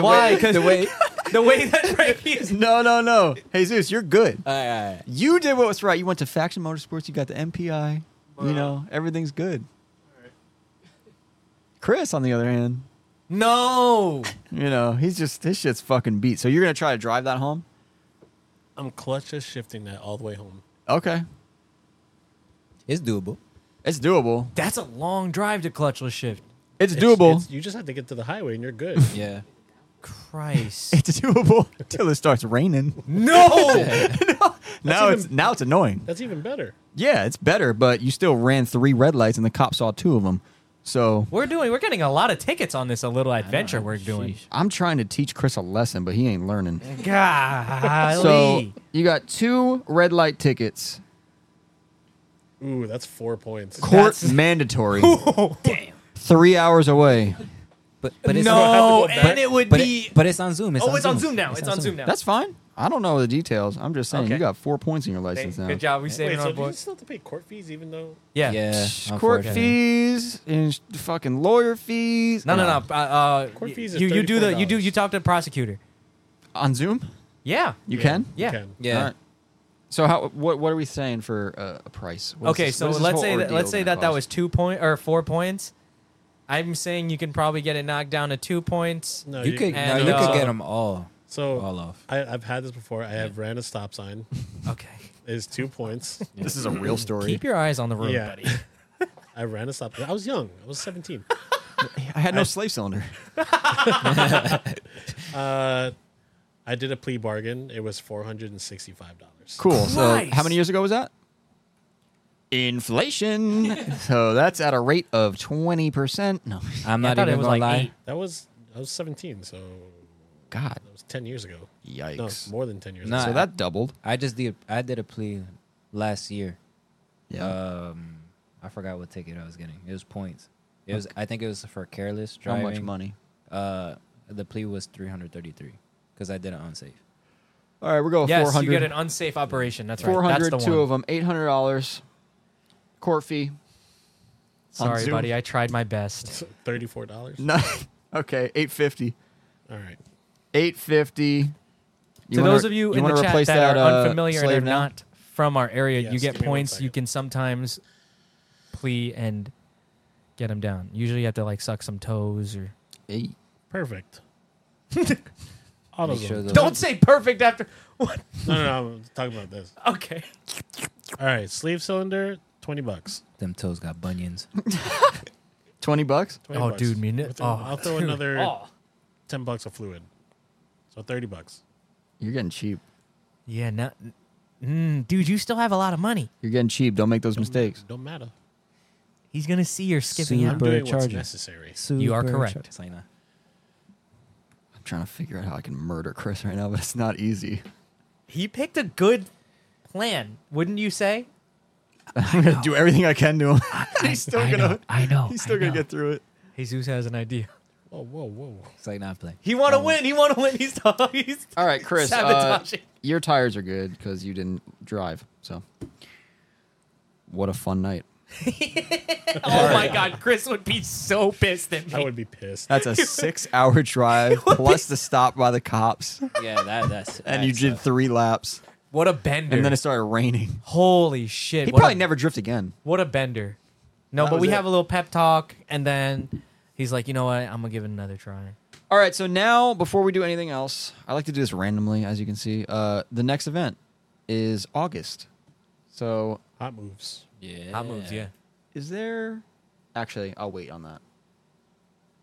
Why? Because the way. *laughs* the way that Frankie is. No, no, no. Jesus, you're good. All right, all right. You did what was right. You went to Faction Motorsports. You got the MPI. Wow. You know, everything's good. Chris, on the other hand, No. you know, he's just, his shit's fucking beat. So you're going to try to drive that home? I'm clutch and shifting that all the way home. Okay. It's doable. It's doable. That's a long drive to clutchless shift. It's It's- doable. it's- you just have to get to the highway and *laughs* you're good. Yeah. Christ. It's, doable until it starts raining. *laughs* no. now even- it's now it's annoying. That's even better. Yeah, it's better, but you still ran three red lights and the cop saw two of them. So We're doing. We're getting a lot of tickets on this little adventure we're doing. I'm trying to teach Chris a lesson, but he ain't learning. So Golly. you got two red light tickets. Ooh, that's four points. Court That's- mandatory. Three hours away. But but it's no, have to go and back. it would But, be. it, but it's on Zoom. It's oh, on it's Zoom. on Zoom now. It's, on Zoom now. That's fine. I don't know the details. I'm just saying you Okay. got four points in your license now. good job. We saved Wait, it so on do you board. still have to pay court fees even though? Yeah. Yeah. Court unfortunately. fees and sh- fucking lawyer fees. No, no, no. Uh, uh, Court fees is you you do the you do $34. you talk to the prosecutor. On Zoom, Yeah. you can. Yeah. Can. All Yeah. right. So how what what are we saying for uh, a price? What is Okay, this- so what is this let's whole say that, ordeal let's say gonna that that cost? was two point or four points. I'm saying you can probably get it knocked down to two points. No, You could no, And, you uh, could get them all. So All off. I, I've had this before. I have ran a stop sign. Okay. Is two points. *laughs* This is a real story. Keep your eyes on the road, yeah. buddy. I ran a stop. I was young. I was 17. I had no slave cylinder. Uh, I did a plea bargain. It was four hundred and sixty-five dollars. Cool. So Christ. how many years ago was that? Inflation. *laughs* so that's at a rate of twenty percent. No, I'm I not thought even it was gonna like lie. eight. That was I was seventeen, so that God, was ten years ago. yikes. No, more than ten years. Nah. ago. so that doubled. I just did. I did a plea last year. Yeah. Uh, Um, I forgot what ticket I was getting. It was points. It was. I think it was for careless how driving. much money? Uh, the plea was 333 because I did it unsafe. All right, we're going Yes, four hundred. you get an unsafe operation. That's right. Four hundred, That's the one. two of them, eight hundred dollars. Court fee. *laughs* Sorry, Zoom. buddy. I tried my best. thirty-four dollars. No, okay, eight fifty. All right. Eight fifty. to those of you in the chat that, are uh, unfamiliar and are not from our area, you Yes, get give me one points. You second. can sometimes plea and get them down. Usually, you have to like suck some toes or. Eight. Perfect. AutoZone. Make sure those- Don't say perfect after. What? no, no, no, I'm talking about this. Okay. All right, sleeve cylinder, twenty bucks. Them toes got bunions. Twenty bucks. 20 oh, bucks. dude, me. I'll neither. throw- oh, I'll throw *laughs* dude. another Oh. ten bucks of fluid, so thirty bucks. You're getting cheap. Yeah, not. Mm, dude, you still have a lot of money. You're getting cheap. Don't make those Mm-hmm. mistakes. Don't matter. He's gonna see you're skipping Super I'm out. doing what's Supercharger. necessary. You are correct. Supercharger. It's like, nah. I'm trying to figure out how I can murder Chris right now, but it's not *laughs* easy. He picked a good plan, wouldn't you say? I'm gonna do everything I can to him. *laughs* he's still I gonna. know. I *laughs* know. He's still I gonna know. get *laughs* through it. Jesus has an idea. Whoa, whoa, whoa! It's like not play. He Oh. want to win. He want to win. He's, *laughs* oh, *laughs* he's All right, Chris. Uh, sabotaging. your tires are good because you didn't drive. So, what a fun night. oh my God, Chris would be so pissed at I me. would be *laughs* pissed. That's a six-hour drive plus the stop by the cops, Yeah, that *laughs* that's. and you did three laps, What a bender! and then it started raining. Holy shit! He what probably a, never drift again. What a bender! No, but was we it. have a little pep talk, and then he's like, you know what? I'm gonna give it another try. All right, so now before we do anything else, I like to do this randomly, as you can see. Uh, the next event is August. So, Hot moves. Yeah. Hot moves, yeah. is there? Actually, I'll wait on that.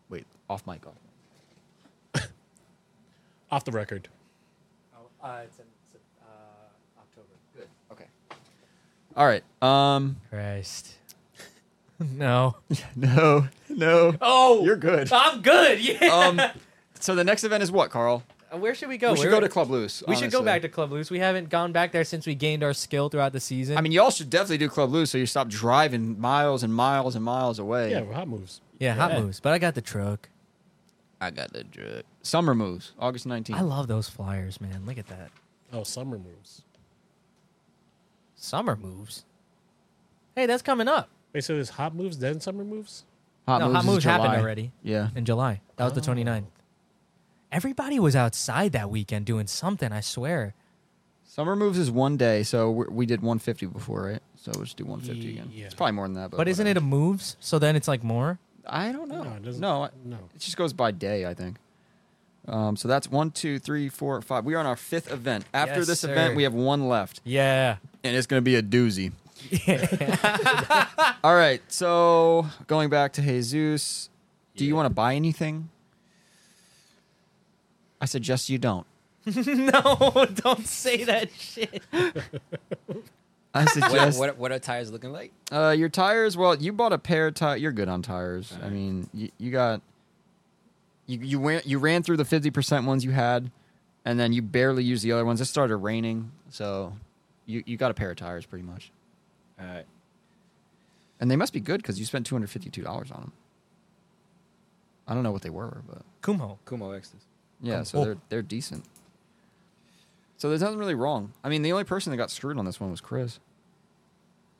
Wait, off mic. Off. mic. Off the record. Uh, it's in, it's in uh, October. Good. Okay. All right. Um. *laughs* *laughs* Christ. no. No. No. Oh, You're good. I'm good. Yeah. Um. So the next event is what, Carl? Uh, Where should we go? we should We're- go to Club Loose. We should go honestly. back to Club Loose. We haven't gone back there since we gained our skill throughout the season. I mean, y'all should definitely do Club Loose so you stop driving miles and miles and miles away. Yeah, well, hot moves. yeah, hot moves. But I got the truck. I got the drug. Summer moves, August 19th. I love those flyers, man. Look at that. Oh, summer moves. Summer moves. Hey, that's coming up. Wait, so there's hot moves, then summer moves? hot no, moves, hot is moves happened July. already. Yeah. in July. That Oh. was the 29th. Everybody was outside that weekend doing something, I swear. Summer moves is one day, so we we did 150 before, right? So we'll just do 150 again. Yeah. It's probably more than that, but But isn't it a moves? So then it's like more? I don't know. No, it doesn't. No, I- no. It just goes by day, I think. Um, so that's one, two, three, four, five. We are on our fifth event. After Yes, this sir. event, we have one left, Yeah. and it's going to be a *laughs* doozy. All right. So going back to Jesus, do you want to buy anything? I suggest you don't. *laughs* no, don't say that shit. I What, suggest what, what are tires looking like? Uh, your tires. Well, you bought a pair of tires. You're good on tires. I mean, you, you got you you went you ran through the fifty percent ones you had, and then you barely used the other ones. It started raining, so you you got a pair of tires pretty much, All right. and they must be good because you spent two hundred fifty two dollars on them. I don't know what they were, but Kumho. Kumo X's. yeah, so they're they're decent. So there's nothing really wrong. I mean, the only person that got screwed on this one was Chris.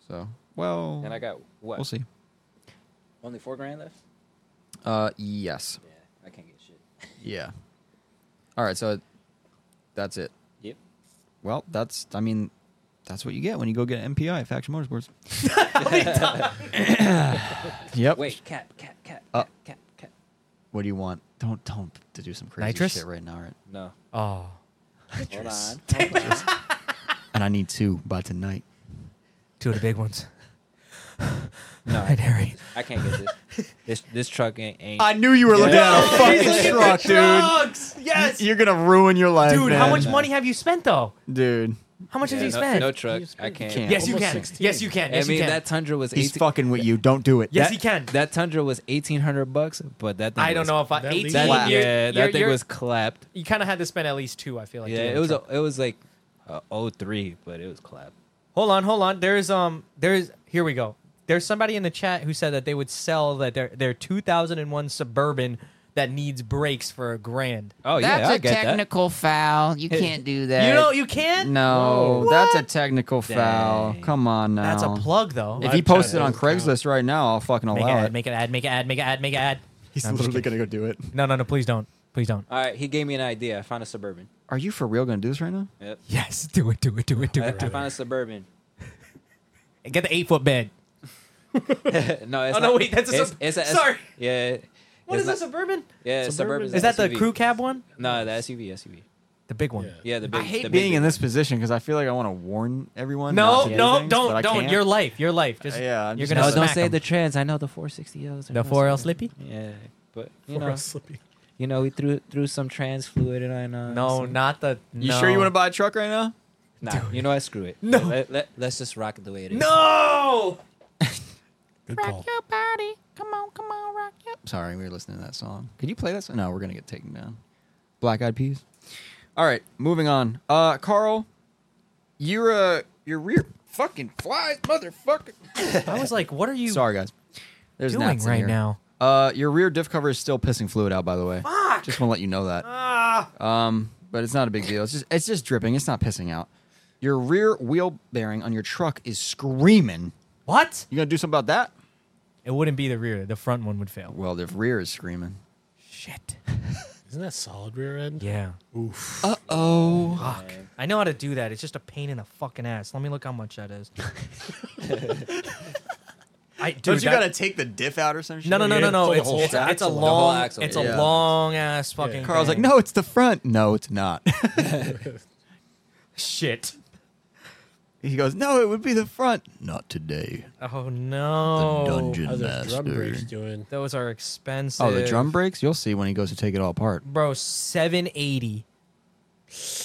So well, And I got what? we'll see. Only four grand left? Uh, yes. Yeah, I can't get shit. Yeah. All right, so that's it. Yep. Well, that's I mean, that's what you get when you go get an MPI at Faction *laughs* Motorsports. *laughs* yep. Wait, cat, cat, cat, Oh. Uh, cat, cat, cat. What do you want? Don't don't to do some crazy Nitrous? shit right now, right? No. Oh. Hold on. And I need two by tonight. Two of the big ones. *laughs* No, All right, Harry. *laughs* I can't get *laughs* this. This this truck ain't. ain't I knew you were looking at a fucking truck, dude. Drugs! Yes! You're gonna ruin your life, Dude, how man. much money have you spent, though? Dude, How much yeah, has he no, spent? No truck. He's I pretty- can't. Can't. yes, you Almost can. 16. yes, you can. I Yes, mean you can. that Tundra was. he's 18 fucking with you. Don't do it. Yes, that- he can. That Tundra was eighteen hundred bucks, but that thing I don't was- know if I. That 18 leaves- That, Clapped. you're- yeah, you're- that thing you're- was clapped. You kind of had to spend at least two, I feel like. to yeah, get it was. truck. A, it was like uh, 03, but it was clapped. Hold on, hold on. There's um there's here we go. There's somebody in the chat who said that they would sell that their their 2001 Suburban that needs brakes for a grand. Oh That's yeah, I a get that. technical foul. You can't do that. You know you can? No, Whoa. that's a What? technical foul. Dang. Come on now. That's a plug though. If Live he chat posted on doesn't count. Craigslist right now, I'll fucking Make it allow ad, it. make it ad, make it ad, make it ad, make it ad. He's No, I'm just literally gonna go do it. No, no, no, please don't. Please don't. All right, he gave me an idea. I found a suburban. Are you for real gonna do this right now? *laughs* Yep. Yes, do it, do it, do it, do I, I it, do found a suburban. it. Get the eight foot bed. *laughs* no, it's *laughs* Oh, not, no, wait, that's a it's, sub- it's a, it's- sorry. Yeah. What it's is not- a suburban? Yeah, suburban. Is that the crew cab one? No, the SUV, SUV. The big one. Yeah. Yeah, the big. I hate the being in big- this position because I feel like I want to warn everyone. not No, to do no, things, but I don't, don't. can't. Your life, your life. Just Uh, yeah, I'm you're just- gonna No, don't smack say 'em. the trends. I know the 460Os. are the not 4L slipping. slippy. Yeah, but you You know, slippy. you know, we threw threw some trans fluid in on. Uh, No, some- not the. You no. sure you want to buy a truck right now? Nah, you know, I screw it. No. let, let, us just rock it the way it *laughs* is. No. Good call. Sorry, we were listening to that song. Could you play that song? No, we're gonna get taken down. Black Eyed Peas. All right, moving on. Uh, Carl, you're uh, your rear fucking flies, motherfucker. I was like, what are you Sorry, guys. There's doing gnats in right here. now? Uh, your rear diff cover is still pissing fluid out, by the way. Fuck. Just want to let you know that. Ah! Um, but it's not a big deal. It's just it's just dripping. It's not pissing out. Your rear wheel bearing on your truck is screaming. What? You gonna do something about that? It wouldn't be the rear. The front one would fail. Well, the rear is screaming. Shit. Isn't that solid rear end? Yeah. Oof. Uh oh. Fuck. I know how to do that. It's just a pain in the fucking ass. Let me look how much *laughs* that is. I dude, Don't you that- gotta take the diff out or some shit? No, no, no, no, no. Pull the It's, whole it's, it's a axle. The whole long, axle, it's a yeah. long ass fucking. Carl's like, thing. no, it's the front. No, it's not. *laughs* shit. he goes, no, it would be the front. Not today. Oh The no. How's dungeon those drum brakes master. doing? Those are expensive. Oh, the drum brakes. You'll see when he goes to take it all apart. bro, seven eighty.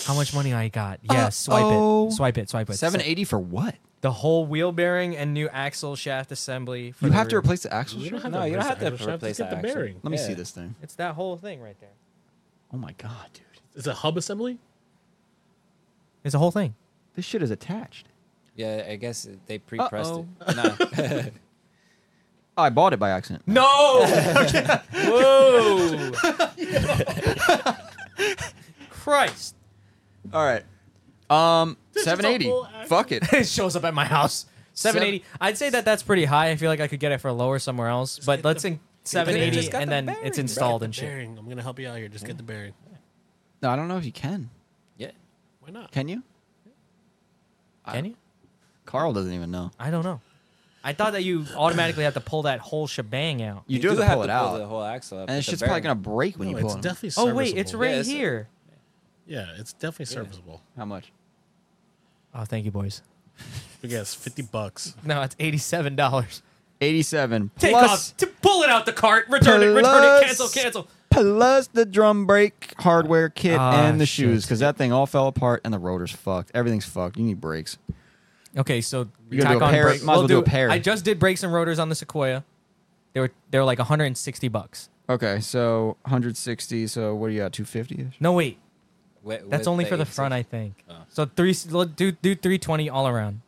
How much money I got? Yeah, swipe Uh-oh. it, swipe it, swipe it. Seven eighty for what? The whole wheel bearing and new axle shaft assembly. For You the have to rear. replace the axle. You shaft? don't have No, to you don't have replace to the axle shaft, replace just get the the axle. bearing. Let me see Yeah. this thing. It's that whole thing right there. Oh my god, dude! It's a hub assembly. It's a whole thing. This shit is attached. Yeah, I guess they pre-pressed Uh-oh. it. No. Oh, I bought it by accident. *laughs* No. Whoa. *laughs* Christ. All right. Um, is a seven eighty. whole axle. Fuck it. *laughs* it shows up at my house. 780. I'd say that that's pretty high. I feel like I could get it for lower somewhere *laughs* else, but let's in Just 780 get and the then bearing, it's bro. installed The and shit. bearing. I'm gonna help you out here. Just get the bearing. No, I don't know if you can. *laughs* yeah. Why not? Can you? Can you? Carl doesn't even know. I don't know. I thought that you automatically have to pull that whole shebang out. You, do, have to pull it out, the whole axle up. and it's it's just probably gonna break when No, you pull it's it. definitely. Oh wait, it's serviceable. right Yeah, it's- here. Yeah, it's definitely serviceable. How much? Oh, thank you, boys. But yes, fifty bucks. No, it's eighty-seven dollars. Eighty-seven Take plus off. To pull it out the cart. Return it. Return it. Cancel. Plus- Cancel. plus the drum brake hardware kit Ah, and the shit. shoes because that thing all fell apart and the rotors fucked. Everything's fucked. You need brakes. Okay, so You're gonna do tack a on pair- brake- might as well do a do- pair. I just did brakes and rotors on the Sequoia. They were they were like 160 bucks. Okay, so 160. So what do you got? 250 ish. No wait, Wi- with that's only for the 86. front, I think. Oh. So three l- do do 320 all around,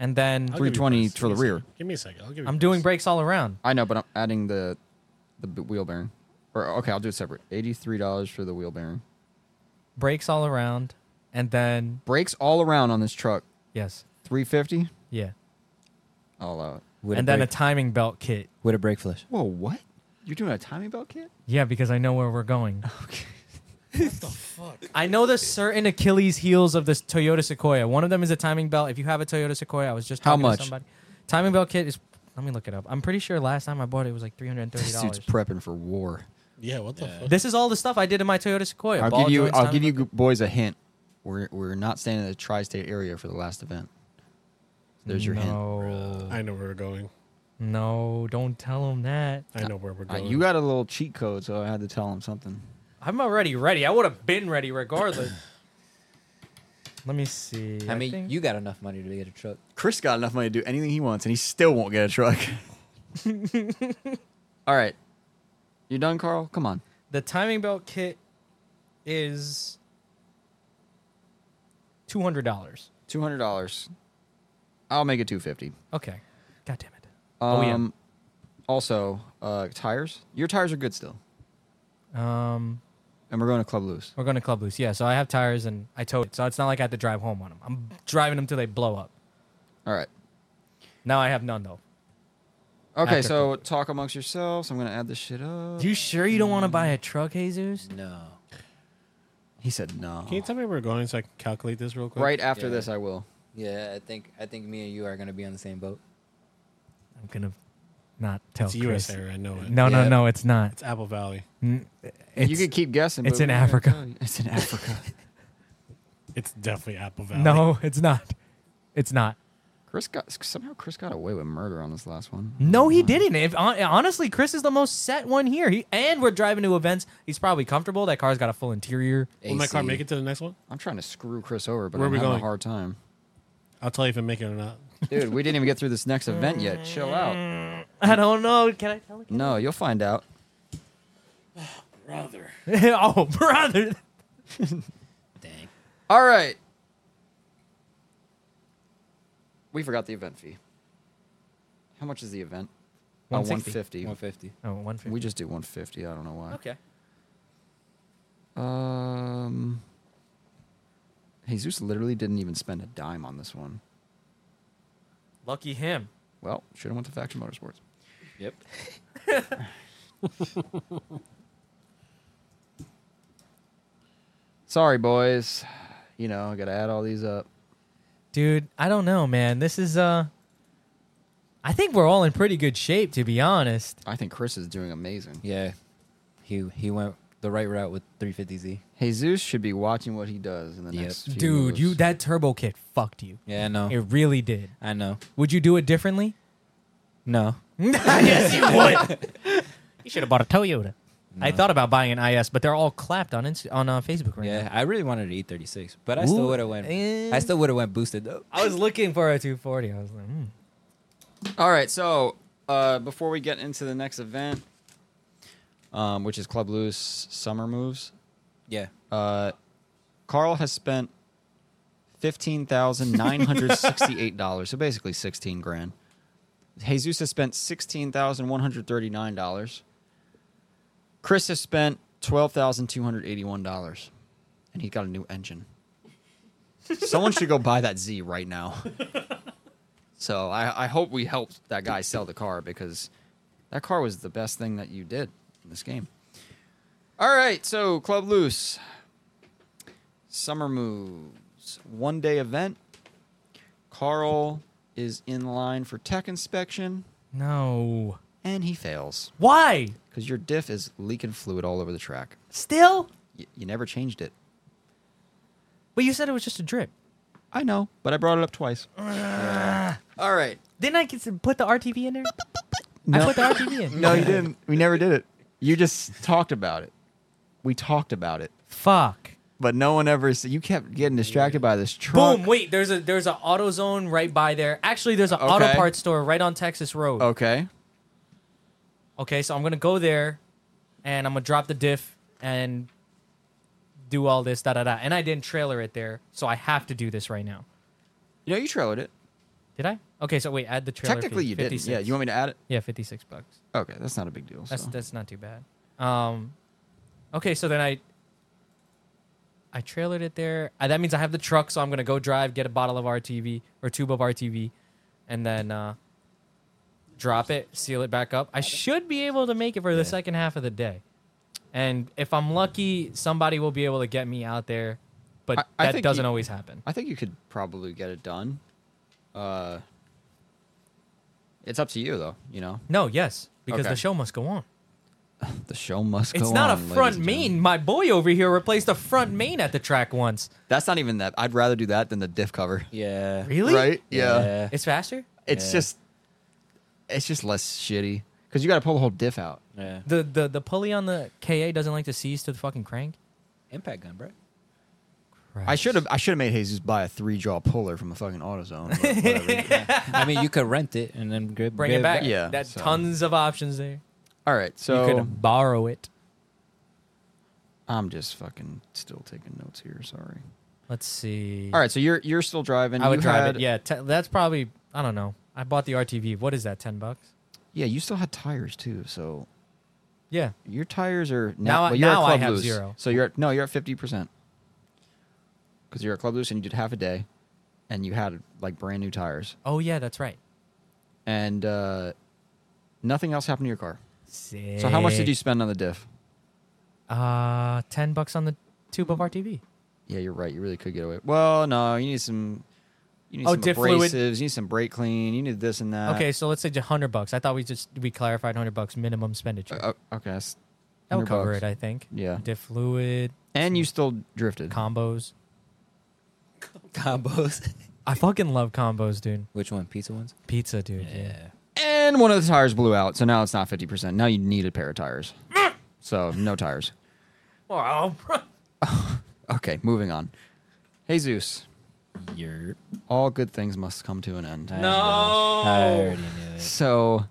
and then I'll give you 320 price. for the Give me a rear. second. Give me a second. I'll give you. I'm price. doing brakes all around. I know, but I'm adding the the b- wheel bearing. Or okay, I'll do it separate. Eighty-three dollars for the wheel bearing. Brakes all around, and then Brakes all around on this truck. yes, 350. yeah, I'll allow it. With and a then brake, a timing belt kit. with a brake flush. Whoa, what? You're doing a timing belt kit? Yeah, because I know where we're going. What the fuck? *laughs* I know the certain Achilles heels of this Toyota Sequoia. One of them is a timing belt. If you have a Toyota Sequoia, I was just How talking much? to somebody. Timing belt kit is. Let me look it up. I'm pretty sure last time I bought it was like three hundred and thirty This dude's dollars. prepping for war. Yeah. What the fuck? This is all the stuff I did in my Toyota Sequoia. I'll Ball give you. joints, I'll timing give you boys a hint. We're we're not staying in the tri-state area for the last event. There's your hint. No, I know where we're going. no, don't tell him that. I know where we're Uh, going. you got a little cheat code, so I had to tell him something. I'm already ready. I would have been *coughs* ready regardless. Let me see. I mean, think- you got enough money to get a truck. Chris got enough money to do anything he wants, and he still won't get a truck. *laughs* All right, you done, Carl? Come on. the timing belt kit is two hundred dollars. Two hundred dollars. I'll make it two fifty. Okay. God damn it. Um, Oh, yeah. Also, uh, tires. Your tires are good still, Um, and we're going to Club Loose. we're going to Club Loose. Yeah, so I have tires and I towed it. So it's not like I have to drive home on them. I'm driving them till they blow up. All right. Now I have none though. Okay, After so talk amongst yourselves. I'm gonna add this shit up. You sure you don't want to buy a truck, Jesus? No. he said no. Can you tell me where we're going so I can calculate this real quick? Right after Yeah. this, I will. Yeah, I think I think me and you are gonna be on the same boat. I'm gonna not tell It's Oh, Chris. US area. I know it. No, no, Yeah. no, it's not. It's Apple Valley. Mm, It's, you could keep guessing. it's but in we're not gonna Africa. tell you. It's in Africa. It's definitely Apple Valley. no, it's not. It's not. Chris got somehow Chris got away with murder on this last one. No, he Why? didn't. If hon- honestly, Chris is the most set one here. He and we're driving to events. He's probably comfortable. That car's got a full interior. Will my car AC. make it to the next one? I'm trying to screw Chris over, but Where I'm we having going? a hard time. I'll tell you if I make it or not. Dude, we didn't even get through this next event yet. Chill Mm. out. *laughs* I don't know. Can I tell him? No, you'll find out. Brother. *laughs* oh, brother. Dang. All right. We forgot the event fee. How much is the event? Uh, 160. 150. 150. Oh, 150. We just do 150. I don't know why. okay. Um, Jesus literally didn't even spend a dime on this one. Lucky him. Well, should have went to Faction Motorsports. Yep. Sorry, boys. You know, I got to add all these up. Dude, I don't know, man. This is uh I think we're all in pretty good shape to be honest. I think Chris is doing amazing. Yeah. He he went the right route with 350Z. Jesus should be watching what he does in the Yep. next. Few Dude, you moves. that turbo kit fucked you. Yeah, I know. It really did. I know. Would you do it differently? No. yes, you would. you should have bought a Toyota. I thought about buying an IS, but they're all clapped on Insta- on uh, Facebook right Yeah, now. I really wanted an E36, but I still Ooh, would have went. eh. I still would have went boosted though. I was looking for a 240. I was like, hmm. All right, so uh, before we get into the next event, um, which is Club Loose Summer Moves, Yeah, uh, Carl has spent fifteen thousand nine hundred sixty-eight dollars, so basically sixteen grand. Jesus has spent sixteen thousand one hundred thirty-nine dollars. Chris has spent twelve thousand two hundred eighty-one dollars, and he got a new engine. Someone should go buy that Z right now. So I, I hope we helped that guy sell the car because that car was the best thing that you did in this game. All right, so Club Loose, Summer Moves, one day event. Carl is in line for tech inspection no. and he fails Why? because your diff is leaking fluid all over the track. Still? Y- you never changed it. But you said it was just a drip. I know, but I brought it up *sighs* twice. all right. Didn't I get to put the RTV in there? I No. put the RTV in. No, you didn't. *laughs* We never did it. You just talked about it. We talked about it, *laughs* Fuck. but no one ever. s- You kept getting distracted by this truck. Boom! Wait, there's a there's a AutoZone right by there. Actually, there's an auto Okay. Oh. parts store right on Texas Road. Okay. Okay, so I'm gonna go there, and I'm gonna drop the diff and do all this da da da. And I didn't trailer it there, so I have to do this right now. You know, you trailered it. Did I? Okay, so wait, add the trailer. Technically, fee, you did. 56. Yeah. You want me to add it? yeah, fifty six bucks. Okay, that's not a big deal. That's so. that's not too bad. Um, okay, so then I I trailered it there. Uh, that means I have the truck, so I'm gonna go drive, get a bottle of RTV or tube of RTV, and then uh, drop it, seal it back up. I should be able to make it for the second half of the day, and if I'm lucky, somebody will be able to get me out there. But I- I that think doesn't you- always happen. I think you could probably get it done. Uh, it's up to you though. You know, No, yes, because Okay. the show must go on. the show must. It's go not on, a ladies front and main. gentlemen. My boy over here replaced a front main at the track once. That's not even that. I'd rather do that than the diff cover. yeah, Really? Right? Yeah. yeah. It's faster. It's Yeah. just, it's just less shitty because you got to pull the whole diff out. yeah. The the the pulley on the KA doesn't like to seize to the fucking crank. Impact gun, bro. I should have I should have made Jesus buy a three jaw puller from a fucking AutoZone. *laughs* but whatever. I mean, you could rent it and then gri- bring give it back. yeah, that so- tons of options there. All right, so you could borrow it. I'm just fucking still taking notes here. Sorry. Let's see. All right, so you're you're still driving. I would You drive had- it. Yeah, te- that's probably I don't know. I bought the RTV. What is that? Ten bucks? yeah. You still had tires too, so Yeah. your tires are Now now. I- well, you're at now I Club have Loose, zero. So you're at, no, you're at fifty percent because you're at Club Loose and you did half a day, and you had like brand new tires, Oh yeah, that's right. and uh, nothing else happened to your car. So how much did Eh. you spend on the diff? Uh, ten bucks on the tube of RTV. Yeah, you're right. You really could get away. Well, no, you need some. You need Oh, some diff abrasives. fluid. You need some brake clean. You need this and that. okay, so let's say hundred bucks. I thought we just we clarified hundred bucks minimum expenditure. Uh, okay. That's that 100 would cover bucks. it, I think. Yeah. Diff fluid And you still drifted. combos. *laughs* combos. I fucking love combos, dude. Which one? Pizza ones? Pizza, dude. yeah. and one of the tires blew out, so now it's not fifty percent. Now you need a pair of tires. Ah! so no tires. Wow, bro. Okay, moving on. Hey Zeus, You're. all good things must come to an end. No. I already knew it. So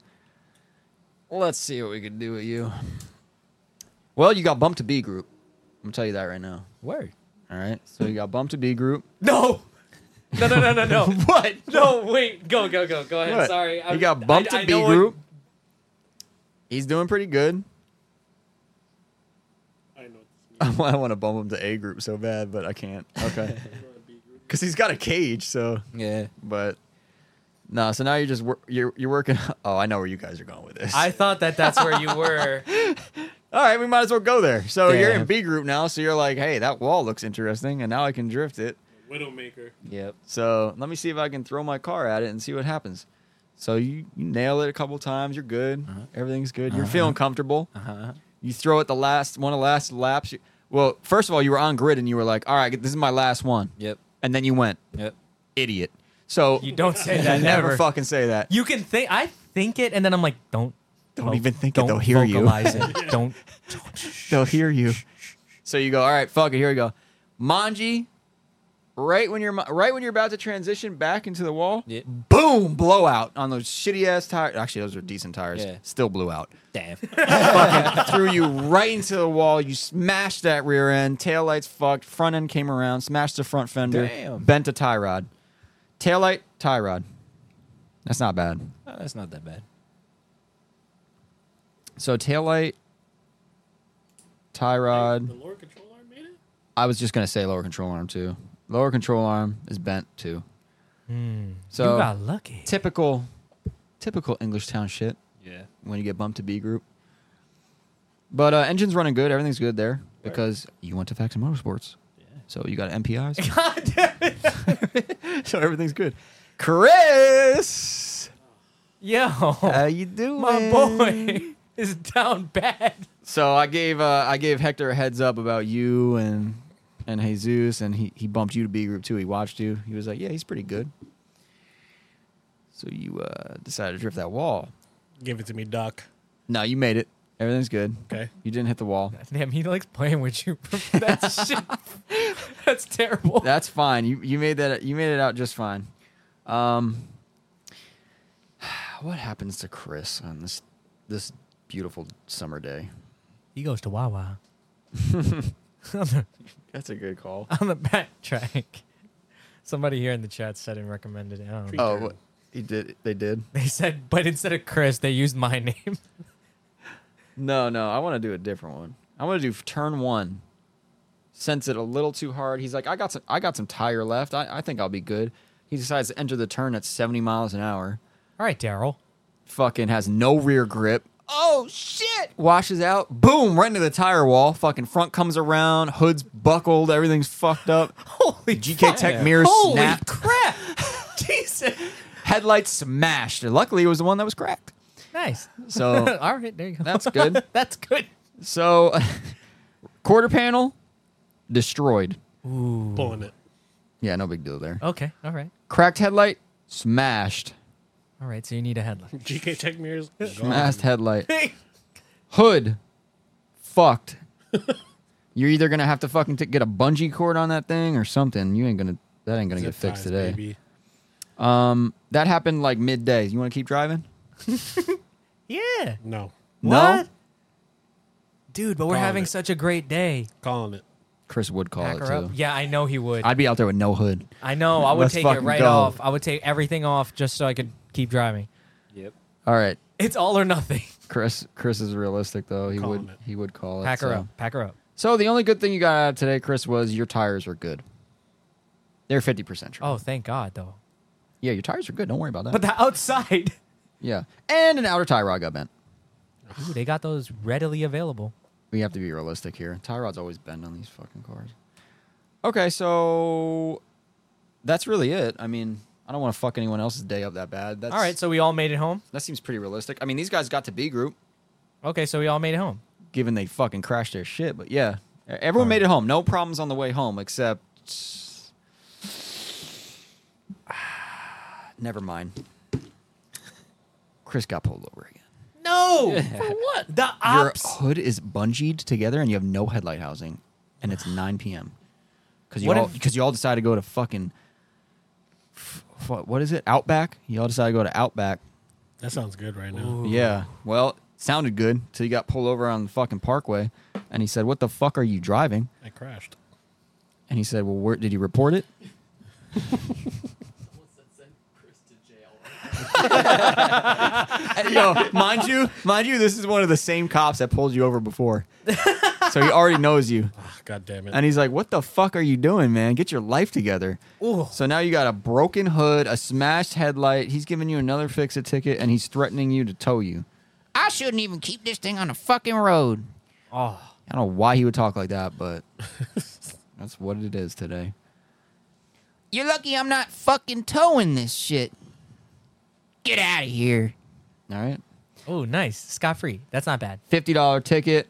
let's see what we could do with you. Well, you got bumped to B group. I'm gonna tell you that right now. Word. All right. So you got bumped to B group. No. *laughs* No, no, no, no, no. *laughs* what? No, wait. Go, go, go. Go ahead. What? Sorry. He got bumped to to B group. He's doing pretty good. *laughs* *laughs* I know what I want to bump him to A group so bad, but I can't. Okay. *laughs* this means. Because he's got a cage, so. Yeah. But. No, so now you're just wor- you're you're working. *laughs* Oh, I know where you guys are going with this. I thought that that's where you were. All right, we might as well go there. So you're in Damn. B group now. So you're like, hey, that wall looks interesting, and now I can drift it. Widowmaker. Yep. So let me see if I can throw my car at it and see what happens. So you, you nail it a couple times. You're good. Uh-huh. Everything's good. You're feeling comfortable. Uh huh. You throw it the last one of the last laps. You- well, first of all, you were on grid and you were like, "All right, this is my last one," Yep. and then you went, Yep. "Idiot." So You *laughs* don't *laughs* say I *laughs* that. never never. fucking say that. You can think. I think it, and then I'm like, don't Don't even think it. don't They'll hear you. *laughs* vocalize it. *laughs* Don't. They'll hear you. So you go, all right, fuck it. Here we go. Manji, right when you're right when you're about to transition back into the wall, Yeah. boom, blowout on those shitty ass tires. Actually, those are decent tires. Yeah. Still blew out. *laughs* Damn. Fucking threw you right into the wall. You smashed that rear end. Tail lights fucked. Front end came around. Smashed the front fender. Damn. Bent a tie rod. Tail light, tie rod. That's not bad. Oh, that's not that bad. So tail light, tie rod. The lower control arm made it. I was just gonna say lower control arm too. Lower control arm is bent too. Hmm. you So got lucky. *laughs* typical, typical English town shit Yeah. when you get bumped to B group. But uh, engine's running good. Everything's good there because you went to Fax and Motorsports. So you got *laughs* MPIs. God damn it. so everything's good. Chris, Yo, *laughs* how you doing, Oh. my boy *laughs* is down bad. So I gave uh, I gave Hector a heads up about you and and Jesus, and he, he bumped you to B group too. He watched you. He was like, "Yeah, he's pretty good." So you uh, decided to drift that wall. Give it to me, Doc. No, you made it. Everything's good. Okay. You didn't hit the wall. Damn, he likes playing with you. *laughs* *laughs* That's shit. That's terrible. That's fine. You you made that you made it out just fine. Um, *sighs* what happens to Chris on this this beautiful summer day? He goes to Wawa. on, the, That's a good call. *laughs* on the backtrack. Somebody here in the chat said and recommended it. I don't know. Oh, what- he did. They did. They said, but instead of Chris, they used my name. *laughs* No, no, I want to do a different one. I want to do f- turn one. Sense it a little too hard. He's like, I got some, I got some tire left. I, I think I'll be good. He decides to enter the turn at 70 miles an hour. All right, Daryl. Fucking has no rear grip. Oh shit! Washes out. Boom! Right into the tire wall. Fucking front comes around. Hood's buckled. Everything's fucked *laughs* up. Holy GK fuck. Tech mirrors Holy snap. *laughs* crap! Jesus. Headlights smashed. Luckily, it was the one that was cracked. *laughs* Nice. So All right, there you go. That's good. *laughs* That's good. so *laughs* quarter panel destroyed. Pulling it. Yeah, no big deal there. Okay. All right. Cracked headlight, smashed. All right. So you need a *laughs* headlight. GK Tech mirrors. Smashed headlight. Hey. Hood, *laughs* fucked. You're either gonna have to fucking t- get a bungee cord on that thing or something. You ain't gonna that ain't gonna Zip get fixed ties, today. baby. Um, that happened like midday. You want to keep driving? Yeah. No, No, What? Dude, but we're Calling having it. suck such a great day. calling it. Chris would call Pack it her up. too. Yeah, I know he would. I, I'd be out there with no hood. know. I would Let's take it fucking right go. off. I would take everything off just so I could keep driving. Yep. All right, It's all or nothing. Chris. Chris is realistic though. He Calling would it. he would call it. Pack her so. up. Pack her up. So the only good thing you got out of today, Chris, was your tires were good. They're fifty percent true. Oh, thank God, though. Yeah, your tires are good. Don't worry about that. But the outside, *laughs* Yeah. And an outer tie rod got bent. Ooh, they got those readily available. We have to be realistic here. Tie rods always bend on these fucking cars. Okay, so that's really it. I mean, I don't want to fuck anyone else's day up that bad. That's, All right, so we all made it home. that seems pretty realistic. I mean, these guys got to B group, Okay, so we all made it home. given they fucking crashed their shit. But yeah, E-, everyone made it home. No problems on the way home, except. *sighs* Never mind. Chris got pulled over again. *laughs* No, for what? The Your ops. hood is bungeed together and you have no headlight housing, and *sighs* it's 9 p.m. Because you What all if- because you all decide to go to fucking f- f- what is it Outback? You all decide to go to Outback. That sounds good right now. Yeah. Well, sounded good till you got pulled over on the fucking Parkway, and he said, "What the fuck are you driving?" I crashed. And he said, "Well, where did you report it?" What's that send Chris to jail? And, yo, mind you, mind you, this is one of the same cops that pulled you over before, so he already knows you. Ah, God damn *laughs* it. And he's like, "What the fuck are you doing, man? Get your life together." Ooh. So now you got a broken hood, a smashed headlight. He's giving you another fix-it ticket, and he's threatening you to tow you. I shouldn't even keep this thing on the fucking road. Oh, I don't know why he would talk like that, but *laughs* that's what it is today. You're lucky I'm not fucking towing this shit. Get out of here. All right, oh, nice, scot free. That's not bad. fifty-dollar ticket,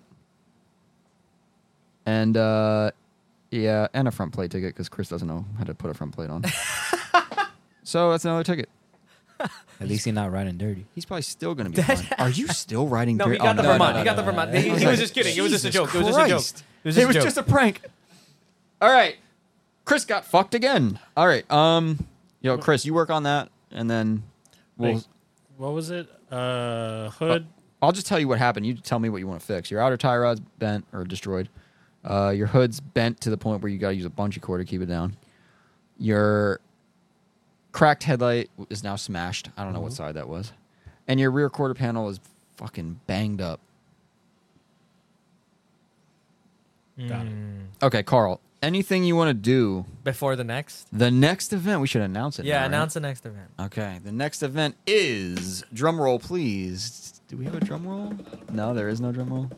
and uh, yeah, and a *laughs* front plate ticket because Chris doesn't know how to put a front plate on. so that's another ticket. At least he's not riding dirty. He's probably still going to be fine. Are you still riding No, dirt? he got the no, no, Vermont. no, he got no, no, the Vermont. no. I He, he like, was just kidding. It was just a Jesus joke. It was just a joke. Christ. It was It just a was joke. just a prank. All right. Chris got fucked again. All right. Um, yo, Chris, you work on that, and then we'll. Like, what was it? Uh, hood. I'll just tell you what happened. You tell me what you want to fix. Your outer tie rod's bent or destroyed. Uh, your hood's bent to the point where you got to use a bungee cord to keep it down. Your cracked headlight is now smashed. I don't Mm-hmm. know what side that was. And your rear quarter panel is fucking banged up. Got it. Okay, Carl. Anything you want to do? *laughs* Before the next. The next event, we should announce it. Yeah, now, right? announce the next event. Okay, the next event is drum roll, please. Do we have a drum roll? No, there is no drum roll.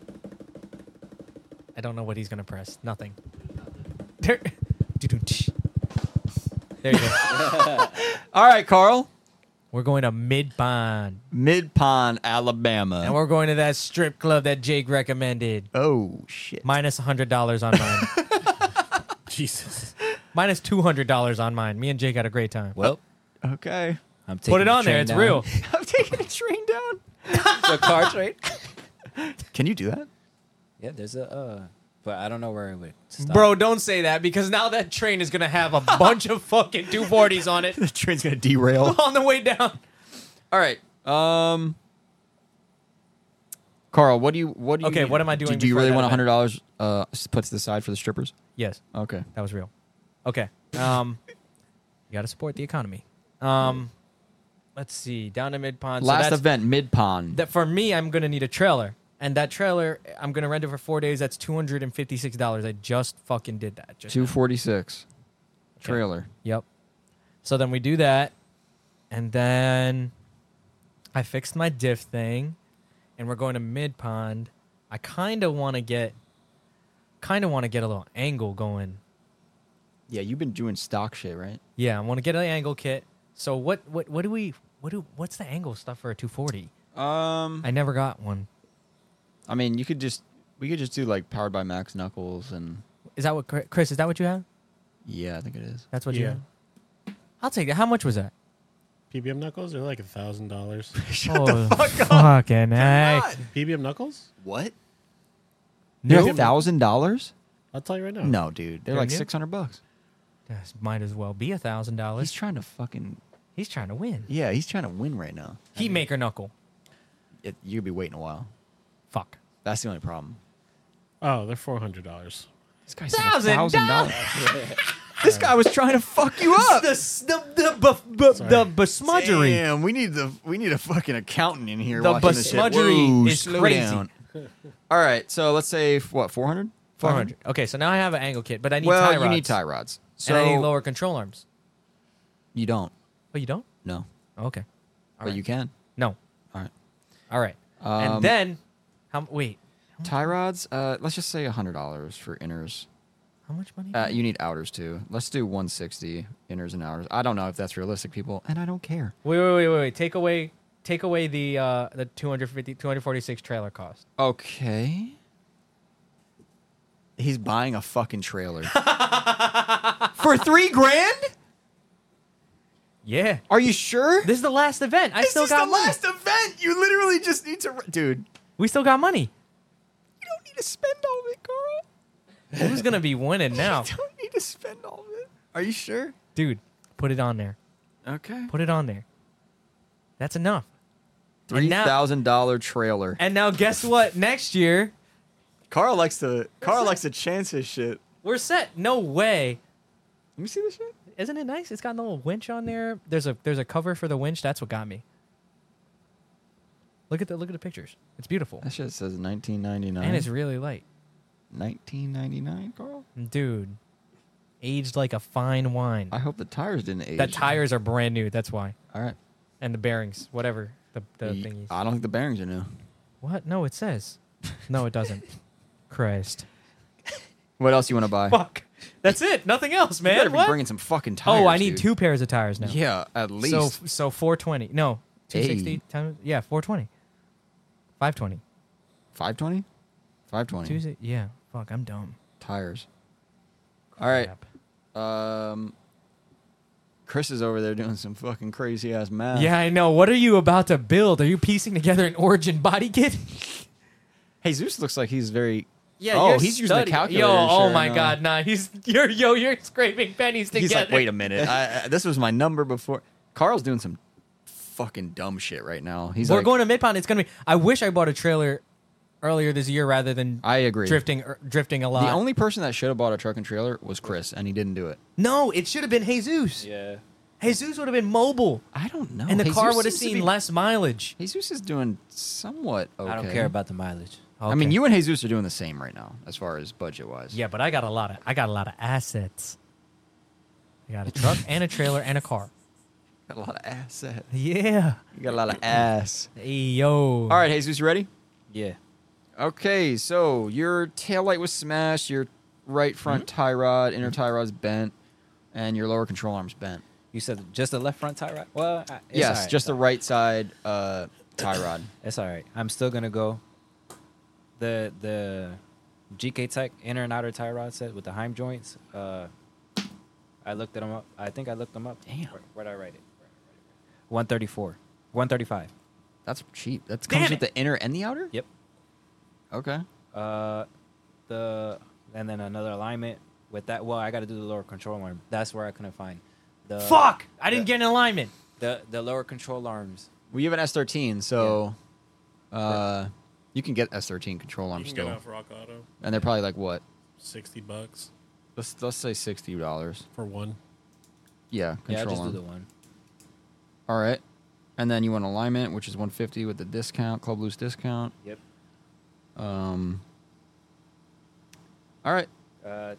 I don't know what he's gonna press. Nothing. There, *laughs* Doo-doo-tsh. there you *laughs* go. All right, Carl. we're going to Mid Pond, Mid Pond, Alabama. and we're going to that strip club that Jake recommended. oh shit. Minus hundred dollars on mine. *laughs* Jesus. Minus two hundred dollars on mine. Me and Jake had a great time. Well, okay. *laughs* I'm taking Put it the on there. train It's down. real. I'm taking a train down. *laughs* the car train. Can you do that? Yeah, there's a. Uh, but I don't know where it would stop. Bro, don't say that because now that train is gonna have *laughs* a bunch of fucking two forties on it The train's gonna derail. on the way down. *laughs* All right. Um. Carl, what do you what do you Okay, what am I doing Do you before really that want hundred event? dollars uh s- put to the side for the strippers? Yes, Okay. that was real. Okay. Um, you gotta support the economy. Um, let's see. Down to Mid Pond. so Last that's- event, mid pond. that for me i'm gonna need a trailer and that trailer i'm gonna rent it for four days that's $256 i just fucking did that just Two forty six. Trailer. yep so then we do that and then i fixed my diff thing and we're going to mid pond i kind of want to get kind of want to get a little angle going Yeah, you've been doing stock shit, right? yeah i want to get an angle kit so what what what do we what do what's the angle stuff for a 240 Um, i never got one I mean, you could just we could just do like powered by Max Knuckles and is that what Chri- chris is that what you have yeah, I think it is. that's what you Yeah. have i'll take that how much was that PBM knuckles are like a thousand dollars. oh, Fucking hey. PBM knuckles? What? They're thousand dollars? I'll tell you right now. No, dude, they're They're like new? six hundred bucks. This might as well be a thousand He's dollars. trying to fucking He's trying to win. yeah, he's trying to win right now. Heat maker knuckle. It, you'll be waiting a while. Fuck. That's the only problem. Oh, they're four hundred dollars. This guy's Thousand dollars. *laughs* this guy was trying to fuck you *laughs* up. the the bef- bef- Sorry. the besmudgery. Damn, we need the we need a fucking accountant in here. The watching this shit. besmudgery Whoa, is slow crazy. down. *laughs* All right, so let's say what four hundred? Four hundred. Okay, so now I have an angle kit, but I need Well, tie rods. you need tie rods. So and I need lower control arms. you don't. Oh, you don't? Oh, No, Okay. but right. you can. No. All right. All right. Um, and then, how? Wait. Tie rods. Uh, let's just say hundred dollars for inners. How much money? Uh, you need outers too. Let's do one sixty inners and outers. I don't know if that's realistic, people, and I don't care. wait, wait, wait, wait, wait. Take away, take away the uh, the 250, 246 trailer cost. Okay. He's buying a fucking *laughs* trailer for three grand. Yeah. Are you sure? This is the last event. I still is got the money. last event. You literally just need to, dude. We still got money. You don't need to spend all of it, Carl. Who's *laughs* gonna be winning now, You don't need to spend all of it. Are you sure? dude? Put it on there. Okay. Put it on there. That's enough. Three And now- thousand dollar trailer. And now, guess what? Next year, Carl likes to. Carl likes to chance his shit. we're set. No way. Let me see this shit. Isn't it nice? It's got a little winch on there. There's a there's a cover for the winch. That's what got me. Look at the look at the pictures. It's beautiful That shit says 1999. and it's really light, 1999, Carl. dude. Aged like a fine wine. I hope the tires didn't age. The tires are brand new. That's why. All right. And the bearings, whatever the the Ye- uh, thingies. I don't think the bearings are new. What? No, it says. No, *laughs* it doesn't. Christ. What else you want to buy? Fuck. That's it. Nothing else, you man. better be What? bringing some fucking tires. oh, I need dude. two pairs of tires now. Yeah, at least. So so 420. No, 260 Hey. times yeah, 420. 520. 520? 520. Tuesday. Yeah. Fuck, I'm dumb. Tires. All right. Crap. Um, Chris is over there doing some fucking crazy ass math. Yeah, I know. What are you about to build? Are you piecing together an origin body kit? *laughs* Hey, Zeus looks like he's very. Yeah. Oh, you're he's using the studying- calculator. Yo, oh sure my enough. God, nah. He's you're yo, you're scraping pennies together. He's like, wait a *laughs* minute. *laughs* I, I, this was my number before. Carl's doing some fucking dumb shit right now. He's We're like, going to Midpound. It's gonna be. I wish I bought a trailer earlier this year rather than I agree. drifting er, drifting a lot. The only person that should have bought a truck and trailer was Chris, and he didn't do it. no, it should have been Jesus. Yeah. Jesus would have been mobile, I don't know. and the Jesus car would have seems to seen be- less mileage. Jesus is doing somewhat okay. I don't care about the mileage. I mean, Okay. you and Jesus are doing the same right now, as far as budget wise. Yeah, but I got a lot of I got a lot of assets. I got a truck and a trailer and a car. Got a lot of *laughs* asset. Yeah. You got a lot of ass. Hey, yo. All right, Jesus, you ready? Yeah. Okay, so your taillight was smashed, your right front tie rod, inner tie rod's bent, and your lower control arm's bent. You said just the left front tie rod. Well, I- it's yes, all right. just the right side uh, tie rod. It's all right. I'm still gonna go. The the GK Tech inner and outer tie rod set with the Heim joints. Uh, I looked them up. I think I looked them up. Damn. Where, where did I write it? One thirty four. One thirty five. That's cheap. That Damn comes with it. the inner and the outer? Yep. Okay. Uh, the and then another alignment with that. Well, I got to do the lower control arm. That's where I couldn't find. The Fuck! I didn't the, get an alignment. the the lower control arms. Well, you have an S13, so uh, you can get S13 control arm You can get still. off Rock Auto, And they're probably like, what? sixty bucks Let's, let's say $60. for one. *laughs* Yeah, control yeah, I just arm. do the one. All right. And then you want alignment, which is 150 with the discount, club loose discount. Yep. Um, all right. Uh,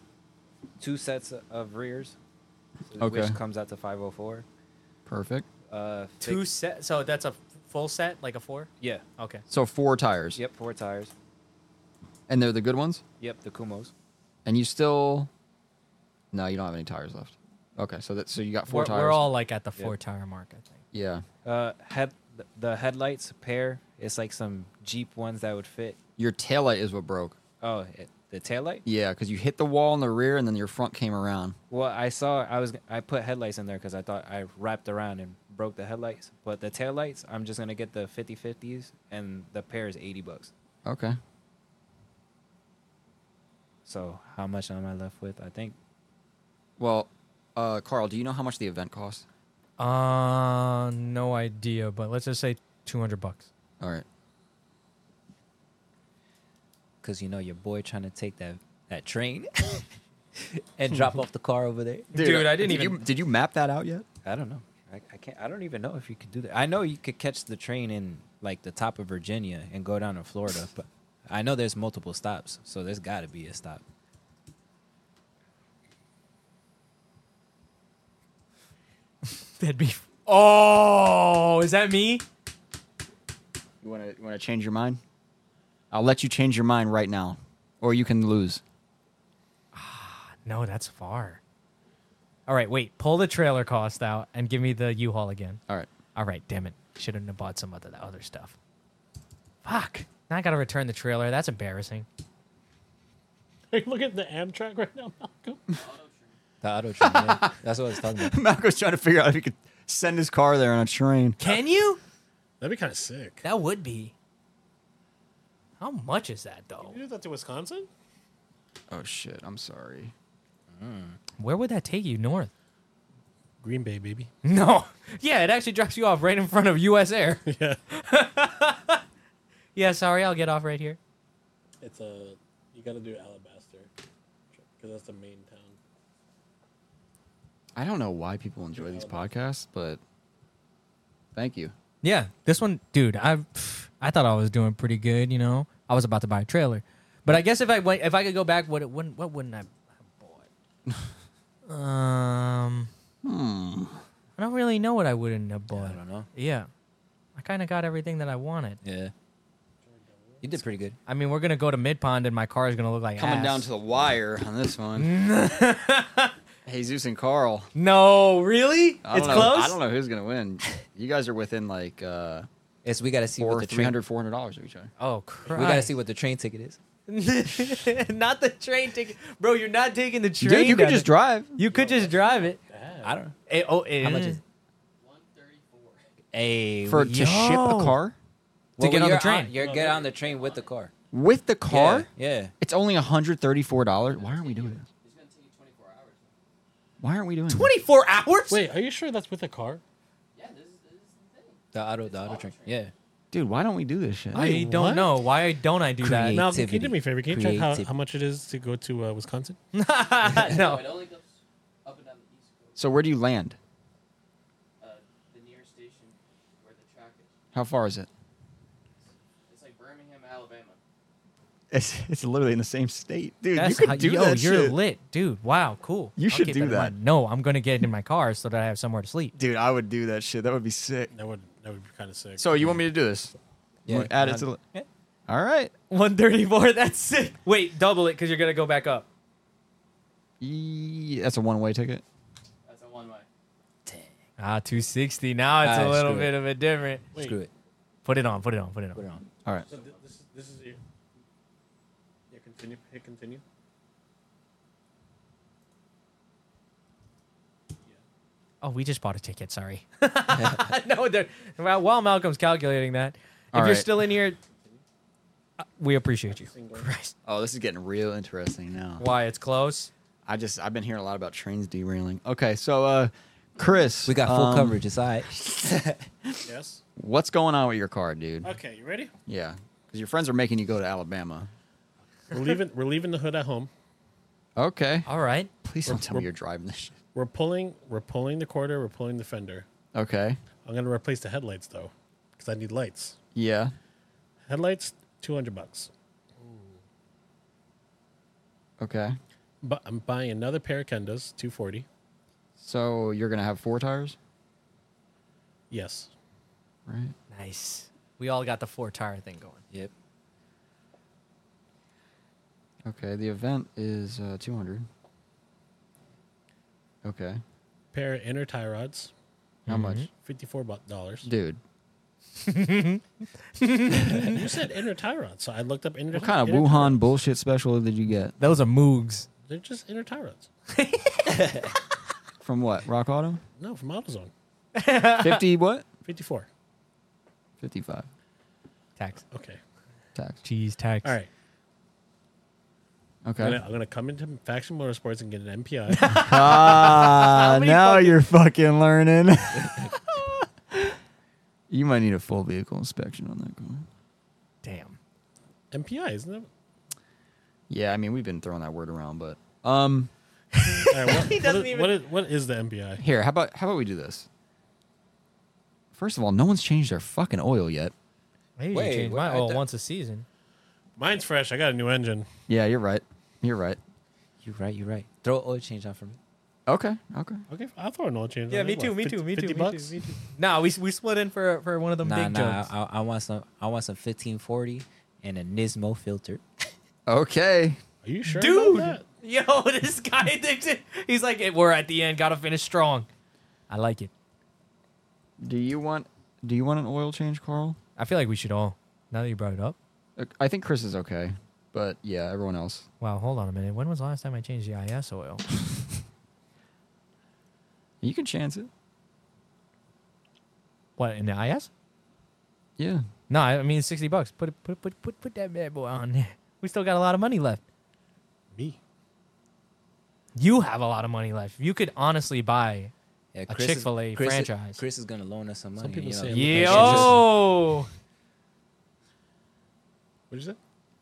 two sets of rears, Okay. which comes out to five hundred four. Perfect. Uh, Two fix- set. So that's a full set, like a four. Yeah. Okay. So four tires. Yep. Four tires. And they're the good ones? Yep. The Kumos. And you still. No, you don't have any tires left. Okay. So that so you got 4 We're, tires. we're all like at the Yeah. four tire mark, I think. yeah. Uh, head th- the headlights pair. It's like some Jeep ones that would fit. Your taillight is what broke. Oh, it, the taillight. Yeah, because you hit the wall in the rear and then your front came around. Well, I saw I was g- I put headlights in there because I thought I wrapped around and broke the headlights. But the taillights, I'm just gonna get the 50-50s and the pair is eighty bucks. Okay. So how much am I left with? I think Well, uh, Carl, do you know how much the event costs? Uh, no idea, but let's just say two hundred bucks. *laughs* All right. because you know your boy trying to take that that train *laughs* and drop off the car over there. Dude, I didn't did even- You, did you map that out yet? I don't know. I, I can't. I don't even know if you could do that. I know you could catch the train in like the top of Virginia and go down to Florida, but I know there's multiple stops, so there's got to be a stop. That'd be. Oh, is that me? You want to you want to change your mind? I'll let you change your mind right now, or you can lose. No, that's far. All right, wait. Pull the trailer cost out and give me the U-Haul again. All right. *laughs* All right, damn it. Shouldn't have bought some of the other stuff. Fuck. Now I gotta return the trailer. That's embarrassing. Are you looking at the Amtrak right now, *laughs* Malcolm? Auto trim. The auto train. yeah. That's what I was talking about. Malcolm's trying to figure out if he could send his car there on a train. Can you? That'd be kind of sick. That would be. How much is that though? You did that to Wisconsin? Oh shit! I'm sorry. Where would that take you north? *laughs* Green Bay, baby. No. Yeah, it actually drops you off right in front of US Air. Yeah. *laughs* yeah, sorry, I'll get off right here. It's a. You got to do Alabaster because that's the main town. I don't know why people enjoy these podcasts, but thank you. Yeah, this one, dude. I I thought I was doing pretty good. You know, I was about to buy a trailer, but I guess if I went, if I could go back, what it wouldn't, what wouldn't I have bought? *laughs* um, Hmm. I don't really know what I wouldn't have I bought. don't know. Yeah, I kind of got everything that I wanted. Yeah. You did pretty good. I mean, we're gonna go to Mid Pond, and my car is gonna look like Coming ass. down to the wire on this *laughs* one. Jesus and Carl. no, really, I don't it's know, close. I don't know who's gonna win. You guys are within like uh, It's we got to see what four, the three train. hundred, four hundred dollars of each other. Oh We crap! got to see what the train ticket is. *laughs* not the train ticket, bro. You're not taking the train. Dude, you could down just there. drive. You could just drive it. Yeah. I don't know. It, oh, it, How much is One thirty-four. a for to ship a car to get on the train. you're get on the train with the car. with the car. Yeah. yeah. It's only hundred thirty-four dollars. Why aren't we doing this? It's gonna take you twenty-four hours. Why aren't we doing this? 24 hours? Wait, are you sure that's with a car? Yeah, this is, this is the thing. The auto, the auto auto train. train. Yeah. Dude, why don't we do this shit? I- I don't What? know. Why don't I do that? Create. Now, can you Creativity. do me a favor? Can you check how, Creativity. how much it is to go to uh, Wisconsin? No, *laughs* no. it only goes up and down the east coast. so where do you land? Uh, the nearest station where the track is. How far is it? It's like Birmingham, Alabama. It's, it's literally in the same state, dude. That's how, yo, you're lit, dude. Wow, cool. You should keep do in that. mind. No, I'm gonna get in my car so that I have somewhere to sleep. dude. I would do that shit. That would be sick. That would that would be kind of sick. So you want me to do this? You Yeah. wanna add it to. the Yeah. All right. 134. *laughs* That's sick. Wait, double it because you're gonna go back up. Ye- That's a one-way ticket. That's a one way. Ah, 260. Now it's Ah, a little screw bit of a different. Wait, Screw it. Put it on. Put it on. Put it on. Put it on. All right. So th- this is this is your, yeah. Continue. Hit continue. Oh, we just bought a ticket. *laughs* Sorry. no, they're- well, while Malcolm's calculating that, if All you're right. still in here, uh, we appreciate you. Single. Christ. Oh, this is getting real interesting now. Why it's close. I just I've been hearing a lot about trains derailing. Okay, so uh, Chris, We got full um, coverage. It's all right. *laughs* Yes. What's going on with your car, dude? Okay. You ready? Yeah, because your friends are making you go to Alabama. We're leaving. We're leaving the hood at home. Okay. All right. Please don't tell me we're- you're driving this shit. We're pulling. We're pulling the quarter. We're pulling the fender. Okay. I'm gonna replace the headlights though, because I need lights. Yeah. Headlights, two hundred bucks. Okay. But I'm buying another pair of Kendas, two forty. So you're gonna have four tires, Yes. right? Nice. We all got the four tire thing going. Yep. Okay. The event is uh, 200. Okay. Pair of inner tie rods, How much, fifty four *laughs* dollars. dude? You said inner tie rods, so I looked up inner. What kind of inner tie rods. Wuhan bullshit special did you get Those are moogs. They're just inner tie rods. from what? Rock Auto? No, from AutoZone, Fifty what? fifty four. Fifty-five Tax. Okay. tax. Cheese tax. All right. Okay. I'm gonna, I'm gonna come into Faction Motorsports and get *laughs* an MPI. Ah, many now fucking- you're fucking learning. *laughs* you might need a full vehicle inspection on that car. Damn. MPI, isn't it? Yeah, I mean we've been throwing that word around, but um, All right, what, He *laughs* what doesn't is- even- what is, what is the MPI? here, how about how about we do this? First of all, no one's changed their fucking oil yet. I usually Wait, change what? my I oil thought- once a season. Mine's fresh. I got a new engine. Yeah, you're right. You're right. You're right. You're right. Throw oil change on for me. Okay, okay. Okay, I'll throw an oil change. Yeah, on me it. too, What, me too, me 50 too, me bucks? too, me Nah, we, we split in for for one of them Nah, big nah. jokes. I, I want some. I want some 1540 and a Nismo filter. Okay. Are you sure Dude, about that? yo, *laughs* this guy thinks it. He's like, "Hey, we're at the end. Gotta finish strong. I like it. Do you want do you want an oil change, Carl? I feel like we should all. Now that you brought it up. Uh, I think Chris is okay, but yeah, everyone else. Wow, hold on a minute. When was the last time I changed the IS oil? You can chance it. what in the IS? Yeah. No, I I mean it's sixty bucks. Put it, put put put put that bad boy on. *laughs* We still got a lot of money left. Me. You have a lot of money left. You could honestly buy. Yeah, A Chris is- Chick-fil-A Chris is- franchise. Chris is gonna loan us some money. people you know, say- you can- Yo, What'd you say?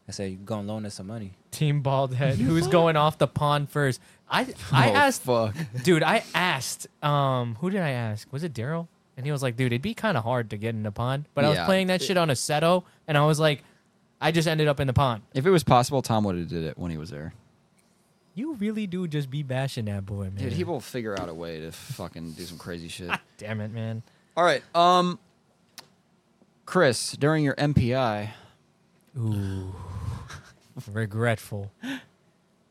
I said you're gonna loan us some money. Team Bald Head, *laughs* who's going off the pond first? I I Oh, asked Fuck. dude i asked um who did i ask was it daryl and he was like dude it'd be kind of hard to get in the pond but i was Yeah. playing that shit on a seto and i was like i just ended up in the pond *laughs* If it was possible, Tom would have did it when he was there. you really do just be bashing that boy man Dude, he will figure out a way to fucking do some *laughs* crazy shit. damn it man All right, um, Chris, during your MPI, ooh regretful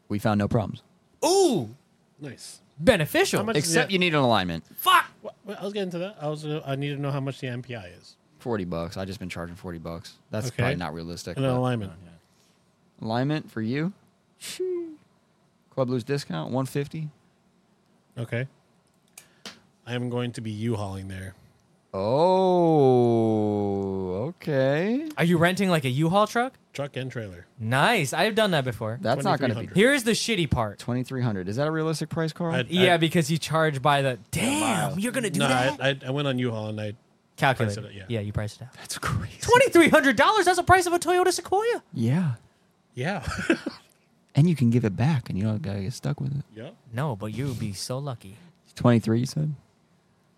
we found no problems ooh Nice. beneficial How much- except Yeah. you need an alignment. fuck Well, well, I was getting to that. I was. I need to know how much the MPI is Forty bucks. I just been charging forty bucks. That's Okay. probably not realistic. and an but- alignment. Oh, alignment for you. Club Blues discount one fifty. Okay. I am going to be U-hauling there. Oh, okay. Are you renting like a U-Haul truck? Truck and trailer. Nice. I've done that before. That's not going to be 2300. Here is the shitty part. 2300. Is that a realistic price, Carl? I'd- Yeah, I'd- because you charge by the. Damn, mile. you're gonna do no, that. I, I, I went on U-Haul and I Calculate. priced it, yeah. yeah. you priced it out. That's crazy. Twenty three hundred dollars. That's the price of a Toyota Sequoia. Yeah. yeah *laughs* And you can give it back and you don't got to get stuck with it. yep No, but you'd be so lucky. 23 you said?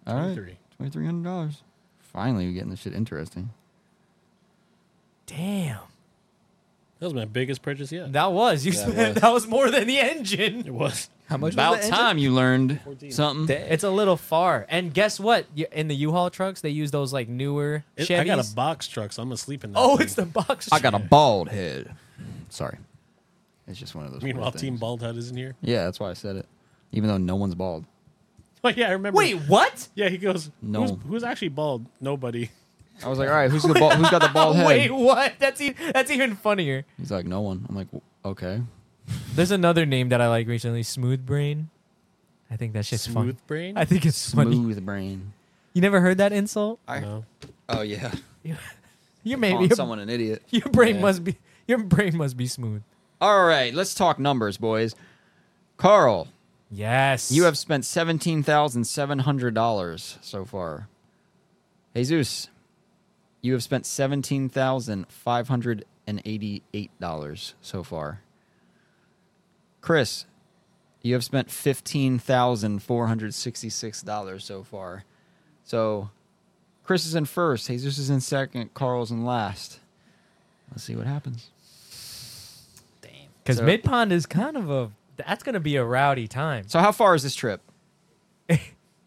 All right. 23. $2300. Finally, we're getting this shit interesting. Damn, that was my biggest purchase yet. that was you. spent, was. That was more than the engine. it was How much About time you learned 14. something. It's a little far. And guess what? Y- In the U-Haul trucks, they use those like newer It- Chevys. I got a box truck, so I'm asleep in that. oh, thing. it's the box. I got a bald head. Sorry. It's just one of those. *laughs* Meanwhile, weird Team things. Bald Head isn't here. *laughs* Yeah, that's why I said it. Even though no one's bald. Oh yeah, I remember. Wait, what? Yeah, he goes. No. Who's, who's actually bald? Nobody. I was like, all right, who's, the bald, who's got the bald head? *laughs* Wait, what? That's e- that's even funnier. He's like, no one. I'm like, w- okay. There's another name that I like recently, Smooth Brain. I think that shit's Smooth fun. brain. I think it's funny. Smooth brain. You never heard that insult? no. Oh yeah. You Calling maybe your, someone an idiot. *laughs* your brain Yeah. must be your brain must be smooth. All right, let's talk numbers, boys. Carl, Yes. you have spent seventeen thousand seven hundred dollars so far. Jesus, you have spent seventeen thousand five hundred and eighty-eight dollars so far. Chris, you have spent fifteen thousand four hundred sixty-six dollars so far. So, Chris is in first. Jesus is in second. Carl's in last. Let's see what happens. because so- Mid Pond is kind of a that's gonna be a rowdy time. So, how far is this trip?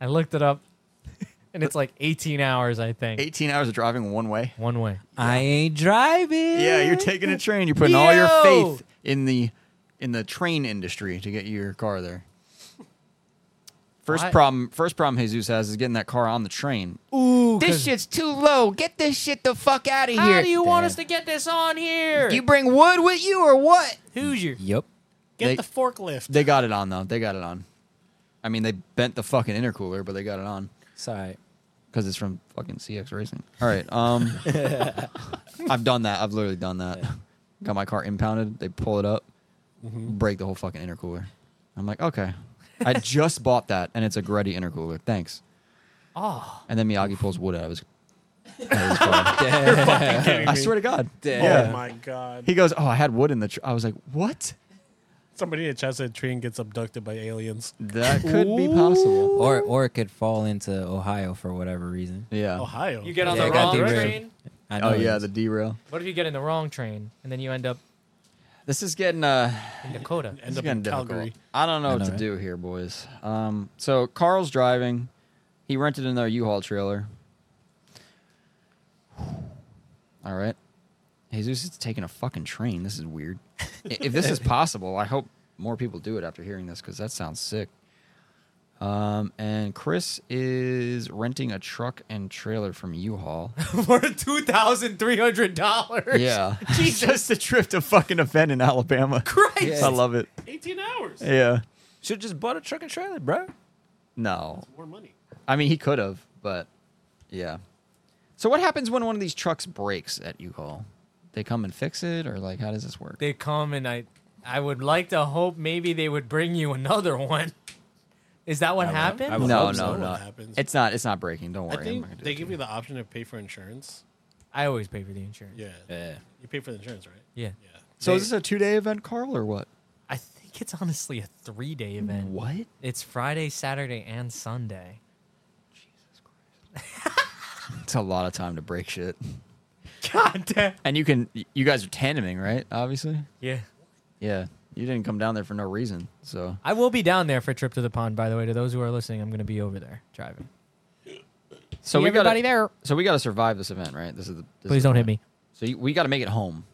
I looked it up, *laughs* and it's like 18 hours, I think, Eighteen hours of driving one way. one way. I ain't driving. Yeah, *laughs* you're taking a train. You're putting all your Yo! faith in the in the train industry to get your car there. First Why- problem, first problem Jesus has is getting that car on the train. Ooh, This shit's too low. Get this shit the fuck out of here. want us to get this on here? Do you bring wood with you or what? Hoosier. Yep. Get They- the forklift. They got it on though. They got it on. I mean, they bent the fucking intercooler, but they got it on Sorry. because it's from fucking CX Racing. All right, um, I've done that. I've literally done that. Got my car impounded. They pull it up, break the whole fucking intercooler. I'm like, okay. I just bought that, and it's a Gretti intercooler. Thanks. Oh, And then Miyagi pulls wood out of his. out of his car. *laughs* Are you kidding I me? swear to God. Oh my god. He goes, "Oh, I had wood in the." Tr-. I was like, "What? Somebody in a chestnut tree and gets abducted by aliens. That could be possible." Or or it could fall into Ohio for whatever reason. Yeah. Ohio. you get on Yeah, the I got wrong derailed. train. I Oh know yeah, it's- the derail. What if you get in the wrong train and then you end up This is getting uh, in Dakota? this end is up getting in difficult. Calgary. I don't know I what know, to right? do here, boys. Um, so Carl's driving. He rented another U-Haul trailer. *sighs* All right. Jesus is taking a fucking train. This is weird. I- if this is possible, I hope more people do it after hearing this because that sounds sick. Um, and Chris is renting a truck and trailer from U-Haul. *laughs* For two thousand three hundred dollars. yeah, *laughs* *laughs* Jesus. just a trip to fucking event in Alabama. Christ. I love it. 18 hours. Yeah. Should just bought a truck and trailer, bro. No, More money. I mean, he could have, but yeah. So what happens when one of these trucks breaks at U-Haul? They come and fix it, or like, how does this work? They come and I, I would like to hope maybe they would bring you another one. Is that what I would- happened? I would- no, hope so. no, What no. happens? It's not. It's not breaking. Don't worry. I I'm think not gonna do they it to give you the option to pay for insurance. I always pay for the insurance. Yeah. Yeah. You pay for the insurance, right? Yeah. Yeah. So is this a two-day event, Carl, or what? I think it's honestly a three day event. What? It's Friday, Saturday, and Sunday. It's a lot of time to break shit. *laughs* God damn. And you can. You guys are tandeming, right? Obviously. Yeah. Yeah. You didn't come down there for no reason. So I will be down there for a trip to the pond, by the way. To those who are listening, I'm going to be over there driving. so See we gotta, everybody there. So we got to survive this event, right? This is the. this Please is the don't hit point. me. So you, we got to make it home.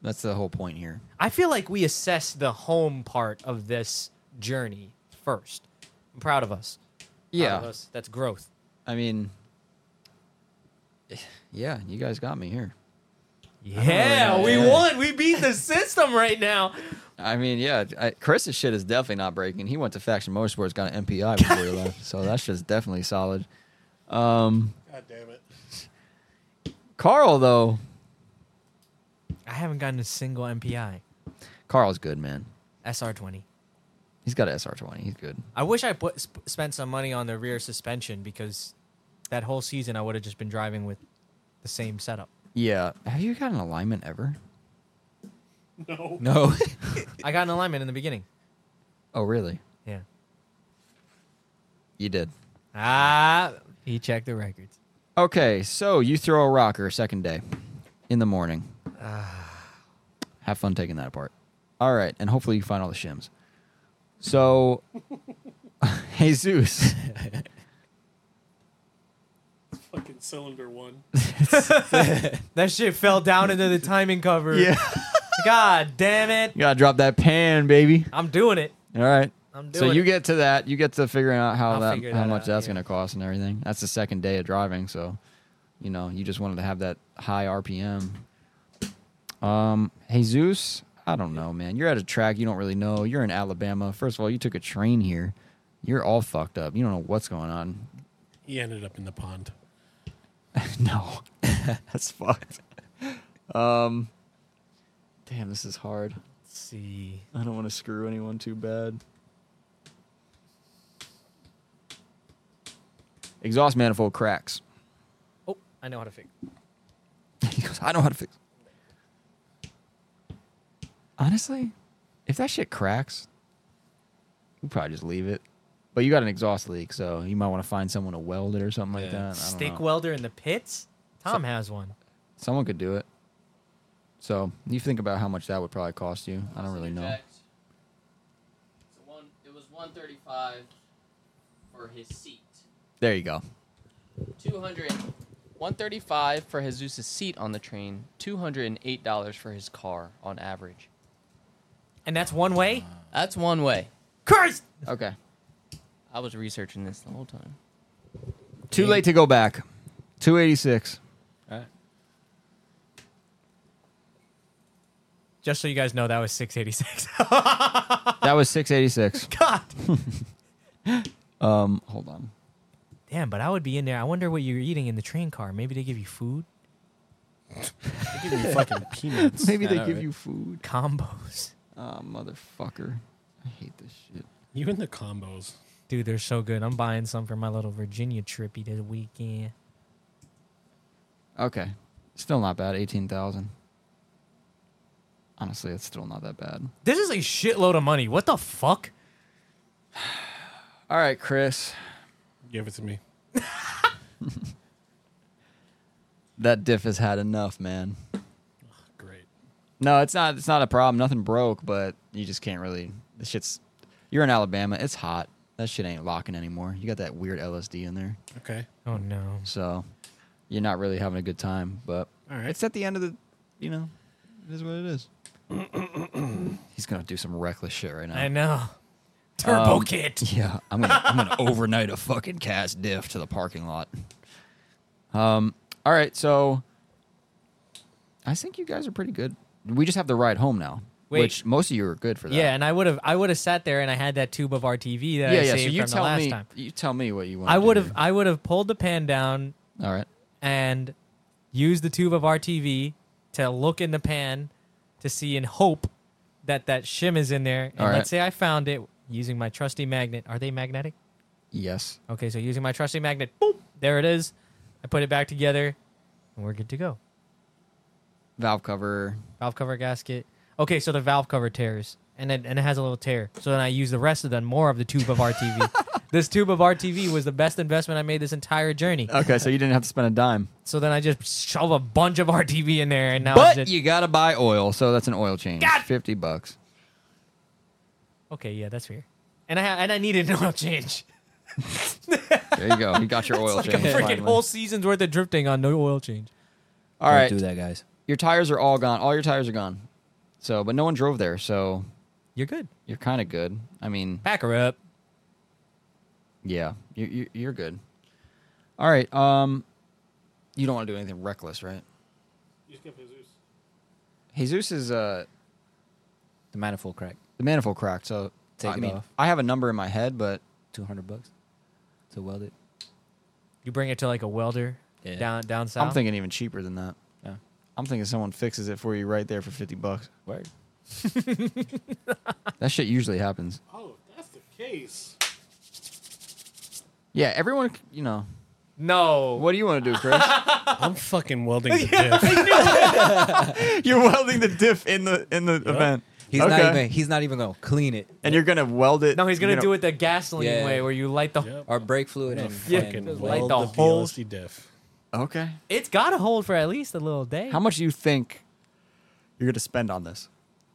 That's the whole point here. I feel like we assess the home part of this journey first. I'm proud of us. Proud of Yeah. us. That's growth. Uh, I mean, *sighs* yeah, you guys got me here. Yeah, we won. We beat the system right now. I mean, yeah, I, Chris's shit is definitely not breaking. He went to Faction Motorsports, got an MPI before he left, so that's just definitely solid. Um, God damn it. *laughs* Carl though, I haven't gotten a single MPI. Carl's good, man. SR20. He's got an SR20. He's good. I wish I put, sp- spent some money on the rear suspension because that whole season I would have just been driving with the same setup. Yeah. Have you got an alignment ever? No. No. I got an alignment in the beginning. *laughs* oh, really? Yeah. You did. Ah, he checked the records. Okay, so you throw a rocker second day in the morning. Have fun taking that apart. All right, and hopefully you find all the shims. So, *laughs* Jesus, Fucking cylinder one. That shit fell down into the timing cover. God damn it. you gotta drop that pan, baby. I'm doing it. All right. I'm doing So you it. get to that. You get to figuring out how I'll that, figure how that much out, that's yeah. going to cost and everything. That's the second day of driving, so you know you just wanted to have that high RPM. Um, Jesus, I don't know, man. You're at a track you don't really know. You're in Alabama. First of all, you took a train here. You're all fucked up. You don't know what's going on. *laughs* He ended up in the pond. no, *laughs* that's fucked. Um, damn, this is hard. Let's see. *laughs* I don't want to screw anyone too bad. Exhaust manifold cracks. *laughs* Oh, I know how to fix. he goes, I know how to fix. Honestly, if that shit cracks, you probably just leave it. But you got an exhaust leak, so you might want to find someone to weld it or something like Yeah. that. I don't Stake know. welder in the pits? Tom has one. someone could do it. So you think about how much that would probably cost you. I don't Just really know. interject. It's a one, it was 135 for his seat. There you go. 200. 135 for Jesus' seat on the train. $208 for his car on average. And that's one way? That's one way. Cursed! Okay. I was researching this the whole time. Too late to go back. 286. Just so you guys know, that was *laughs* 686. That was 686. God! Um, hold on. Damn, but I would be in there. I wonder what you're eating in the train car. Maybe they give you food? They give *laughs* you fucking peanuts. Maybe I they know, give right? you food. Combos. *laughs* Ah, motherfucker. I hate this shit. You and the combos. Dude, they're so good. I'm buying some for my little Virginia trippy this weekend. Okay. Still not bad. 18,000. Honestly, it's still not that bad. This is a shitload of money. What the fuck? All right, Chris. Give it to me. That diff has had enough, man. Great. No, it's not it's not a problem. Nothing broke, but you just can't really the shit's you're in Alabama. It's hot. That shit ain't locking anymore. You got that weird LSD in there. Okay. Oh no. So you're not really having a good time, but All right. it's at the end of the, you know, it is what it is. *coughs* He's gonna do some reckless shit right now. I know. Turbo Um, kit. *laughs* Yeah, I'm gonna I'm gonna overnight a fucking cast diff to the parking lot. Um. All right, so I think you guys are pretty good. We just have the ride home now, Wait. which most of you are good for that. Yeah, and I would have I would have sat there and I had that tube of RTV yeah, that I yeah. So saved you from tell the last me, time. you tell me what you want. I would have I would have pulled the pan down All right. and used the tube of RTV to look in the pan to see and hope that that shim is in there. And All right. let's say I found it using my trusty magnet. Are they magnetic? Yes. Okay, so using my trusty magnet, boop, there it is. I put it back together, and we're good to go. Valve cover. Valve cover gasket. Okay, so the valve cover tears, and it, and it has a little tear. So then I use the rest of the more of the tube *laughs* of RTV. this tube of RTV was the best investment I made this entire journey. Okay, so you didn't have to spend a dime, So then I just shove a bunch of RTV in there, and now it's but just, you gotta buy oil, so that's an oil change. Fifty bucks. okay, yeah, that's fair. And I ha- and I needed an *laughs* oil change. There you go. You *laughs* got your oil Like change. a freaking finally. whole season's worth of drifting on no oil change. All right. do that, guys. Your tires are all gone. All your tires are gone. So, but no one drove there, so You're good. you're kind of good. I mean, Pack her up. yeah, you, you, you're good. All right. Um, you don't want to do anything reckless, right? Jesus is uh, The manifold crack, The manifold cracked, so Take I it mean, off. I have a number in my head, but two hundred bucks to weld it. You bring it to like a welder Yeah. down down south. I'm thinking even cheaper than that. Yeah. I'm thinking someone fixes it for you right there for fifty bucks. Word. That shit usually happens. Oh, that's the case. Yeah, everyone, c- you know. no. *laughs* What do you *laughs* want to do, Chris? I'm fucking welding *laughs* the diff. you're welding the diff in the in the event. He's Okay. not even. He's not even gonna clean it And you're gonna weld it. No, he's gonna you know- do it the gasoline Yeah. way, where you light the. Yep. or brake fluid and yeah, fucking and- just weld light the, the whole- VLSD diff. Okay. It's got to hold for at least a little day. How much do you think you're gonna spend on this?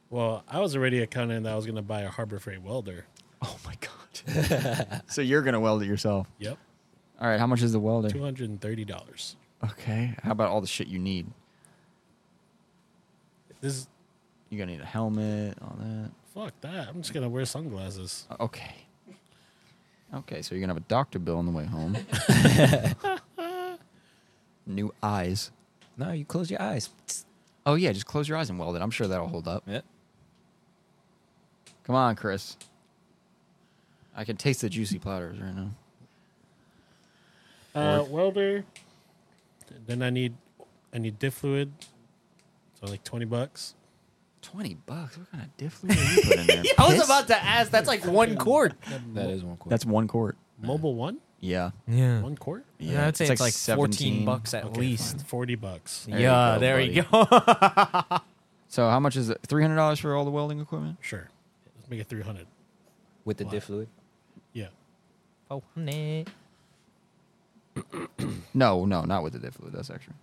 Well, I was already accounting that I was gonna buy a Harbor Freight welder. *laughs* Oh my god. *laughs* so you're gonna weld it yourself. Yep, All right. How much is the welder? two hundred and thirty dollars. Okay. How about all the shit you need? This is You're gonna need a helmet, all that. Uh, fuck that. I'm just gonna wear sunglasses. Okay. Okay, so you're gonna have a doctor bill on the way *laughs* home. New eyes. No, you close your eyes. Oh yeah, just close your eyes and weld it. I'm sure that'll hold up. Yeah. Come on, Chris. I can taste the juicy platters right now. Uh, welder. Then I need I need diff fluid. So like twenty bucks. Twenty bucks. What kind of *laughs* diff fluid are you putting in there? I was Piss? about to ask. That's *laughs* like one quart. That is one quote. That's one quart. Mobile one, Yeah. Yeah. one quart. Yeah, I'd say it's like, 14 bucks at Okay, least. fine, forty bucks. There you yeah, go, there we go. *laughs* So how much is it? Three hundred dollars for all the welding equipment? Sure, let's make it three hundred. with the diff fluid. Yeah, Oh, nah. No, no, not with the diff fluid. That's extra.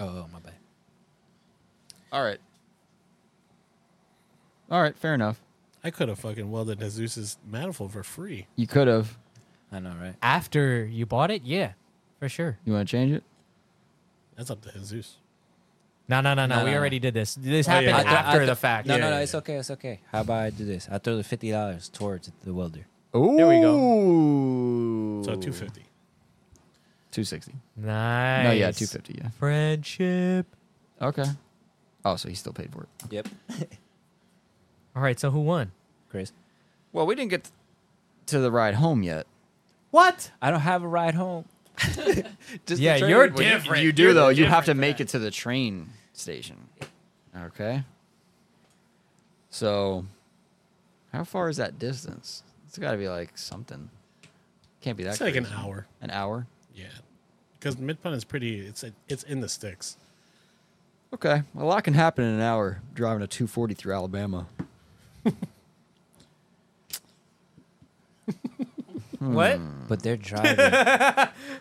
Oh, my bad. All right. All right, fair enough. I could have fucking welded Jesus's manifold for free. You could have. I know, right? After you bought it, yeah, for sure. You want to change it? That's up to Jesus. No, no, no, no. No, we no, already did this. This Oh, happened yeah. I th- I after th- the fact. Yeah, No, no, yeah, no. It's yeah. okay. It's okay. How about I do this? I throw the fifty dollars towards the welder. Oh, There we go. go. So two fifty. Two sixty. Nice. No, yeah, two fifty. Yeah. Friendship. Okay. Oh, so he still paid for it. Yep. All right, so who won? Chris, Well, we didn't get to the ride home yet. What? I don't have a ride home. Just Yeah, the train. you're Well, you- different. You, do though. You have to make it to the train station. Okay. So, how far is that distance? It's got to be like something. Can't be that. It's like an crazy. hour. An hour. Yeah, because midpun is pretty. It's it's in the sticks. Okay. A lot can happen in an hour driving a 240 through Alabama. Hmm. What? But they're driving.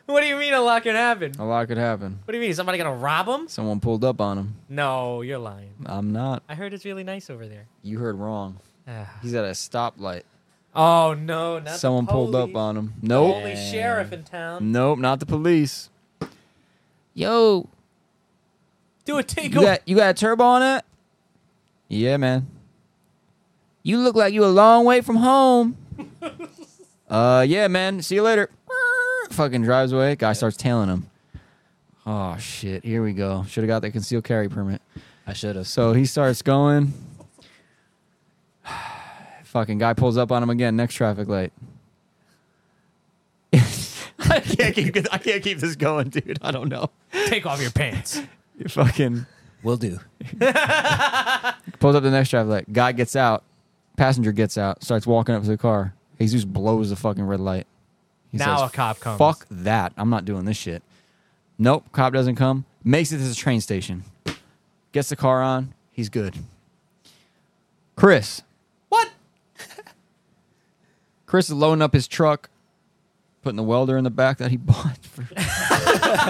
What do you mean a lot can happen? A lot could happen. What do you mean? Is somebody gonna rob him? Someone pulled up on him. No, you're lying. I'm not. I heard it's really nice over *sighs* there. You heard wrong. Ah. He's at a stoplight. oh no, not the Someone pulled up police. on him. The Nope. Mm. Only sheriff in town. Nope. Not the police. Yo, Do a takeover. You got you got a turbo on it? Yeah, man. you look like you a long way from *laughs* home. Uh, yeah, man. See you later. Fucking drives away. Guy starts tailing him. Oh shit! Here we go. Should have got that concealed carry permit. I should have. So he starts going. *sighs* Fucking guy pulls up on him again. Next traffic light. *laughs* I can't keep. I can't keep this going, dude. I *laughs* don't know. Take off *laughs* your pants. You fucking Will do. pulls up the next traffic light. Guy gets out. Passenger gets out. Starts walking up to the car. Jesus blows the fucking red light. He now says, a cop comes. Fuck that. I'm not doing this shit. Nope, cop doesn't come. Makes it to the train station. Gets the car on. He's good. Chris. What? Chris is loading up his truck, putting the welder in the back that he *laughs* bought *laughs* for. trying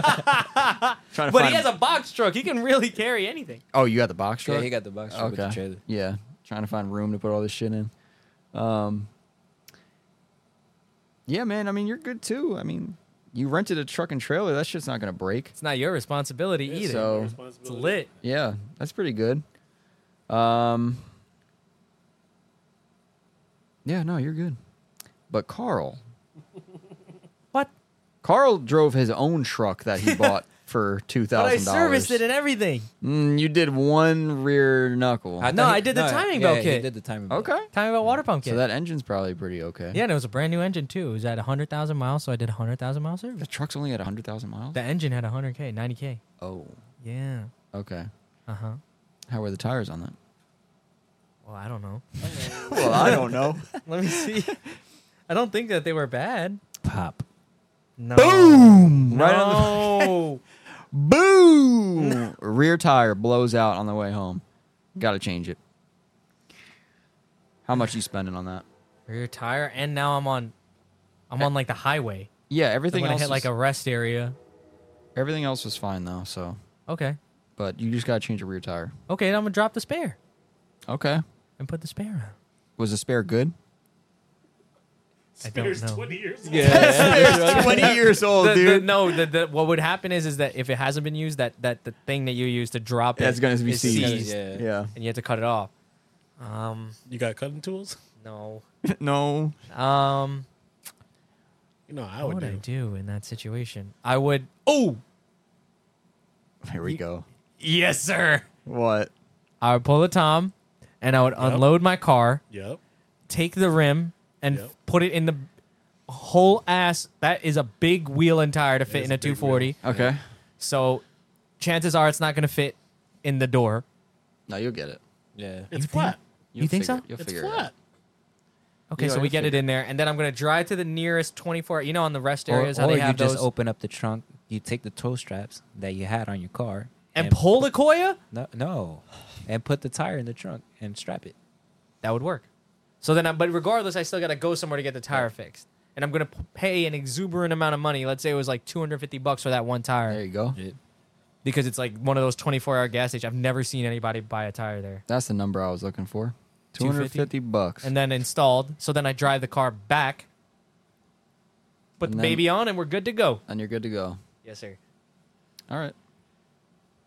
to But find he has a box truck. He can really carry anything. Oh, you got the box truck? Yeah, he got the box with the trailer. Yeah, trying to find room to put all this shit in. Um, yeah, man. I mean, you're good too. I mean, you rented a truck and trailer. That shit's not gonna break. It's not your responsibility either. so- Oh. it's lit. Yeah, that's pretty good. Um, yeah, no, you're good. But Carl, What? *laughs* Carl drove his own truck that he bought for two But I thousand serviced it dollars. and everything. Mm, you did one rear knuckle. no, I did the timing belt yeah, He kit. did the timing belt. okay. Time about water pump kit. So that engine's probably pretty okay. yeah, and it was a brand new engine too. It was at 100,000 miles, so I did 100,000 mile service. The truck's only at hundred thousand miles. The engine had 100k, 90k. oh, Yeah. okay. Uh huh. How were the tires on that? Well, I don't know. well, I don't know. *laughs* Let me see. I don't think that they were bad. Pop. *laughs* No. Boom! No. Right on *laughs* *laughs* Boom! Rear tire blows out on the way home. Got to change it. How much you spending on that? Rear tire, and now I'm on. I'm on like the *laughs* highway. Yeah, So I'm everything gonna else hit like a was, rest area. everything else was fine though. So, Okay. but you just got to change a rear tire. Okay, then I'm gonna drop the spare Okay. and put the spare on. Was the spare good? I don't Spare's know. 20 years old. Spare's *laughs* twenty years old, The- the- no, the, the, what would happen is is that if it hasn't been used, that, that the thing that you use to drop it That's gonna be is seized. Yeah. Yeah. and you have to cut it off. Um, You got cutting tools? no. *laughs* no. Um, You know, I what would would I do. do in that situation? I would. Oh, Here we go. yes, sir. What? I would pull a tom, and I would unload my car, Yep. take the rim, and Yep. put it in the whole ass. That is a big wheel and tire to fit is in a a big 240. Okay. So, chances are it's not going to fit in the door. No, you'll get it. Yeah. It's flat. You think so? figure You'll It's figure it flat. out. Okay, Yeah, so we you'll get it figure in there, and then I'm going to drive to the nearest 24. You know, on the rest Or, areas, how or they you have those. just open up the trunk, you take the tow straps that you had on your car, and pull the Koya? no, no, and put the tire in the trunk and strap it. that would work. So then, I, but regardless, I still got to go somewhere to get the tire fixed, and I'm gonna p- pay an exuberant amount of money. Let's say it was like 250 bucks for that one There tire you go. because it's like one of those 24 hour gas stations. I've never seen anybody buy a tire there. That's the number I was looking for. Two hundred 250? fifty bucks. And then installed. So then I drive the car back, put And the then- baby on, and we're good to go. and you're good to go. Yes, sir. All right.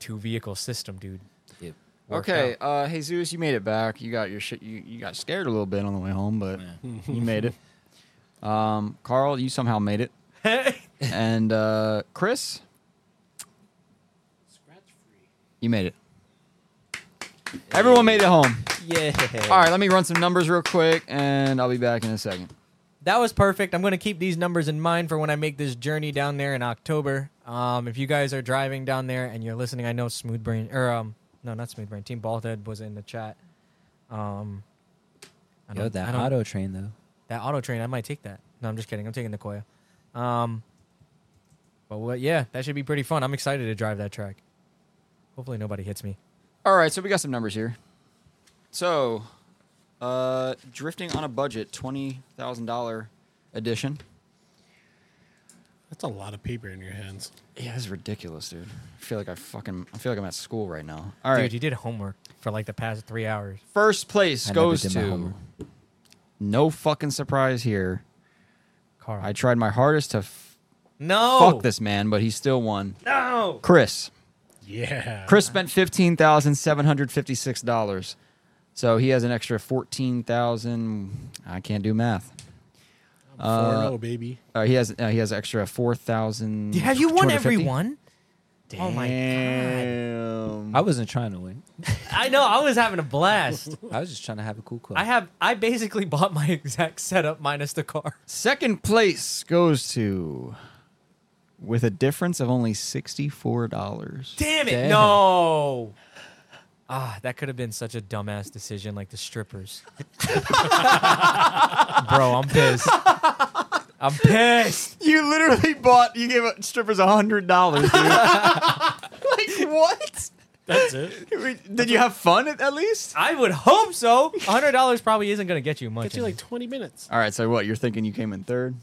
Two vehicle system, dude. *laughs* Yep. Worked okay, out. uh, Jesus, you made it back. You got your shit. You, you got scared a little bit on the way home, but *laughs* you made it. Um, Carl, you somehow made *laughs* it, and uh, Chris, you made it. Everyone made it home. Yeah. All right, let me run some numbers real quick, and I'll be back in a second. that was perfect. I'm going to keep these numbers in mind for when I make this journey down there in October. Um, if you guys are driving down there and you're listening, I know Smooth Brain or um, no, not Smooth Brain. Team Baldhead was in the chat. Um, I Yo, don't- I that don't- auto train though. that auto train. I might take that. No, I'm just kidding. I'm taking the Koya. Um, but what, yeah, that should be pretty fun. I'm excited to drive that track. Hopefully nobody hits me. All right, so we got some numbers here. So, uh, drifting on a budget, twenty thousand dollar edition. That's a lot of paper in your hands. Yeah, this is ridiculous, dude. I feel like I fucking I feel like I'm at school right now. All right. Dude, you did homework for like the past three hours. First place I never goes did my to homework. No fucking surprise here. Carl, I tried my hardest to f- no, Oh! fuck this man, but he still won. no. Chris. Yeah. Chris spent $15,756. So he has an extra 14,000 I can't do math. Four uh, and oh, baby. Uh, he has uh, he has extra 4,000 Have you won everyone? Oh my god! Damn. I wasn't trying to win. I know. I was having a blast. I was just trying to have a cool car. I have. I basically bought my exact setup minus the car. Second place goes to with a difference of only sixty-four dollars. Damn it! Damn. No. Ah, that could have been such a dumbass decision, like the strippers. Bro, I'm pissed. I'm pissed. *laughs* You literally bought. You gave strippers hundred dollars, *laughs* dude. like what? That's it. Did you have fun at, at least? I would hope so. Hundred dollars probably isn't gonna get you much. Gets you like 20 minutes. All right. So what? You're thinking you came in third?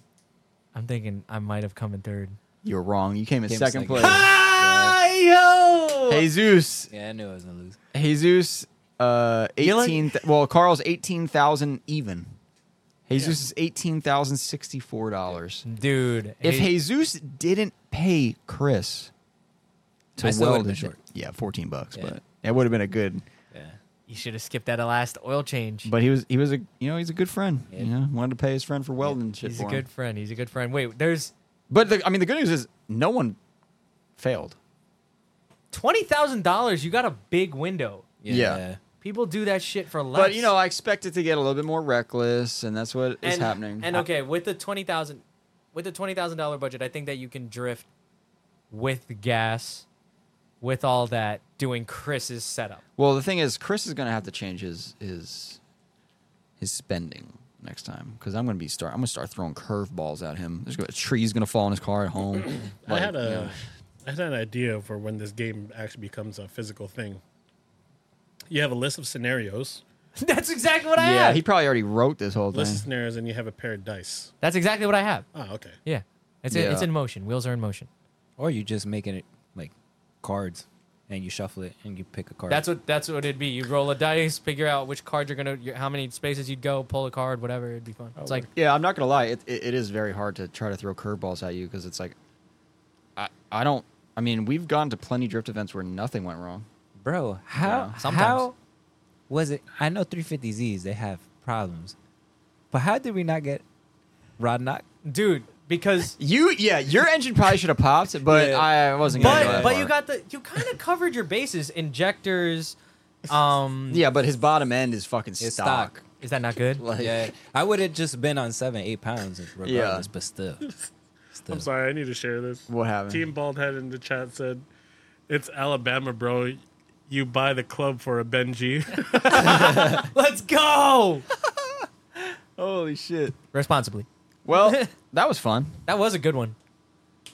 I'm thinking I might have come in third. You're wrong. You came in Came second *laughs* second. *laughs* place. Hi-yo! Jesus. yeah, I knew I was gonna lose. Jesus. Uh, You're like- eighteen. th- well, Carl's eighteen thousand even. Jesus is eighteen thousand sixty-four dollars. dude. If hey- Jesus didn't pay Chris to I still weld would've been it, short. yeah, fourteen bucks, Yeah. but it would have been a good. Yeah. you should have skipped that last oil change. But he was he was a you know he's a good friend. Yeah. You know, wanted to pay his friend for welding shit. He's for a him. good friend. He's a good friend. Wait, there's But the, I mean, the good news is no one failed. Twenty thousand dollars, you got a big window. Yeah. People do that shit for less. But you know, I expect it to get a little bit more reckless, and that's what is and, happening. And okay, with the twenty thousand, with the twenty thousand dollar budget, I think that you can drift with gas, with all that, doing Chris's setup. *laughs* well, the thing is, Chris is going to have to change his his his spending next time because I'm going to be start. I'm going to start throwing curveballs at him. There's gonna, a tree's going to fall on his car at *clears throat* home. I Like, had you know. a, I had an idea for when this game actually becomes a physical thing. You have a list of scenarios, That's exactly what I yeah. have. He probably already wrote this whole list thing. of scenarios, and you have a pair of dice. That's exactly what I have. Oh, okay. Yeah, it's Yeah. it's in motion. Wheels are in motion. Or you just making it like cards and you shuffle it and you pick a card. That's what that's what it'd be. You roll a dice, figure out which card you're gonna, your, how many spaces you'd go, pull a card, whatever. It'd be fun. Oh, It's like Yeah, I'm not gonna lie. It, it, it is very hard to try to throw curveballs at you because it's like, I I don't. I mean, we've gone to plenty drift events where nothing went wrong. bro. How Yeah. Sometimes. how was it? I know 350Zs they have problems, but how did we not get Rod knock? dude, because You yeah, your engine probably should have *laughs* popped, but Yeah. I wasn't. Gonna go but that but far. you got the you kind of covered your *laughs* bases. Injectors, um, yeah, but his bottom end is fucking It's stock. stock. is that not good? Like, Yeah, I would have just been on seven, eight pounds regardless, *laughs* but still, still. I'm sorry, I need to share this. What happened? Team Baldhead in the chat said, "It's Alabama, bro. You buy the club for a *laughs* Benji." Let's go Holy shit. responsibly. *laughs* Well, that was fun. That was a good one.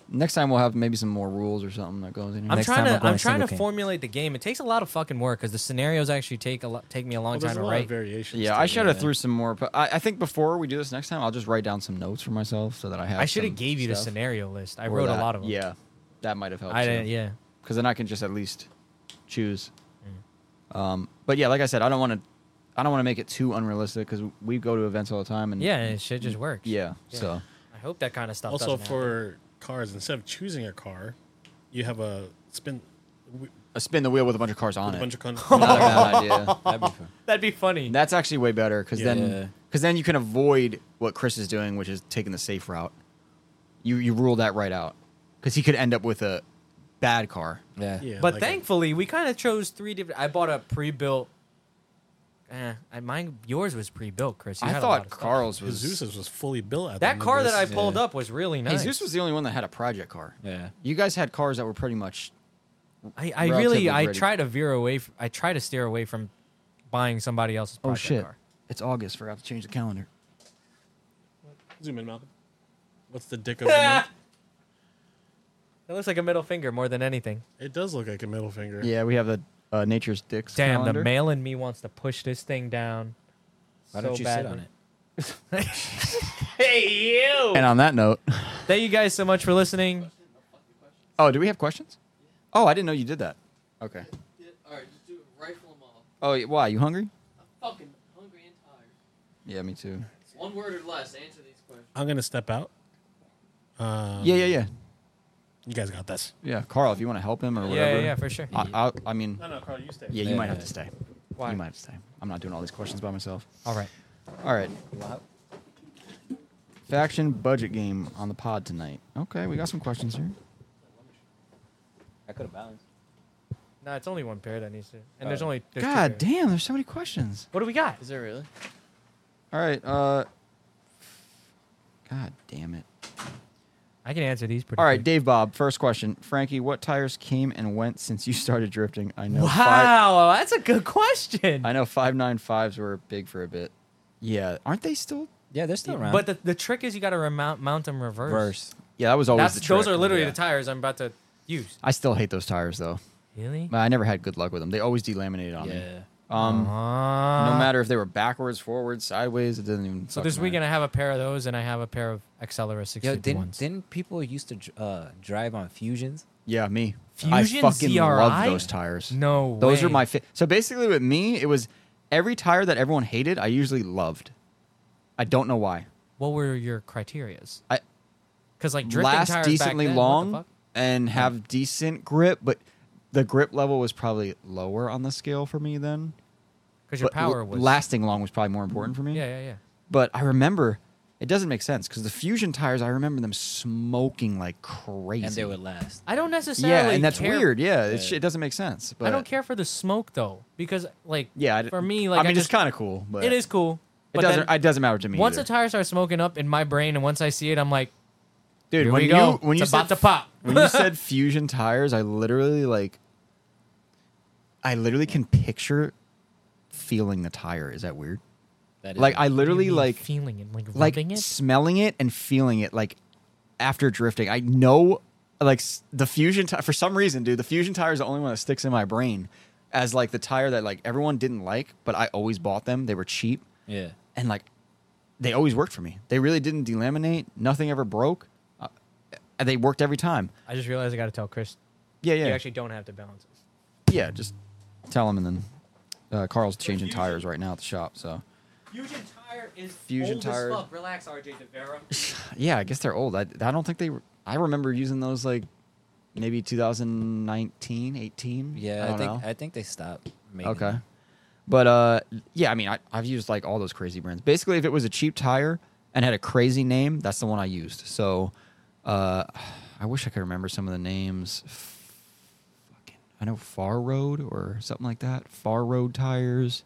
Next time we'll have maybe some more rules or something that goes in. Here. I'm Next trying time I'm to I'm, going trying to single cane. formulate the game. It takes a lot of fucking work because the scenarios actually take a lo- take me a long well, time there's to a lot write. of variations. yeah, to I it. should have threw some more. But I, I think before we do this next time, I'll just write down some notes for myself so that I have. I should some have gave you the stuff. scenario list. I Or wrote that. a lot of them. Yeah, that might have helped. I too. didn't. Yeah. because then I can just at least choose. Mm. Um, but yeah, like I said, I don't want to, I don't want to make it too unrealistic because we go to events all the time and Yeah, and shit just works. yeah. Yeah. So I hope that kind of stuff. Also, doesn't happen. for cars, instead of choosing a car, you have a spin with I spin the wheel with a bunch of cars on a it. bunch of con- *laughs* Not a *laughs* bad idea. That'd be fun. that'd be funny. That's actually way better because Yeah. then because then you can avoid what Chris is doing, which is taking the safe route. You you rule that right out because he could end up with a bad car. Yeah. Yeah, but like a- thankfully, we kind of chose three different. I bought a pre-built. Eh, I- mine, yours was pre-built, Chris. You I had a lot thought of stuff. Carl's was Jesus's was fully built. At that the car that I numbers. pulled up was really nice. Jesus was the only one that had a project car. Yeah. You guys had cars that were pretty much I, I relatively really, I pretty. try to veer away. F- I try to steer away from buying somebody else's oh project shit. car. It's August. Forgot to change the calendar. Zoom in, Malcolm. What's the dick of the *laughs* month? That looks like a middle finger more than anything. It does look like a middle finger. Yeah, we have the uh, Nature's Dicks. Damn, calendar. the male in me wants to push this thing down. Why don't so you sit badly. on it? Hey you! And on that note, *laughs* Thank you guys so much for listening. oh, do we have questions? Oh, I didn't know you did that. Okay. All right, just do it. Rifle them off. Oh, y- why? You hungry? I'm fucking hungry and tired. Yeah, me too. One word or less. Answer these questions. I'm gonna step out. Um, Yeah, yeah, yeah, You guys got this. yeah. Carl, if you want to help him or Yeah, whatever. Uh, yeah, yeah, for sure. I, I, I mean, no, Carl, you stay. yeah, you might have to Yeah. stay. Why? You might have to stay. I'm not doing all these questions by myself. All right. All right. Faction budget game on the pod tonight. Okay, we got some questions here. I could have balanced. No, it's only one pair that needs to. And there's Oh. only. There's two Uh, God pairs. damn, there's so many questions. What do we got? Is there really? All right. Uh. God damn it. I can answer these pretty. All right, quick. Dave Bob, first question. Frankie, what tires came and went since you started drifting? I know five Wow, Oh, that's a *laughs* good question. I know five nine fives were big for a bit. Yeah. Aren't they still Yeah, they're still around. But the, the trick is you got to remount mount them reverse. verse. Yeah, that was always That's the those trick. are literally Yeah. the tires I'm about to use. I still hate those tires though. Really? But I never had good luck with them. They always delaminated on me. Yeah. Um Ah. no matter if they were backwards, forwards, sideways, it doesn't even So fucking this weekend matter. I have a pair of those, and I have a pair of Accelera Yo, 651s. didn't, didn't people used to dr- uh, drive on fusions? Yeah, me. I Fusion fucking love ZRI? those tires. No Those are way. my fa- So basically with me, it was every tire that everyone hated, I usually loved. I don't know why. What were your criterias? I Because like drifting last tires decently back then, What the long fuck? and have decent grip, but the grip level was probably lower on the scale for me then. 'Cause your But l- power was lasting long was probably more important for me. Yeah, yeah, yeah. But I remember It doesn't make sense because the Fusion tires, I remember them smoking like crazy. and they would last. I don't necessarily. yeah, and that's care- weird. Yeah, It, sh- it doesn't make sense. But I don't care for the smoke though, because like Yeah, I d- for me like I mean, I it's just, kind of cool, but it is cool. It but doesn't. then It doesn't matter to me. once either. a tire starts smoking up in my brain, and once I see it, I'm like, dude, here when we you go. when it's you about said to pop. when *laughs* you said fusion tires, I literally like, I literally can picture feeling the tire. Is that weird? That is Like I What do you literally mean like feeling it, like like rubbing it. smelling it and feeling it like after drifting. I know like s- the fusion tire for some reason, dude. The fusion tire is the only one that sticks in my brain as like the tire that like everyone didn't like, but I always bought them. They were cheap yeah. and like they always worked for me. They really didn't delaminate. Nothing ever broke. Uh, they worked every time. I just realized I got to tell Chris. Yeah, yeah, You actually don't have to balance it. yeah. Just tell them, and then uh, Carl's changing tires right now at the shop. So Fusion tire is Fusion old as tire. fuck. Relax, RJ Devera. yeah, I guess they're old. I, I don't think they. Were, I remember using those like maybe 2019, 18. Yeah, I I, don't think know. I think they stopped making Okay. them. But uh, yeah, I mean, I, I've used like all those crazy brands. Basically, if it was a cheap tire and had a crazy name, that's the one I used. So uh, I wish I could remember some of the names. Fucking, I know Far Road or something like that. Far Road tires.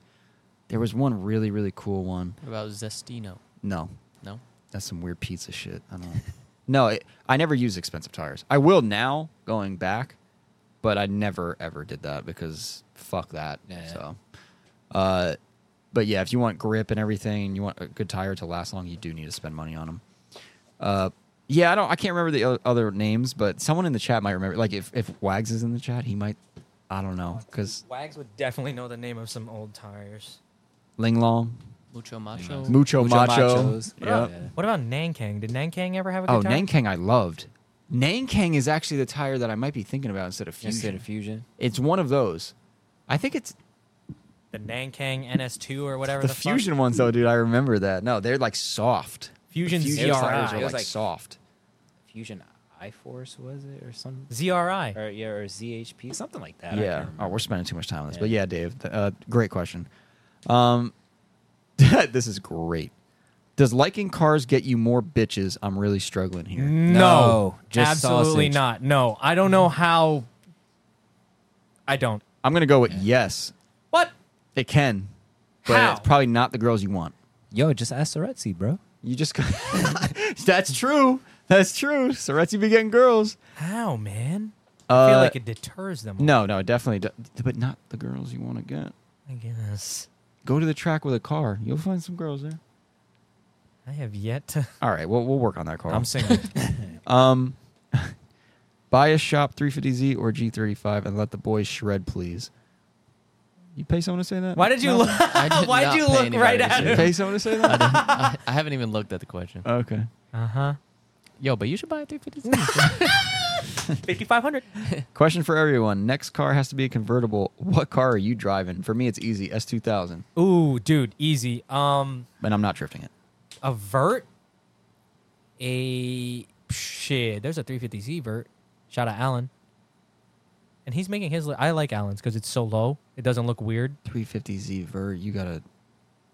There was one really, really cool one. What *laughs* about Zestino? No, No? that's some weird pizza shit. I don't know. no, it, I never use expensive tires. I will now going back, but I never ever did that because fuck that. Yeah. So, uh, but yeah, if you want grip and everything, and you want a good tire to last long, you do need to spend money on them. Uh, yeah, I don't. I can't remember the o- other names, but someone in the chat might remember. Like if if Wags is in the chat, he might. I don't know because Wags would definitely know the name of some old tires. Ling Long, Mucho Macho? Mucho, Mucho Macho. Machos. Yeah. Yeah. What about Nankang? Did Nankang ever have a good Oh, tire? Nankang I loved. Nankang is actually the tire that I might be thinking about instead of Fusion. Instead of fusion. it's one of those. I think it's The Nankang NS2 or whatever the, the, fuck. Fusion ones though, dude. I remember that. No, they're like soft. Fusion The Fusion ZRI. tires are It like, was like- soft. Fusion I Force was it or something? ZRI. Or yeah, or ZHP, something like that. I Yeah. can't remember. Oh, we're spending too much time on this, Yeah. but yeah, Dave. th- uh, great question. Um, *laughs* this is great. Does liking cars get you more bitches? I'm really struggling here. Mm. No, just absolutely sausage. not. No, I don't know how. I don't. I'm gonna go with yes. What? It can, but How? it's probably not the girls you want. Yo, just ask Soretzi, bro. You just *laughs* that's true. That's true. Soretti be getting girls. How, man? I feel Uh, like it deters them. No, no, definitely, d- but not the girls you want to get. I guess Go to the track with a car. You'll find some girls there. I have yet to. All right, we'll we'll work on that car. I'm single. um, *laughs* buy a shop 350Z or G35 and let the boys shred, please. You pay someone to say that? Why did you *laughs* No? look? I *laughs* did Why'd not you pay look anybody right to at say You *laughs* him? pay someone to say *laughs* I, that? didn't- I, I haven't even looked at the question. okay. Uh huh. Yo, but you should buy a 350. Fifty five hundred. Question for everyone: Next car has to be a convertible. What car are you driving? For me, it's easy S2000, Ooh, dude, easy. Um, and I'm not drifting it. a vert. A shit. There's a 350Z vert. Shout out Alan. And he's making his. Li- I like Alan's because it's so low. It doesn't look weird. 350Z Vert, you gotta,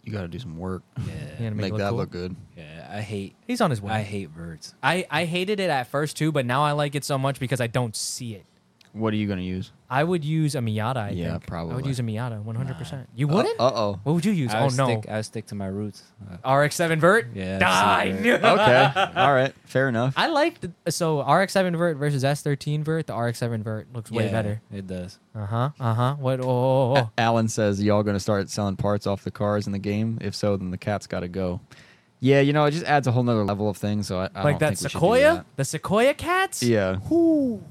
you gotta do some work. Yeah, Yeah, to Make, make, it look that cool. look good. yeah. I hate. He's on his way. I hate birds. I, I hated it at first too, but now I like it so much because I don't see it. What are you gonna use? I would use a Miata. I Yeah, think. I would probably. use a Miata, one hundred percent. You wouldn't? Uh oh. what would you use? I oh would no, Ah, Stick, I would stick to my roots. Uh, RX-7 Vert. Yeah, die. RX-7 *laughs* okay. All right. Fair enough. I liked so RX-7 Vert versus S13 Vert. The RX-7 Vert looks way yeah, better. It does. Uh huh. Uh huh. What? Oh, oh, oh, oh. Alan says, "Y'all going to start selling parts off the cars in the game? If so, then the cat's got to go." Yeah, you know, it just adds a whole nother level of things. So I, I like don't that think we should do Sequoia, the Sequoia cats. that. Yeah, Ooh.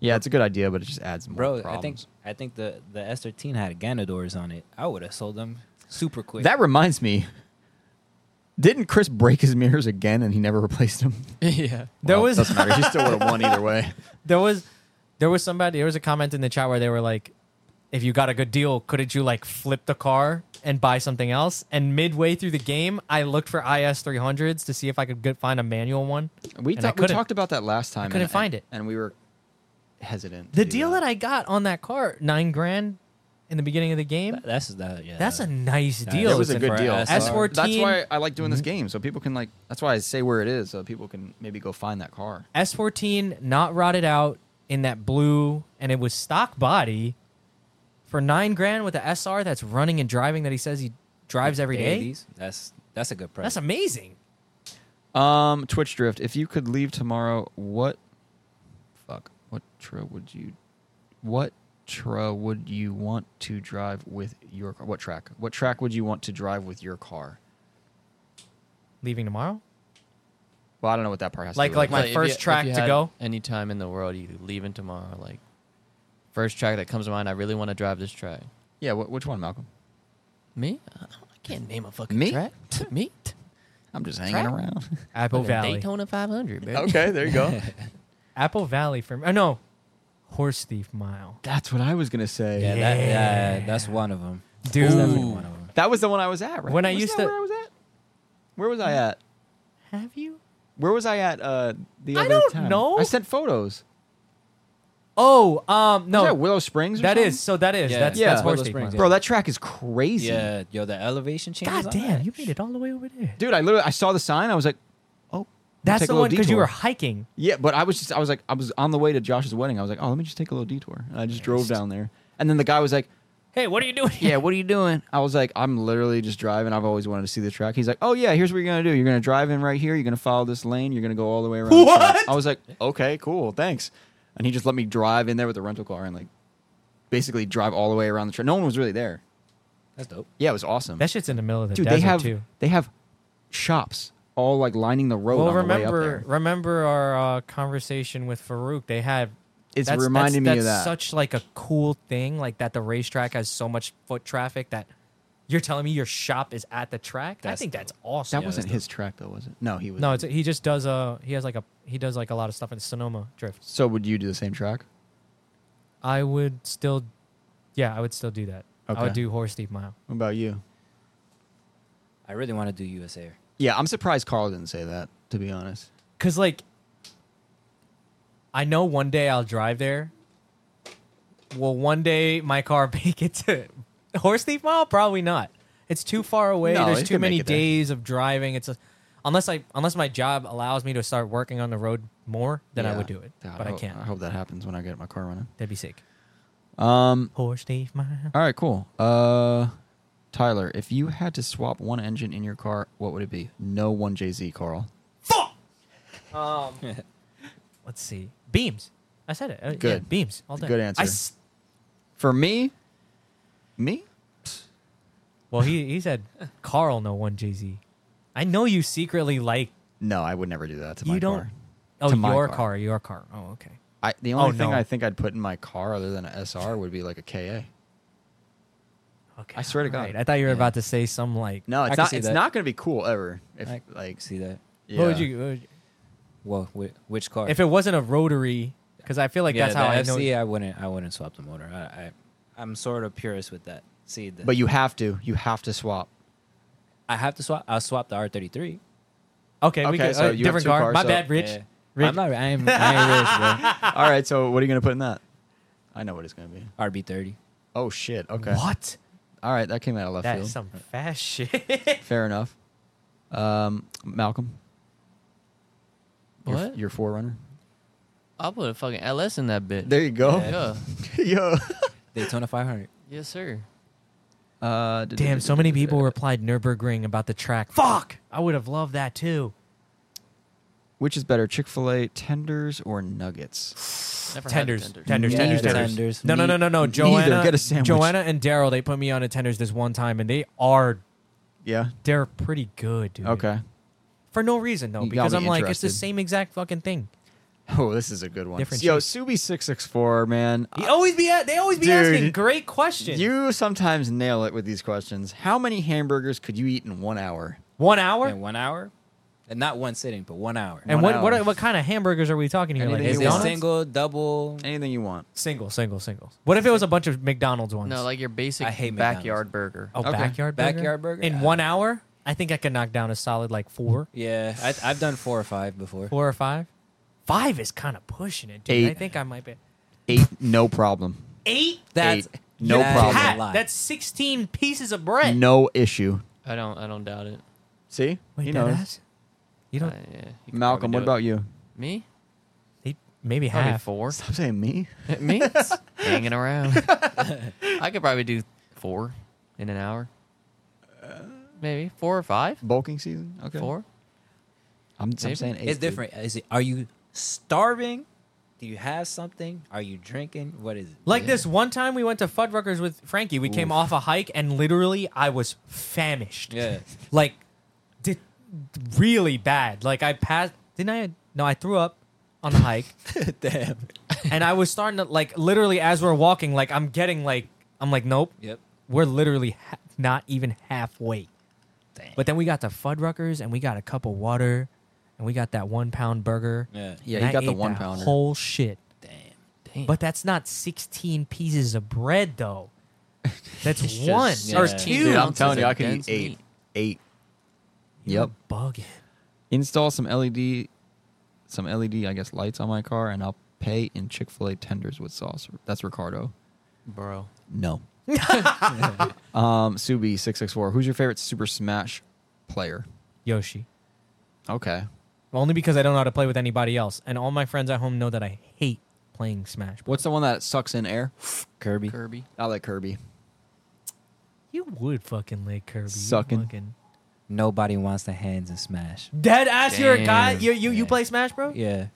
yeah, it's a good idea, but it just adds more Bro, I think problems. I think the the S13 had Ganadors on it. I would have sold them super quick. that reminds me. Didn't Chris break his mirrors again, and he never replaced them? *laughs* yeah. There Well, was- doesn't matter. He still would have won either *laughs* way. There was, there was somebody. There was a comment in the chat where they were like, "If you got a good deal, couldn't you like flip the car and buy something else?" And midway through the game, I looked for IS 300s to see if I could get, find a manual one. We, And I ta- we couldn't. talked about that last time. couldn't and- find and- it. and we were hesitant. The to do deal that I got on that car, nine grand, in the beginning of the game. That's that. Yeah. That's a nice deal. that was a it's good for deal. SR. S14. That's why I like doing Mm-hmm. this game, so people can like. That's why I say where it is, so people can maybe go find that car. S14 not rotted out in that blue, and it was stock body for nine grand with the SR that's running and driving that he says he drives every day. 80s. That's that's a good price. That's amazing. Um, Twitch Drift. If you could leave tomorrow, what? Fuck. What tra would you? What tra would you want to drive with your? car? What track? What track would you want to drive with your car? Leaving tomorrow? Well, I don't know what that part has Like- to do. with. like- My if you- first if track you to had go? Any time in the world, you leaving tomorrow. Like first track that comes to mind. I really want to drive this track. yeah. Wh- which one, Malcolm? Me? I can't name a fucking Me? *laughs* track. Me? I'm just hanging Track? around. Apple Fucking Valley. Daytona 500, baby. there you *laughs* go. Apple Valley for me. Oh, no. Horse Thief Mile. That's what I was gonna say. yeah, That, yeah, that's one of them. That's definitely Dude. one of them. That was the one I was at. Right? When I Wasn't used that to- where I was at. Where was I at? Have you? Where was I at? Uh, the I other don't time? know. I sent photos. Oh, Was um, that no. Willow Springs. or That something? is. So that is. Yeah. That's, Yeah. that's Horse Willow Thief Springs, Mile. bro. That track is crazy. Yeah, yo, the elevation change. God damn, you made it all the way over there. dude. I literally I saw the sign. I was like, oh, That's take a the little one because you detour. were hiking. yeah. But I was just I was like I was on the way to Josh's wedding. I was like, oh, let me just take a little detour, and I just drove down there. And then the guy was like, Hey, what are you doing? here? yeah, what are you doing? I was like, I'm literally just driving. I've always wanted to see the track. He's like, oh yeah, here's what you're gonna do. You're gonna drive in right here. You're gonna follow this lane. You're gonna go all the way around. the track." What? I was like, okay, cool, thanks. And he just let me drive in there with a rental car and like basically drive all the way around the track. No one was really there. That's dope. Yeah, it was awesome. That shit's in the middle of the Dude, desert they have too. they have shops all like lining the road. Well, on the way up remember, there. remember our uh, conversation with Farouk. They had It's that's- reminding that's, me of that's that. Such like a cool thing, like that. The racetrack has so much foot traffic that you're telling me your shop is at the track. I That's think dope. that's awesome. That wasn't his track though, was it? No, he was. no, it's, he just does a he has like a he does like a lot of stuff in Sonoma Drift. so would you do the same track? I would still, yeah, I would still do that. I Okay. would do Horse Thief Mile. What about you? I really want to do USA. Yeah, I'm surprised Carl didn't say that. To be honest, Cause like, I know one day I'll drive there. Will one day my car *laughs* make it to Horse Thief Mile? Probably not. It's too far away. No, There's it too could make many it there. days of driving. It's a, unless I unless my job allows me to start working on the road more, then I Yeah. would do it. God, but I hope- can't. I hope that happens when I get my car running. That'd be sick. Um. Horse Thief Mile. All right. Cool. Uh, Tyler, if you had to swap one engine in your car, what would it be? No one JZ, Carl. Let's see. Beams. I said it. Uh, yeah, Good. beams. All day. Good answer. I s- For me, me. well, he he said Carl no one Jay Z. I know you secretly like No, I would never do that to my you don't. car. Oh, To my your car. car. your car. Oh, okay. I, the only Oh, thing no. I think I'd put in my car other than an SR would be like a KA. Okay. I swear to alright. God. I thought you were about to say some like. No, I it's can not. see It's that. not going to be cool ever. If I like, see that. yeah. What would you? what would you- Well, whi- which car? if it wasn't a rotary, because I feel like yeah, that's the how I know. FC, I wouldn't. I wouldn't swap the motor. I, I I'm sort of purist with that. See, the, But you have to. You have to *laughs* swap. I have to swap. I'll swap the R33. Okay, Okay, we could, so uh, you have different two car. cars, My so- bad, Rich. Yeah. Rich. I'm not. I am. I *laughs* am All right. So what are you going to put in that? I know what it's going to be. rich, bro. RB30. Oh shit. Okay. What? All right. That came out of left That field. is some fast *laughs* shit. Fair enough. Um, Malcolm. Your- What? Your, forerunner. I'll put a fucking LS in that bitch. There you go. *laughs* Yeah. Yo. Daytona 500. Yes, sir. Uh, d- Damn, d- so d- many d- people d- replied Nurburgring about the track. Fuck, I would have loved that too. Which is better, Chick Fil A tenders or nuggets? Never had Tenders, tenders. tenders, Yeah, tenders, tenders, tenders. No, no, no, no, no. Neither. Joanna, Get a sandwich. Joanna and Daryl, they put me on a tenders this one time, and they are Yeah. they're pretty good, dude. Okay. For no reason though, You got because me I'm like, it's the interested. same exact fucking thing. Oh, this is a good one. Different Yo, Subi six six four man. He always be a- they always be Dude, asking great questions. You sometimes nail it with these questions. How many hamburgers could you eat in one hour? one hour In one hour, and not one sitting, but one hour. and one what, hour. what what kind of hamburgers are we talking here? Anything Like you is want. it McDonald's? single, double? Anything you want. single, single, single. What if it was a bunch of McDonald's ones? No, like your basic I hate backyard burger. oh, okay. backyard burger? Backyard burger? in Yeah. one hour. I think I could knock down a solid like four, Yeah, I, I've done four or five before. four or five. Five is kind of pushing it, dude. I Eight. think I might be Eight, no problem. eight. That's Eight. No That is problem. a Pat, lot. that's 16 pieces of bread. No issue. I don't. I don't doubt it. See? Wait, he dead knows. ass? You Uh, don't. yeah, he could Malcolm, probably what do about it. you? me? they- maybe Probably half. four. Stop saying me. me? It's hanging around. *laughs* I could probably do four in an hour. Maybe four or five. Bulking season? Okay. Four. I'm, I'm Maybe. saying eight. It's dude. different. Is it, are you starving? Do you have something? Are you drinking? What is it? *laughs* Like this one time we went to Fuddruckers with Frankie. We came off a hike and literally I was famished. Yeah. *laughs* Like did, really bad. Like I passed didn't I no, I threw up on the hike Damn. and I was starting to like literally as we're walking like I'm getting like I'm like nope. Yep. We're literally ha- not even halfway. Dang. But then we got the Fuddruckers and we got a cup of water and we got that 1 pound burger. Yeah. Yeah, And you I got the ate one that pounder. Whole shit. Damn. But that's not 16 pieces of bread, though. That's It's just one or 16 two. Dude, I'm ounces telling you, of I could eat dense eight. meat. Eight. You're Yep. Bugging. Install some LED, some LED, I guess, lights on my car, and I'll pay in Chick Fil A tenders with sauce. That's Ricardo. bro. *laughs* No. um, Subi six six four. Who's your favorite Super Smash player? Yoshi. Okay. Only because I don't know how to play with anybody else. And all my friends at home know that I hate playing Smash. What's the one that sucks in air? Kirby. Kirby. I like Kirby. You would fucking lick Kirby. you Sucking. Fucking. Nobody wants the hands and smash. Dead ass, you're a guy. Damn. You, you, you Yeah. play Smash, bro? Yeah.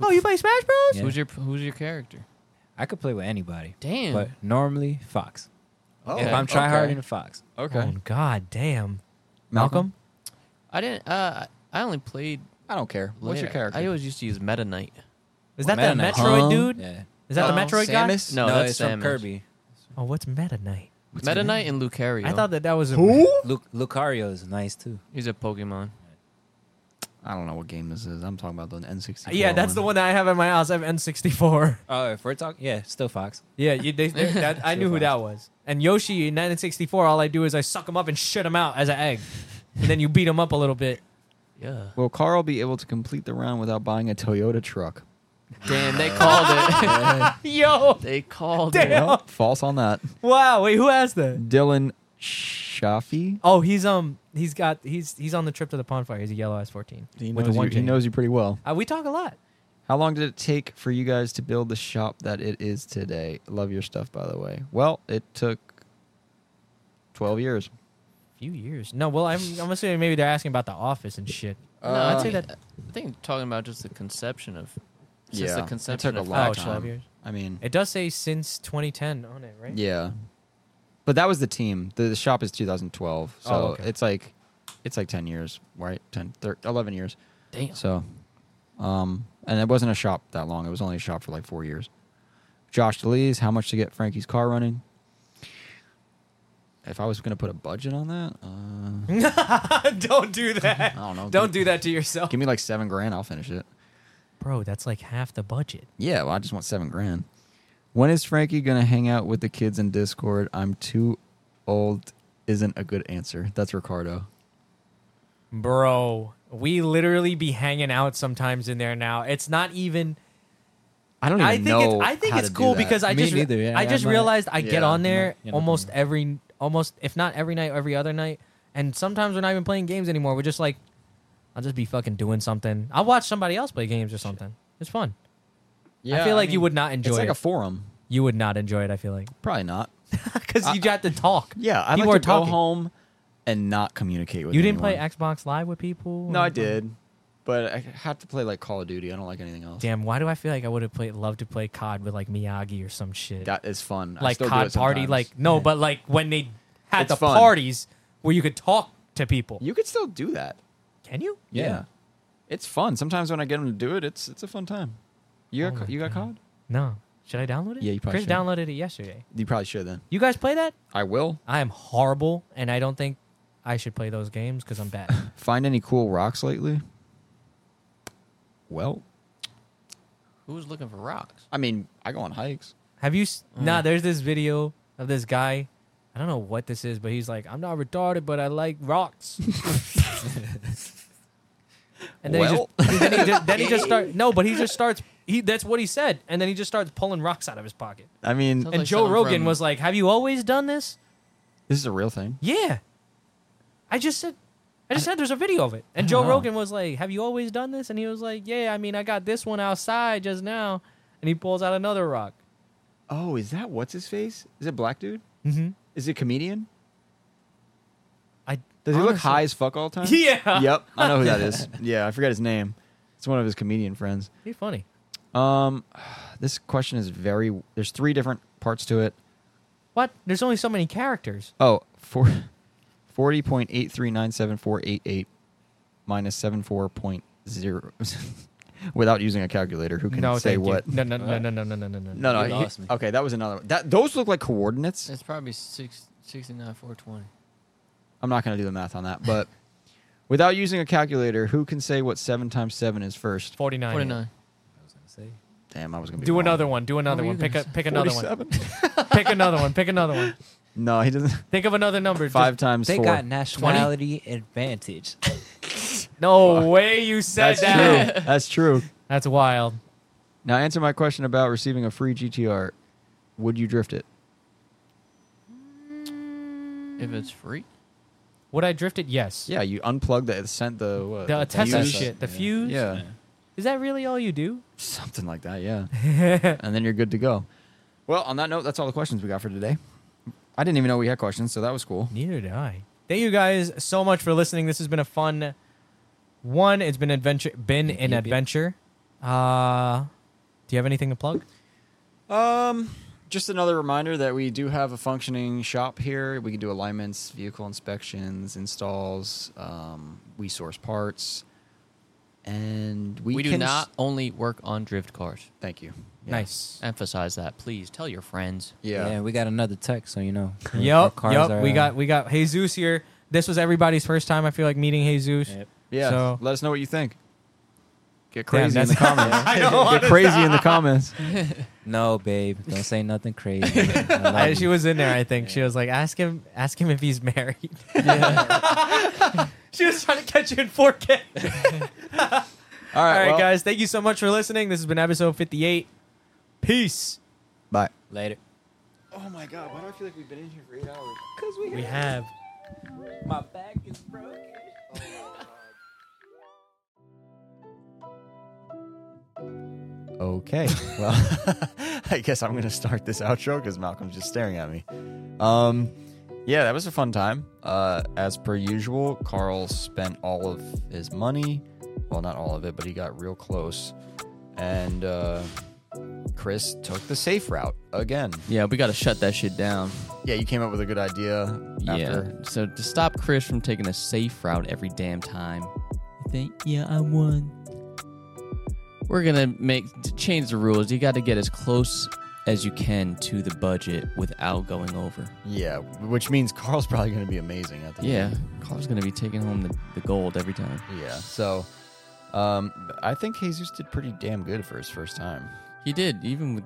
Oh, you play Smash, Bros? Yeah. Who's your Who's your character? I could play with anybody. Damn. But normally Fox. Oh, if I'm try hard in Fox. Okay. Oh, God damn. Malcolm? Malcolm? I didn't. Uh, I only played. I don't care. What's your later. character? I always used to use Meta Knight. Is that Meta that Knight. Metroid Huh? dude? Yeah. Is that the No, Metroid Samus? No, that's it's from Samus. Kirby. guy? Oh, what's Meta Knight? Meta Knight and Lucario. I thought that that was a. Luc Lucario is nice too. he's a Pokemon. I don't know what game this is. I'm talking about the N64. Yeah, that's the one that I have in my house. I have N64. Oh, if we're talking, yeah, still Fox. *laughs* Yeah, you, they, *laughs* they- that, I knew who that was. And Yoshi in 1964, all I do is I suck him up and shit him out as an egg. And then you beat him up a little bit. Yeah. Will Carl be able to complete the round without buying a Toyota *laughs* truck? Damn, they called it. *laughs* *laughs* Yo! they called Damn. it. Oh. False on that. Wow, wait, who has that? Dylan Shafi. Oh, he's um, he's got he's he's on the trip to the pond fire. He's a yellow ass fourteen He with knows, the you, one. he chain. knows you pretty well. Uh, we talk a lot. How long did it take for you guys to build the shop that it is today? Love your stuff, by the way. Well, it took 12 years. Few years. No, well, I'm I'm assuming maybe they're asking about the office and shit. No, Uh, I'd say that. I think talking about just the conception of. Just Yeah, the it conception took a of long Oh, fashion. 12 time. years. I mean, It does say since 2010 on it, right? yeah. But that was the team. The, the shop is 2012. So Oh, okay. it's like it's like 10 years, right? 10 thir 11 years. Damn. So um and it wasn't a shop that long. It was only a shop for like 4 years. Josh DeLees, how much to get Frankie's car running? If I was going to put a budget on that, uh, *laughs* Hmm. Don't do that. *laughs* I don't know. Don't do that to yourself. Give me like seven grand, I'll finish it. Bro, that's like half the budget. Yeah, well, I just want seven grand. When is Frankie gonna hang out with the kids in Discord? I'm too old. Isn't a good answer. That's Ricardo. Bro, we literally be hanging out sometimes in there now. It's not even I don't even I think know. it's I think how it's to do cool that. because I Me just neither, yeah, I I'm just not- realized I get yeah, on there not- you're not almost wrong. every almost if not every night every other night and sometimes we're not even playing games anymore. We're just like I'll just be fucking doing something. I'll watch somebody else play games or something. It's fun. I feel like you mean, would not enjoy It's like it. a forum. you would not enjoy it, I *laughs* feel like. Probably not. Cuz you got to talk. Yeah, I People like are to go talking. home and not communicate with. You didn't play anyone. Xbox Live with people? No, or- I did, but I have to play like Call of Duty. I don't like anything else. Damn, why do I feel like I would have played loved to play COD with like Miyagi or some shit? That is fun. I like still do COD it party, sometimes. like no, but like when they had It's the fun. parties where you could talk to people. you could still do that. Can you? Yeah. Yeah. It's fun. Sometimes when I get them to do it, it's it's a fun time. You Oh got, my you got God. COD? No. Should I download it? Yeah, you probably Chris should. downloaded it yesterday. You probably should then. You guys play that? I will. I am horrible, and I don't think I should play those games because I'm bad. *laughs* Find any cool rocks lately? Well, Who's looking for rocks? I mean, I go on hikes. Have you? S- Mm. Nah, there's this video of this guy. I don't know what this is, *laughs* but he's like, I'm not retarded, but I like rocks. And then Well. he just *laughs* then he just, then he *laughs* just start no, but he just starts he that's what he said, and then he just starts pulling rocks out of his pocket. I mean, Sounds And like Joe someone Rogan from- was like, "Have you always done this?" this is a real thing. Yeah, I just said, I just said there's a video of it. And Joe know. Rogan was like, "Have you always done this?" And he was like, "Yeah, I mean, I got this one outside just now." And he pulls out another rock. Oh, is that what's his face? Is it black dude? Mm-hmm. Is it comedian? I Does he look honestly- high as fuck all the time? *laughs* Yeah. Yep, I know who that *laughs* is. Yeah, I forgot his name. It's one of his comedian friends. He's funny. Um, this question is very. There's three different parts to it. What? There's only so many characters. Oh, four, *laughs* 40.8397488 minus 74.0 *laughs* without using a calculator. Who can no, say thank you. what? Uh, No, no, no, no, no, no, no, no, no. No, no. You he- lost me. okay, that was another one. That those look like coordinates. It's probably six, 69, 420. I'm not going to do the math on that, but without using a calculator, who can say what seven times seven is first? Forty-nine. 49. I was gonna say. Damn, I was going to Do another one. Do another were one. you Pick gonna a, say? pick another one. Pick another one. Pick *laughs* another one. No, he doesn't. Think of another number. Just- Five times They four. got nationality advantage. no way you said That's that. *laughs* true. That's true. That's wild. Now answer my question about receiving a free GTR. Would you drift it? If it's free, Would I drift it? Yes. Yeah, you unplugged the sent the what, The Tesla fuse? shit. The yeah. fuse. Yeah, Is that really all you do? something like that. *laughs* Yeah, and then you're good to go. Well, on that note, that's all the questions we got for today. I didn't even know we had questions, so that was cool. Neither did I. Thank you guys so much for listening. This has been a fun one. It's been adventure. Been an yep. adventure. Uh, do you have anything to plug? Um, just another reminder that we do have a functioning shop here. We can do alignments, vehicle inspections, installs. Um, we source parts, and we, we, do can s- not only work on drift cars. Thank you. Yeah. Nice. Emphasize that, please. Tell your friends. Yeah. we got another text, so you know. our- our Yep. cars Yep. are, we uh, got we got Jesus here. This was everybody's first time. I feel like meeting Jesus. Yep. Yeah. So- let us know what you think. Get Damn, crazy in the *laughs* that's- comments. Get crazy in the comments. *laughs* No, babe, don't say nothing *laughs* crazy. I love I, you. she was in there. I think she was like, ask him, ask him if he's married. *laughs* she was trying to catch you in 4K. All right, All right, well, guys. Thank you so much for listening. This has been episode 58. Peace. Bye. later. Oh my god, why do I feel like we've been in here for eight hours? We have. My back is broken. Okay. Well, *laughs* I guess I'm gonna start this outro because Malcolm's just staring at me. Um, yeah, that was a fun time. Uh, as per usual, Carl spent all of his money. Well, not all of it, but he got real close. And uh, Chris took the safe route again. Yeah, we got to shut that shit down. Yeah, you came up with a good idea. After Yeah. So to stop Chris from taking a safe route every damn time, you think, yeah, I won. We're gonna make to change the rules. You got to get as close as you can to the budget without going over. Yeah, which means Carl's probably going to be amazing at the Yeah, end. Carl's gonna be taking home the, the gold every time. Yeah. So, um, I think Jesus did pretty damn good for his first time. He did, even with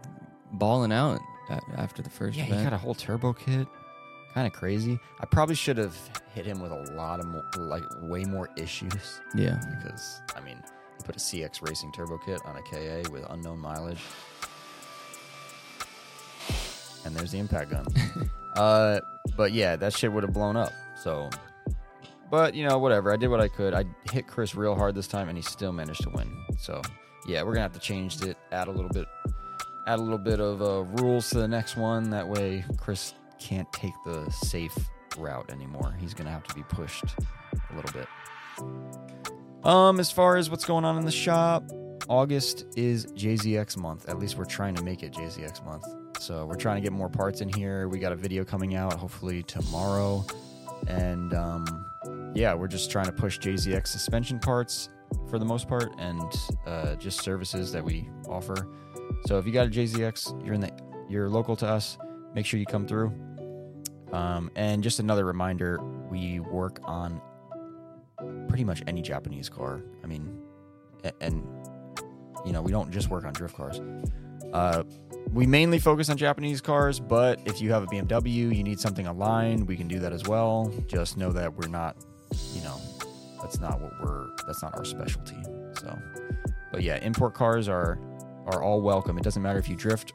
balling out a- after the first Yeah, he event. got a whole turbo kit. Kind of crazy. I probably should have hit him with a lot of more, like way more issues yeah, because I mean, he put a CX racing turbo kit on a KA with unknown mileage. And there's the impact gun. uh, but yeah, that shit would have blown up. So, but you know, whatever. I did what I could. I hit Chris real hard this time, and he still managed to win. So, yeah, we're gonna have to change it. Add a little bit, add a little bit of uh, rules to the next one. That way, Chris can't take the safe route anymore. He's gonna have to be pushed a little bit. Um, as far as what's going on in the shop, August is JZX month. At least we're trying to make it JZX month. So we're trying to get more parts in here. We got a video coming out hopefully tomorrow, and um, yeah, we're just trying to push JZX suspension parts for the most part, and uh, just services that we offer. So if you got a JZX, you're in the you're local to us. Make sure you come through. Um, and just another reminder, we work on pretty much any Japanese car. I mean, a- and you know, we don't just work on drift cars. Uh, we mainly focus on Japanese cars, but if you have a BMW, you need something aligned, we can do that as well. Just know that we're not, you know, a that's not what we're that's not our specialty. So, but yeah, import cars are are all welcome. It doesn't matter if you drift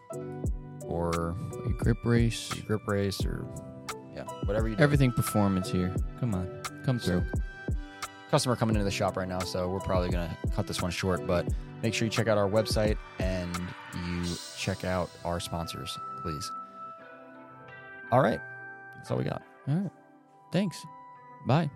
or A grip race. you grip race or yeah, whatever you do. Everything performance here. Come on. Come through. customer coming into the shop right now, so we're probably gonna cut this one short. But make sure you check out our website and you check out our sponsors, please. All right, that's all we got. All right. Thanks. Bye.